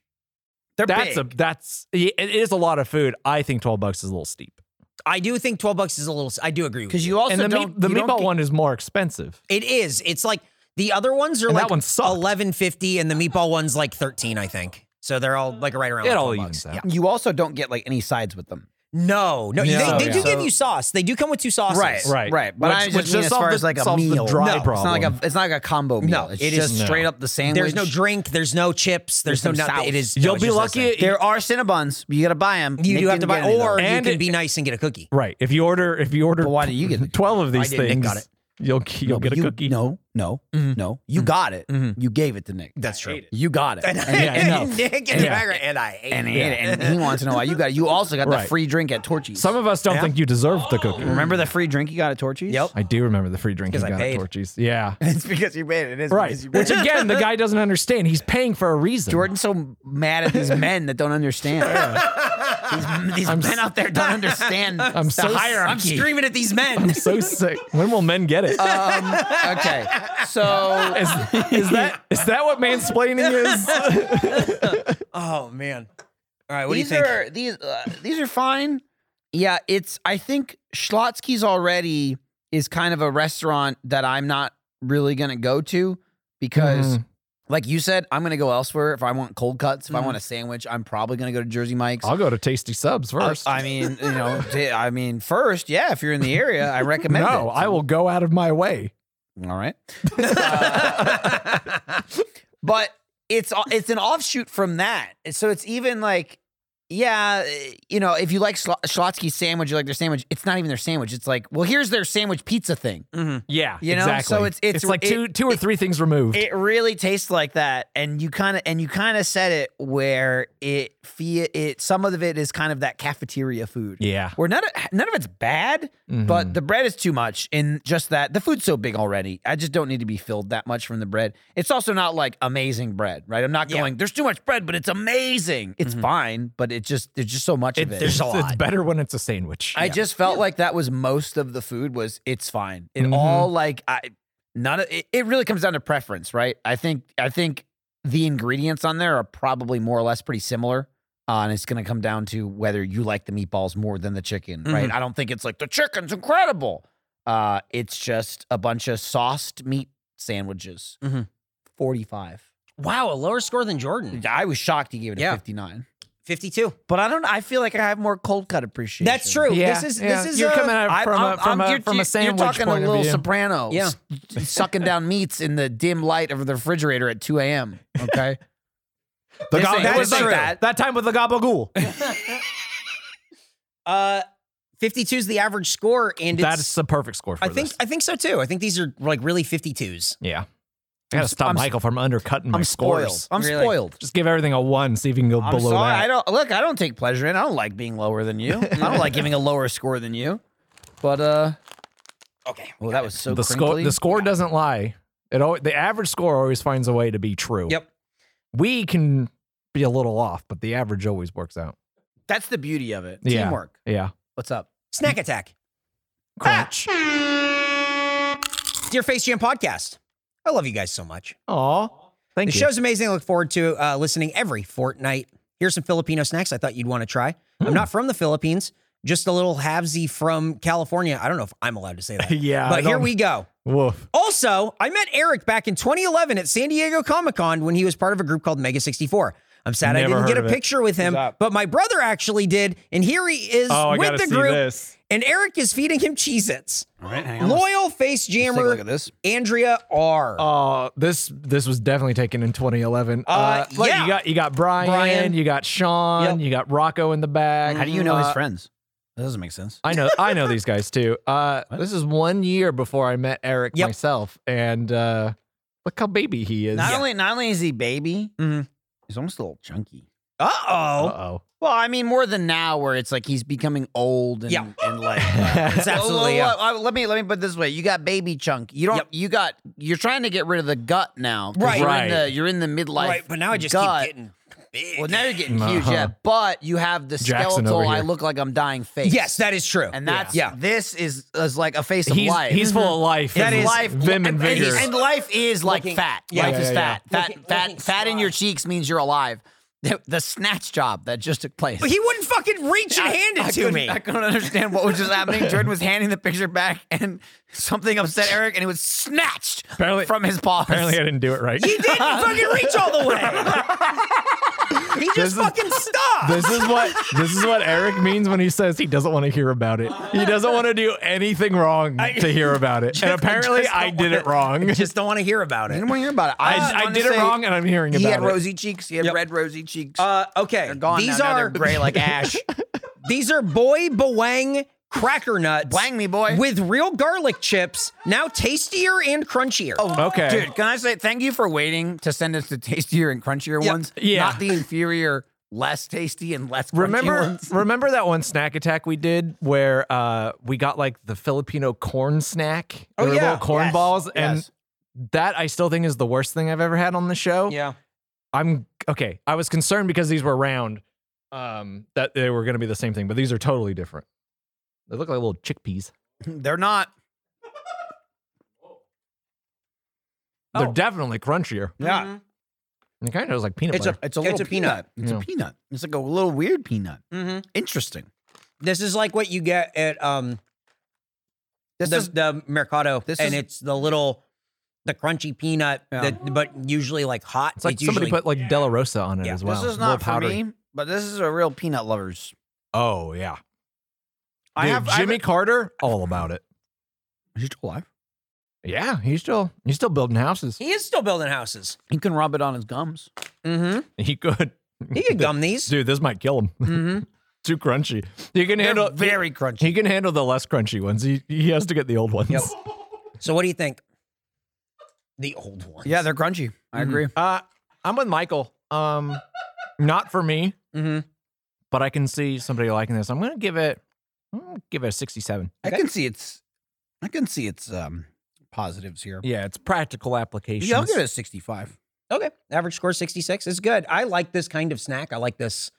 Speaker 2: They're
Speaker 4: that's
Speaker 2: big.
Speaker 4: a that's yeah, it is a lot of food. I think twelve bucks is a little steep. I
Speaker 3: I do think twelve bucks is a little. I do agree with
Speaker 2: because
Speaker 3: you.
Speaker 2: you also
Speaker 4: and the
Speaker 2: don't
Speaker 4: meat, the
Speaker 2: you don't
Speaker 4: meatball
Speaker 2: get-
Speaker 4: one is more expensive.
Speaker 3: It is. It's like the other ones are
Speaker 4: And that
Speaker 3: like
Speaker 4: one sucked.
Speaker 3: eleven fifty, and the meatball one's like thirteen, I think. So they're all like right around.
Speaker 4: It
Speaker 3: like
Speaker 4: all
Speaker 3: 12
Speaker 4: evens
Speaker 3: bucks.
Speaker 4: out.
Speaker 3: Yeah.
Speaker 2: You also don't get like any sides with them.
Speaker 3: No,
Speaker 4: No,
Speaker 3: no, they, they do
Speaker 4: yeah.
Speaker 3: give you sauce. They do come with two sauces.
Speaker 4: Right.
Speaker 2: Right. But
Speaker 4: Which-
Speaker 2: I just
Speaker 4: which
Speaker 2: mean
Speaker 4: just
Speaker 2: as
Speaker 4: solve
Speaker 2: far
Speaker 4: the-
Speaker 2: as like a
Speaker 4: solves the
Speaker 2: meal.
Speaker 4: dry
Speaker 2: no, It's not
Speaker 4: problem.
Speaker 2: like a it's not like a combo meal.
Speaker 3: No,
Speaker 2: it's
Speaker 3: it
Speaker 2: just
Speaker 3: is-
Speaker 2: straight up the sandwich.
Speaker 3: There's no drink. There's no chips. There's,
Speaker 2: There's
Speaker 3: no
Speaker 2: some
Speaker 3: nothing. It
Speaker 2: sauce.
Speaker 3: is.
Speaker 4: You'll
Speaker 3: no, it's
Speaker 4: be
Speaker 3: just
Speaker 4: lucky
Speaker 3: this thing.
Speaker 4: it-
Speaker 2: There are Cinnabons. but You got to buy them.
Speaker 3: You do have to buy, or you
Speaker 4: And
Speaker 3: can
Speaker 4: it-
Speaker 3: (laughs) be nice and get a cookie.
Speaker 4: Right. If you order, if you order,
Speaker 2: But why did you
Speaker 4: (laughs)
Speaker 2: get the-
Speaker 4: twelve of these
Speaker 3: I did, Nick
Speaker 4: things?
Speaker 3: got it.
Speaker 4: You'll you'll get a
Speaker 2: you,
Speaker 4: cookie. Mm-hmm.
Speaker 2: No, no, no. You got it. You gave it to Nick.
Speaker 3: That's true.
Speaker 2: You got it. And,
Speaker 4: Yeah, (laughs) I know.
Speaker 3: Nick in the
Speaker 4: Yeah.
Speaker 3: background, and I hate
Speaker 2: and he,
Speaker 3: it.
Speaker 2: ate it, and he wants to know why you got it. You also got the
Speaker 4: Right.
Speaker 2: free drink at Torchy's.
Speaker 4: Some of Mm. us don't think you deserve the cookie.
Speaker 2: Remember the free drink you got at Torchy's?
Speaker 3: Yep.
Speaker 4: I do remember the free drink you
Speaker 3: Because I
Speaker 4: got at
Speaker 3: paid.
Speaker 4: Torchy's. Yeah.
Speaker 2: (laughs) It's because you made it. It is
Speaker 4: Right.
Speaker 2: because you made
Speaker 4: Which
Speaker 2: it.
Speaker 4: again, the guy doesn't understand. He's paying for a reason. (laughs)
Speaker 2: Jordan's so mad at these men that don't understand. These, these
Speaker 4: I'm
Speaker 2: men
Speaker 4: s-
Speaker 2: out there don't
Speaker 4: (laughs)
Speaker 2: understand the
Speaker 4: so s-
Speaker 3: I'm
Speaker 2: hierarchy.
Speaker 3: screaming at these men.
Speaker 4: so sick. When will men get it? Is
Speaker 2: Uh,
Speaker 4: (laughs)
Speaker 2: Um, okay, so
Speaker 4: that is that what mansplaining is?
Speaker 3: (laughs) oh man. All right, what
Speaker 2: these
Speaker 3: do you think?
Speaker 2: are these uh, these are fine. Yeah, it's. I think Schlotsky's already is kind of a restaurant that I'm not really gonna go to because,
Speaker 4: Mm-hmm.
Speaker 2: like you said, I'm gonna go elsewhere. If I want cold cuts, if
Speaker 4: Mm.
Speaker 2: I want a sandwich, I'm probably gonna go to Jersey Mike's.
Speaker 4: I'll go to Tasty Subs first.
Speaker 2: I mean, you know, (laughs) t- I mean, first, yeah, if you're in the area, I recommend it.
Speaker 4: (laughs) no, I will go out of my way.
Speaker 2: All right. Uh, but it's it's an offshoot from that. So it's even like yeah, you know, if you like Schlo- Schlotsky's sandwich, you like their sandwich. It's not even their sandwich. It's like, well, here's their sandwich pizza thing.
Speaker 4: Yeah,
Speaker 2: You know, so
Speaker 4: exactly.
Speaker 2: it's- it's-
Speaker 4: like
Speaker 2: it-
Speaker 4: two two or three things removed.
Speaker 2: It really tastes like that, and you kind of and you kind of said it where it feel it. Some of it is kind of that cafeteria food.
Speaker 4: yeah,
Speaker 2: where none of, none of it's bad,
Speaker 3: Mm-hmm.
Speaker 2: but the bread is too much. And just that the food's so big already, I just don't need to be filled that much from the bread. It's also not like amazing bread, right? I'm not
Speaker 3: Yeah. Mm-hmm.
Speaker 2: going. There's too much bread, but it's amazing. It's fine, but it just there's just so much of it.
Speaker 3: there's a
Speaker 4: it's,
Speaker 3: lot.
Speaker 4: it's better when it's a sandwich.
Speaker 2: I just felt like that was most of the food was it's fine.
Speaker 3: Mm-hmm.
Speaker 2: It all like I none of it, it really comes down to preference, right? I think I think the ingredients on there are probably more or less pretty similar. Uh, and it's going to come down to whether you like the meatballs more than the chicken, right?
Speaker 3: Mm-hmm.
Speaker 2: I don't think it's like the chicken's incredible. Uh, it's just a bunch of sauced meat sandwiches.
Speaker 3: Mhm.
Speaker 2: 45.
Speaker 3: Wow, a lower score than Jordan.
Speaker 2: I was shocked he gave it
Speaker 3: Yeah.
Speaker 2: a 59.
Speaker 3: 52.
Speaker 2: But I don't I feel like I have more cold cut appreciation.
Speaker 3: That's true.
Speaker 4: Yeah,
Speaker 3: this is
Speaker 4: yeah.
Speaker 3: this is
Speaker 4: You're
Speaker 3: uh,
Speaker 4: coming out
Speaker 2: I-
Speaker 4: from
Speaker 2: I'm-
Speaker 4: a from
Speaker 2: I'm-
Speaker 4: a
Speaker 2: you're-
Speaker 4: from
Speaker 2: you're-
Speaker 4: a sandwich
Speaker 2: You're talking
Speaker 4: point
Speaker 2: a little
Speaker 4: of view.
Speaker 2: soprano,
Speaker 3: Yeah.
Speaker 2: s- (laughs) sucking down meats in the dim light of the refrigerator at 2 a.m. Okay,
Speaker 4: The
Speaker 2: This
Speaker 4: gob-
Speaker 2: ain't-
Speaker 4: it
Speaker 2: that
Speaker 4: was
Speaker 2: is
Speaker 4: like
Speaker 2: true.
Speaker 4: that that time with the gabagool.
Speaker 3: uh 52 is the average score and it's
Speaker 4: That's the perfect score for
Speaker 3: I think
Speaker 4: this.
Speaker 3: I think so too. I think these are like really 52s.
Speaker 4: Yeah, I gotta stop
Speaker 2: I'm s-
Speaker 4: Michael from undercutting my
Speaker 2: I'm
Speaker 4: scores.
Speaker 2: spoiled. I'm
Speaker 3: Really?
Speaker 2: spoiled.
Speaker 4: Just give everything a one. See if you can go
Speaker 2: I'm
Speaker 4: below
Speaker 2: sorry.
Speaker 4: that.
Speaker 2: I don't look. I don't take pleasure in. it. I don't like being lower than you. I don't like giving a lower score than you. But uh,
Speaker 3: Okay.
Speaker 2: well, that was so
Speaker 4: the score
Speaker 2: crinkly.
Speaker 4: the score doesn't lie. It always, the average score always finds a way to be true.
Speaker 3: Yep.
Speaker 4: We can be a little off, but the average always works out.
Speaker 2: That's the beauty of it.
Speaker 4: Yeah.
Speaker 2: Teamwork.
Speaker 4: Yeah.
Speaker 2: What's up?
Speaker 3: Snack attack.
Speaker 4: Crunch.
Speaker 3: Dear Face Jam podcast. I love you guys so much.
Speaker 2: Ah!
Speaker 4: Aw. Thank
Speaker 3: The
Speaker 4: you.
Speaker 3: show's amazing. I look forward to uh, listening every fortnight. Here's some Filipino snacks I thought you'd want to try.
Speaker 4: Hmm.
Speaker 3: I'm not from the Philippines, just a little havesy from California. I don't know if I'm allowed to say that.
Speaker 4: (laughs) (laughs) Yeah, I
Speaker 3: But here
Speaker 4: don't-
Speaker 3: we go.
Speaker 4: Woof.
Speaker 3: Also, I met Eric back in 2011 at San Diego Comic Con when he was part of a group called Mega 64. I'm sad
Speaker 4: Never
Speaker 3: I didn't get
Speaker 4: heard of
Speaker 3: a
Speaker 4: it.
Speaker 3: picture with him,
Speaker 2: Who's up?
Speaker 3: but my brother actually did, and here he is
Speaker 4: Oh, I
Speaker 3: with
Speaker 4: gotta
Speaker 3: the
Speaker 4: see
Speaker 3: group.
Speaker 4: this.
Speaker 3: And Eric is feeding him Cheez-Its.
Speaker 2: All right, hang
Speaker 3: Loyal face
Speaker 2: Let's take a look
Speaker 3: jammer
Speaker 2: at this.
Speaker 3: Andrea R.
Speaker 4: Oh, this this was definitely taken in 2011. Uh, look,
Speaker 3: yeah.
Speaker 4: you got you got Brian,
Speaker 3: Brian.
Speaker 4: you got Sean,
Speaker 3: Yep.
Speaker 4: you got Rocco in the back.
Speaker 2: How do you know
Speaker 4: Uh,
Speaker 2: his friends? That doesn't make sense.
Speaker 4: I know I know these guys too. Uh, this is one year before I met Eric
Speaker 3: Yep.
Speaker 4: myself, and uh, look how baby he is.
Speaker 2: Not only not only is he baby,
Speaker 3: Mhm.
Speaker 2: he's almost a little chunky.
Speaker 3: Uh-oh.
Speaker 4: Uh-oh.
Speaker 2: Well, I mean, more than now, where it's like he's becoming old and,
Speaker 3: Yeah.
Speaker 2: and
Speaker 4: (laughs)
Speaker 2: like uh,
Speaker 3: It's absolutely,
Speaker 2: Well, well, uh, let me let me put it this way: you got baby chunk. You don't.
Speaker 3: Yep.
Speaker 2: You got. You're trying to get rid of the gut now. 'cause
Speaker 3: Right.
Speaker 2: You're
Speaker 4: Right.
Speaker 2: in the, you're in the midlife.
Speaker 3: right, but now I just
Speaker 2: gut.
Speaker 3: keep getting big.
Speaker 2: Well, now you're getting huge,
Speaker 4: Uh-huh.
Speaker 2: yeah. But you have the
Speaker 4: Jackson over
Speaker 2: skeletal. I
Speaker 4: here.
Speaker 2: look like I'm dying face.
Speaker 3: yes, that is true.
Speaker 2: and that's
Speaker 3: yeah.
Speaker 2: This is is like a face of
Speaker 4: He's,
Speaker 2: life.
Speaker 4: he's full of life.
Speaker 2: Mm-hmm. That
Speaker 4: and
Speaker 2: is life,
Speaker 4: vim and vigor.
Speaker 2: And life is like
Speaker 3: Looking-
Speaker 2: fat.
Speaker 3: yeah.
Speaker 2: life
Speaker 4: Yeah,
Speaker 2: is
Speaker 4: yeah,
Speaker 2: fat.
Speaker 3: yeah.
Speaker 2: Fat,
Speaker 3: Looking-
Speaker 2: fat,
Speaker 3: looking
Speaker 2: fat in
Speaker 3: strong.
Speaker 2: your cheeks means you're alive. (laughs) The, the snatch job that just took place.
Speaker 3: But he wouldn't fucking reach and hand it
Speaker 2: I
Speaker 3: to
Speaker 2: couldn't-
Speaker 3: me.
Speaker 2: I couldn't understand what was just happening. Jordan was handing the picture back, and something upset Eric, and it was snatched
Speaker 4: Apparently-
Speaker 2: from his paws.
Speaker 4: Apparently, I didn't do it right.
Speaker 2: (laughs)
Speaker 3: He didn't fucking reach all the way. he Just
Speaker 4: This is-
Speaker 3: fucking stop.
Speaker 4: This is what this is what Eric means when he says he doesn't want to hear about it. He doesn't want to do anything wrong to hear
Speaker 2: (laughs)
Speaker 4: about it. And apparently
Speaker 3: just
Speaker 4: I
Speaker 3: don't
Speaker 4: did it wrong.
Speaker 3: I just don't want to hear about
Speaker 2: I
Speaker 3: it.
Speaker 2: didn't want to hear about it.
Speaker 4: I-
Speaker 2: just
Speaker 4: I
Speaker 2: wanted
Speaker 4: did
Speaker 2: to
Speaker 4: it
Speaker 2: say
Speaker 4: wrong and I'm hearing
Speaker 2: He
Speaker 4: about
Speaker 2: had
Speaker 4: it.
Speaker 2: rosy cheeks. He had
Speaker 3: Yep.
Speaker 2: red rosy cheeks.
Speaker 3: Uh, okay.
Speaker 2: They're gone
Speaker 3: These
Speaker 2: now. Now
Speaker 3: are
Speaker 2: they're gray
Speaker 3: (laughs)
Speaker 2: like ash.
Speaker 3: These are boy bawang cracker nuts.
Speaker 2: Bwang me, boy.
Speaker 3: With real garlic chips, now tastier and crunchier.
Speaker 4: (laughs)
Speaker 3: Oh,
Speaker 4: Okay.
Speaker 2: Dude, can I say thank you for waiting to send us the tastier and crunchier
Speaker 3: Yeah.
Speaker 2: ones?
Speaker 4: Yeah.
Speaker 2: Not the inferior, less tasty, and less crunchy
Speaker 4: Remember,
Speaker 2: ones.
Speaker 4: remember that one snack attack we did where uh, we got like the Filipino corn snack,
Speaker 3: Oh,
Speaker 4: They were
Speaker 3: yeah.
Speaker 4: little corn
Speaker 2: Yes,
Speaker 4: balls,
Speaker 2: yes.
Speaker 4: and that I still think is the worst thing I've ever had on the show.
Speaker 3: yeah.
Speaker 4: I'm okay. I was concerned because these were round, um, that they were going to be the same thing, but these are totally different. They look like little chickpeas.
Speaker 2: They're not.
Speaker 4: They're definitely crunchier.
Speaker 2: Oh. Yeah.
Speaker 4: It kind of was like peanut
Speaker 3: It's
Speaker 4: butter.
Speaker 3: a it's a little peanut.
Speaker 2: It's a
Speaker 4: Yeah.
Speaker 2: peanut. It's like a little weird peanut.
Speaker 3: Mm-hmm.
Speaker 2: Interesting.
Speaker 3: This is like what you get at um
Speaker 2: This
Speaker 3: the,
Speaker 2: is
Speaker 3: the mercado,
Speaker 2: this
Speaker 3: and
Speaker 2: is-
Speaker 3: it's the little the crunchy peanut,
Speaker 2: Yeah.
Speaker 3: that, but usually like hot.
Speaker 4: it's like somebody
Speaker 3: usually,
Speaker 4: put like Della Rosa on it
Speaker 3: Yeah.
Speaker 4: as well.
Speaker 2: this is
Speaker 4: A little
Speaker 2: not for
Speaker 4: powdery.
Speaker 2: me, but this is a real peanut lovers.
Speaker 4: Oh yeah, Dude,
Speaker 2: I have
Speaker 4: Jimmy
Speaker 2: I
Speaker 4: Carter, all about it.
Speaker 2: have, he's alive.
Speaker 4: Yeah, he's still he's still building houses.
Speaker 3: he is still building houses.
Speaker 2: He can rub it on his gums.
Speaker 3: Mm-hmm.
Speaker 4: He could. (laughs)
Speaker 3: He could gum these.
Speaker 4: Dude, this might kill him. (laughs)
Speaker 2: Mm-hmm.
Speaker 4: Too crunchy. He can
Speaker 2: They're
Speaker 4: handle.
Speaker 2: very crunchy.
Speaker 4: He can handle the less crunchy ones. He he has to get the old ones.
Speaker 3: Yep. So what do you think? The old ones.
Speaker 2: Yeah, they're crunchy. I agree.
Speaker 4: (laughs) Uh, I'm with Michael. Um, not for me,
Speaker 3: Mm-hmm.
Speaker 4: but I can see somebody liking this. I'm gonna give it. I'm gonna give it a 67.
Speaker 2: I can see it's. I can see its um, positives here.
Speaker 4: Yeah, it's practical application.
Speaker 2: Yeah, I'll give it a sixty-five.
Speaker 3: Okay. Average score 66 is good. I like this kind of snack. I like this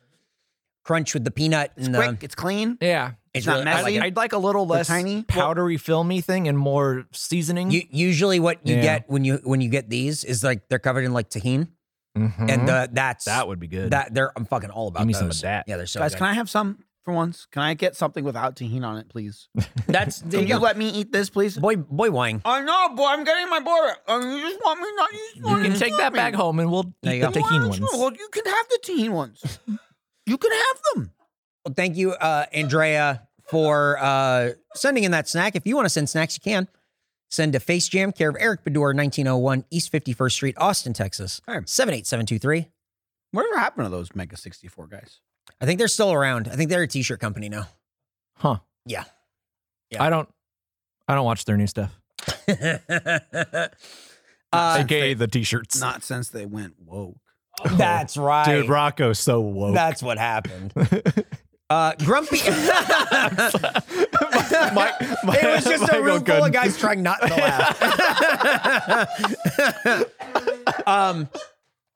Speaker 3: crunch with the peanut and the
Speaker 2: Quick, it's clean.
Speaker 4: Yeah,
Speaker 3: it's
Speaker 2: not
Speaker 3: I
Speaker 4: I'd
Speaker 3: like
Speaker 2: messy.
Speaker 4: like,
Speaker 3: it.
Speaker 4: I'd like a little
Speaker 2: The
Speaker 4: less
Speaker 2: tiny-
Speaker 4: powdery, filmy thing and more seasoning.
Speaker 3: You, usually what you
Speaker 4: Mm-hmm. Yeah.
Speaker 3: get when you when you get these is like they're covered in like tahini
Speaker 4: Mhm.
Speaker 3: and uh, that's
Speaker 4: that would be good.
Speaker 3: that they're I'm fucking all about
Speaker 4: Give me
Speaker 3: those.
Speaker 4: some of that.
Speaker 3: Yeah, they're so
Speaker 2: Guys,
Speaker 3: good.
Speaker 2: can I have some for once? Can I get something without tahini on it, (laughs) please?
Speaker 3: That's the,
Speaker 2: Can you let me eat this, please?
Speaker 3: boy boy wine.
Speaker 2: I know, boy. I'm getting my boy. Um, you just want me not. You, just
Speaker 4: you
Speaker 2: want
Speaker 4: can
Speaker 2: me
Speaker 4: take
Speaker 2: not
Speaker 4: that
Speaker 2: me.
Speaker 4: back home and we'll
Speaker 3: There
Speaker 4: eat
Speaker 3: you
Speaker 4: the tahini
Speaker 3: go.
Speaker 2: Why don't you?
Speaker 4: ones.
Speaker 2: Well, you can have the tahini ones. (laughs) you can have them.
Speaker 3: Well, thank you, uh, Andrea, for uh, sending in that snack. If you want to send snacks, you can. Send to Face Jam, care of Eric Bedour, 1901 East 51st Street, Austin, Texas,
Speaker 2: Hey.
Speaker 3: 78723.
Speaker 2: Whatever happened to those Mega 64 guys?
Speaker 3: I think they're still around. I think they're a t-shirt company now.
Speaker 4: Huh.
Speaker 3: Yeah. (laughs)
Speaker 4: I don't I don't watch their new stuff.
Speaker 3: Uh,
Speaker 4: AKA the t-shirts.
Speaker 2: Not since they went woke.
Speaker 3: that's right.
Speaker 4: Dude, Rocco's so woke. (laughs)
Speaker 3: (laughs) That's what happened. Uh, grumpy. (laughs)
Speaker 4: Mike- Mike- (laughs)
Speaker 3: it was just a
Speaker 4: Michael
Speaker 3: room full of
Speaker 4: couldn't-
Speaker 3: guys trying not to
Speaker 4: (laughs)
Speaker 3: laugh. um,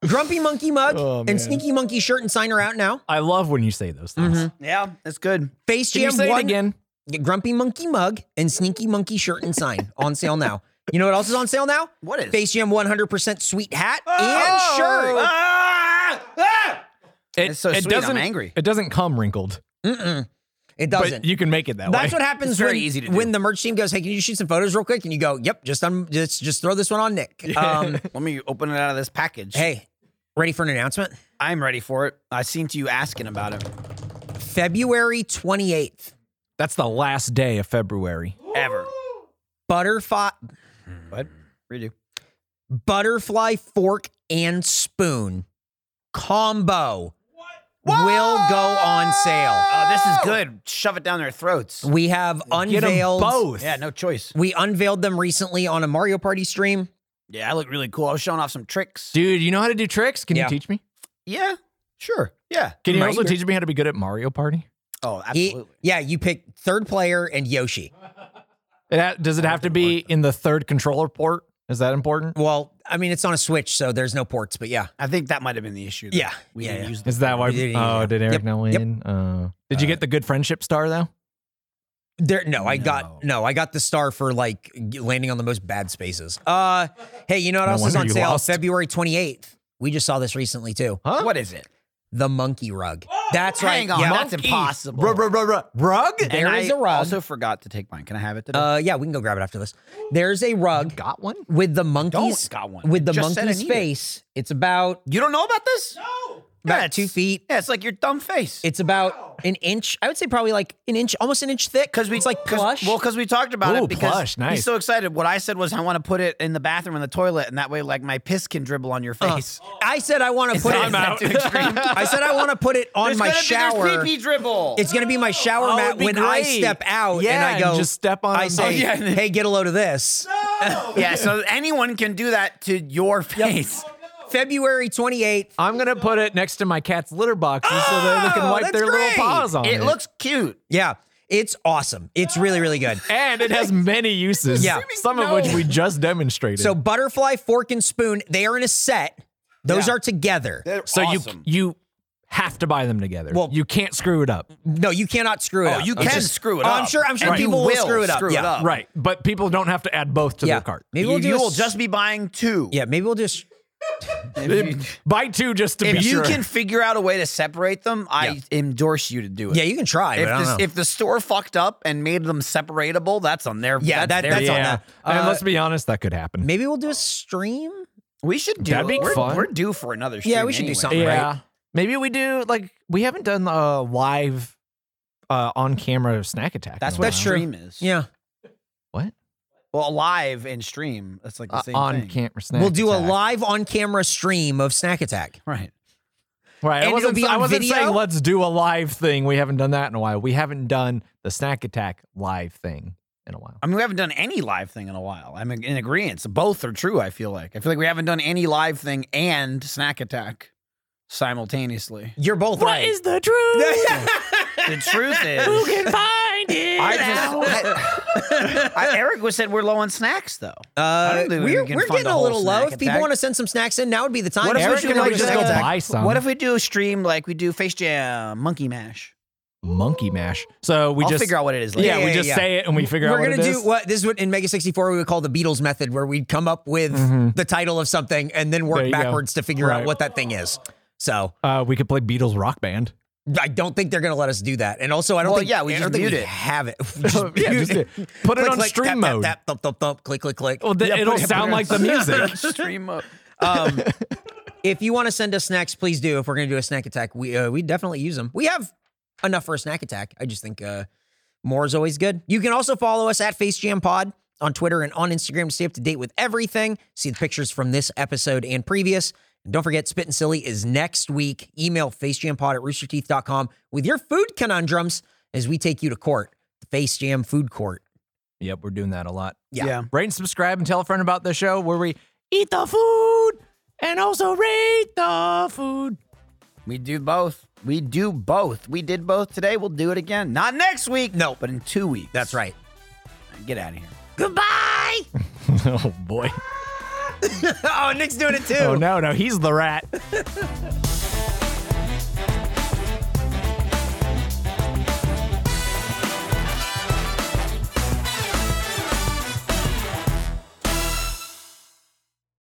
Speaker 3: grumpy monkey mug
Speaker 4: Oh, man.
Speaker 3: and sneaky monkey shirt and sign are out now.
Speaker 4: I love when you say those things.
Speaker 2: Yeah, that's good.
Speaker 3: Face
Speaker 4: Can you
Speaker 3: Jam
Speaker 4: say
Speaker 3: Mm-hmm. one
Speaker 4: it again?
Speaker 3: grumpy monkey mug and sneaky monkey shirt and sign on sale now. You know what else is on sale now?
Speaker 2: What is?
Speaker 3: Face Jam 100% sweet hat
Speaker 2: Oh!
Speaker 3: and shirt. Ah!
Speaker 4: It,
Speaker 2: It's so
Speaker 4: it
Speaker 2: sweet, I'm
Speaker 4: doesn't,
Speaker 2: angry.
Speaker 4: It doesn't come wrinkled,
Speaker 3: It doesn't.
Speaker 4: but you can make it that
Speaker 3: That's
Speaker 4: way.
Speaker 3: what happens
Speaker 2: It's very
Speaker 3: when,
Speaker 2: easy to do.
Speaker 3: when the merch team goes, "Hey, can you shoot some photos real quick?" And you go, "Yep, just um, just just throw this one
Speaker 4: (laughs)
Speaker 3: on Nick."
Speaker 2: (laughs)
Speaker 3: Um,
Speaker 2: Let me open it out of this package.
Speaker 3: hey, ready for an announcement?
Speaker 2: I'm ready for it. I seen to you asking about it.
Speaker 3: February twenty eighth,
Speaker 4: That's the last day of February.
Speaker 3: Oh!
Speaker 2: Ever.
Speaker 3: butterfly
Speaker 2: What? Redo.
Speaker 3: butterfly fork and spoon combo will go on sale.
Speaker 2: Oh, this is good. Shove it down their throats.
Speaker 3: We have
Speaker 4: Get 'em
Speaker 3: unveiled
Speaker 4: both.
Speaker 2: Yeah, no choice.
Speaker 3: We unveiled them recently on a Mario Party stream.
Speaker 2: Yeah, I look really cool. I was showing off some tricks.
Speaker 4: Dude, you know how to do tricks? Can
Speaker 3: Yeah.
Speaker 4: you teach me?
Speaker 2: Yeah, sure. Yeah.
Speaker 4: Can you
Speaker 3: Might
Speaker 4: also
Speaker 3: be.
Speaker 4: teach me how to be good at Mario Party?
Speaker 2: Oh,
Speaker 3: He-
Speaker 2: absolutely.
Speaker 3: yeah, you pick third player and Yoshi.
Speaker 4: It ha- does it have to be in the third controller port? Is that important?
Speaker 3: Well, I mean, it's on a Switch, so there's no ports, but yeah.
Speaker 2: I think that might have been the issue. though.
Speaker 3: Yeah.
Speaker 2: We
Speaker 3: Yeah,
Speaker 2: didn't
Speaker 3: yeah.
Speaker 2: use
Speaker 4: Is that why?
Speaker 3: Yeah, yeah, yeah.
Speaker 4: Oh, did Eric
Speaker 3: Yep,
Speaker 4: not
Speaker 3: yep.
Speaker 4: win? Uh, did you get the good friendship star though?
Speaker 3: There, no, I
Speaker 2: No.
Speaker 3: got no, I got the star for like landing on the most bad spaces. Uh, hey, you know what
Speaker 4: No
Speaker 3: else is
Speaker 4: wonder
Speaker 3: on
Speaker 4: you
Speaker 3: sale?
Speaker 4: lost.
Speaker 3: February twenty eighth. We just saw this recently too.
Speaker 4: Huh?
Speaker 2: What is it? Oh,
Speaker 3: The monkey rug. That's right.
Speaker 2: Hang on,
Speaker 3: yeah.
Speaker 2: that's impossible.
Speaker 4: Rug, rug, rug, rug. Rug?
Speaker 3: There
Speaker 2: and
Speaker 3: is
Speaker 2: I
Speaker 3: a rug.
Speaker 2: also forgot to take mine. Can I have it today?
Speaker 3: Uh, yeah, we can go grab it after this. There's a rug
Speaker 4: Got one?
Speaker 3: with the monkeys
Speaker 2: got one.
Speaker 3: with the
Speaker 2: Just said I
Speaker 3: monkey's
Speaker 2: need it.
Speaker 3: face. It's about
Speaker 2: you don't know about this?
Speaker 3: about
Speaker 2: it's-
Speaker 3: two feet.
Speaker 2: Yeah, it's like your dumb face.
Speaker 3: It's about an inch. I would say probably like an inch, almost an inch thick.
Speaker 2: Because we
Speaker 3: it's like
Speaker 2: 'cause-
Speaker 3: plush.
Speaker 2: Well, because we talked about
Speaker 4: Ooh,
Speaker 2: it. Because
Speaker 4: plush, nice.
Speaker 2: He's so excited. What I said was I want to put it in the bathroom in the toilet, and that way, like my piss can dribble on your face.
Speaker 3: Oh. I said I want to put it.
Speaker 2: I'm out.
Speaker 3: (laughs) I said I want to put it on
Speaker 2: There's
Speaker 3: my
Speaker 2: gonna Be,
Speaker 3: shower.
Speaker 2: there's pee pee dribble.
Speaker 3: It's gonna be my shower
Speaker 4: Oh, it'd
Speaker 3: mat
Speaker 4: be
Speaker 3: when I
Speaker 4: great.
Speaker 3: step out
Speaker 4: Yeah,
Speaker 3: and I
Speaker 4: and
Speaker 3: go
Speaker 4: just step on
Speaker 3: I
Speaker 4: them.
Speaker 3: say,
Speaker 4: Oh, yeah,
Speaker 2: and then-
Speaker 3: "Hey, get a load of this."
Speaker 2: yeah, so anyone can do that to your face.
Speaker 3: February twenty eighth.
Speaker 4: I'm gonna put it next to my cat's litter boxes so that they can
Speaker 3: Oh,
Speaker 4: wipe
Speaker 3: that's
Speaker 4: their
Speaker 3: great.
Speaker 4: little paws on it.
Speaker 2: It looks cute.
Speaker 3: Yeah, it's awesome. It's really really good.
Speaker 4: and it has many uses.
Speaker 3: Yeah.
Speaker 4: some of which we just demonstrated.
Speaker 3: So butterfly, fork, and spoon. They are in a set. Those are together.
Speaker 4: so you you have to buy them together.
Speaker 3: Well-
Speaker 4: you can't screw it up.
Speaker 3: No, you cannot screw it
Speaker 2: Oh,
Speaker 3: up.
Speaker 2: you
Speaker 3: It's
Speaker 2: can
Speaker 3: just-
Speaker 2: screw it
Speaker 3: Oh,
Speaker 2: up.
Speaker 3: I'm sure. I'm sure
Speaker 2: And you
Speaker 3: people will
Speaker 2: will
Speaker 3: screw it up.
Speaker 2: screw it
Speaker 3: yeah.
Speaker 2: up.
Speaker 4: Right, but people don't have to add both to
Speaker 3: uh, Yeah.
Speaker 4: their cart.
Speaker 3: Maybe
Speaker 2: You,
Speaker 3: we'll do.
Speaker 2: you
Speaker 3: a
Speaker 2: will
Speaker 3: s-
Speaker 2: just be buying two.
Speaker 3: Yeah. Maybe we'll just.
Speaker 2: If
Speaker 4: Buy two just to
Speaker 2: you,
Speaker 4: be
Speaker 2: if you
Speaker 4: sure.
Speaker 2: can figure out a way to separate them,
Speaker 3: Yeah.
Speaker 2: I endorse you to do it.
Speaker 3: Yeah, you can try.
Speaker 2: If,
Speaker 3: but I don't
Speaker 2: this,
Speaker 3: know.
Speaker 2: if the store fucked up and made them separatable, that's on their.
Speaker 3: Yeah, that-
Speaker 2: their
Speaker 3: that's on
Speaker 2: fault.
Speaker 4: yeah,
Speaker 3: that.
Speaker 4: and
Speaker 3: Uh,
Speaker 4: let's be honest, that could happen.
Speaker 3: maybe we'll do a stream.
Speaker 2: We should do.
Speaker 4: That'd be
Speaker 2: we're,
Speaker 4: fun.
Speaker 2: we're due for another.
Speaker 3: Yeah,
Speaker 2: stream
Speaker 3: we should do
Speaker 2: anyway.
Speaker 3: something.
Speaker 4: yeah,
Speaker 3: right?
Speaker 4: maybe we do. Like we haven't done a live uh, on camera snack attack. in
Speaker 2: That's
Speaker 4: a
Speaker 2: what
Speaker 4: while.
Speaker 3: true.
Speaker 2: stream is.
Speaker 3: Yeah,
Speaker 4: What
Speaker 2: Well, live and stream. That's like the
Speaker 4: Uh,
Speaker 2: same
Speaker 4: on
Speaker 2: thing.
Speaker 4: camera snack?
Speaker 3: we'll do a
Speaker 4: attack.
Speaker 3: live on-camera stream of Snack Attack.
Speaker 2: Right.
Speaker 4: Right.
Speaker 3: And
Speaker 4: I
Speaker 3: it'll
Speaker 4: wasn't,
Speaker 3: be
Speaker 4: I
Speaker 3: on
Speaker 4: wasn't
Speaker 3: video?
Speaker 4: saying let's do a live thing. We haven't done that in a while. We haven't done the snack attack live thing in a while.
Speaker 2: I mean, we haven't done any live thing in a while. I'm in agreement. Both are true. I feel like. I feel like we haven't done any live thing and snack attack simultaneously.
Speaker 3: You're both right. (laughs) Uh,
Speaker 4: the (laughs) truth?
Speaker 2: The truth is,
Speaker 4: can find it?
Speaker 2: I just. I, Eric was said we're low on snacks though. I
Speaker 3: uh,
Speaker 2: don't think we
Speaker 3: we're
Speaker 2: can
Speaker 3: we're
Speaker 2: fund
Speaker 3: getting
Speaker 2: a
Speaker 3: a
Speaker 2: whole
Speaker 3: little low.
Speaker 2: snack
Speaker 3: If people
Speaker 2: attack.
Speaker 3: want to send some snacks in, now would be the time.
Speaker 2: What if we
Speaker 4: Eric
Speaker 2: should
Speaker 4: and
Speaker 2: go
Speaker 4: I
Speaker 2: to
Speaker 4: just
Speaker 2: snack
Speaker 4: go
Speaker 2: attack?
Speaker 4: buy some.
Speaker 2: What if we do a stream like we do Face Jam, Monkey Mash?
Speaker 4: Monkey mash. So we
Speaker 2: I'll
Speaker 4: just
Speaker 2: figure out what it is later.
Speaker 4: Yeah,
Speaker 3: Yeah,
Speaker 4: we
Speaker 3: yeah,
Speaker 4: just
Speaker 3: yeah.
Speaker 4: say it and we figure
Speaker 3: we're
Speaker 4: out what
Speaker 3: gonna
Speaker 4: it
Speaker 3: do
Speaker 4: is.
Speaker 3: what this is what in Mega 64 we would call the Beatles method, where we'd come up with
Speaker 2: Mm-hmm.
Speaker 3: the title of something and then
Speaker 4: There
Speaker 3: work
Speaker 4: you go.
Speaker 3: backwards to figure out
Speaker 4: Right.
Speaker 3: what that thing is. So
Speaker 4: Uh, we could play Beatles Rock Band.
Speaker 3: I don't think they're gonna let us do that. And also, I don't
Speaker 2: Well,
Speaker 3: think
Speaker 2: yeah, we
Speaker 3: I
Speaker 2: just
Speaker 3: don't think
Speaker 2: mute
Speaker 3: we
Speaker 2: it.
Speaker 3: have it. (laughs)
Speaker 4: (laughs) Yeah, just do- put it
Speaker 3: Click,
Speaker 4: on
Speaker 3: click,
Speaker 4: stream
Speaker 3: tap, tap,
Speaker 4: mode.
Speaker 3: Tap, thump thump thump. Click click click.
Speaker 4: Well, th-
Speaker 2: Yeah,
Speaker 4: it'll
Speaker 2: put it- put
Speaker 4: sound like
Speaker 2: it
Speaker 4: the
Speaker 2: on (laughs)
Speaker 4: music.
Speaker 2: stream up.
Speaker 3: Um, if you want to send us snacks, please do. If we're gonna do a snack attack, we uh, we definitely use them. We have enough for a snack attack. I just think uh, more is always good. You can also follow us at Face Jam Pod on Twitter and on Instagram to stay up to date with everything. See the pictures from this episode and previous. And don't forget, Spit and Silly is next week. Email facejampod at roosterteeth.com with your food conundrums as we take you to court, the Face Jam Food Court.
Speaker 4: Yep, we're doing that a lot.
Speaker 3: Yeah.
Speaker 4: Rate and subscribe and tell a friend about the show where we eat the food and also rate the food. (laughs)
Speaker 2: We do both. We do both. We did both today. We'll do it again. Not next week. No. But in two weeks.
Speaker 3: That's right.
Speaker 2: Get out of here.
Speaker 3: Goodbye. (laughs)
Speaker 4: oh boy.
Speaker 3: oh, Nick's doing it too.
Speaker 4: Oh no, no, he's the rat.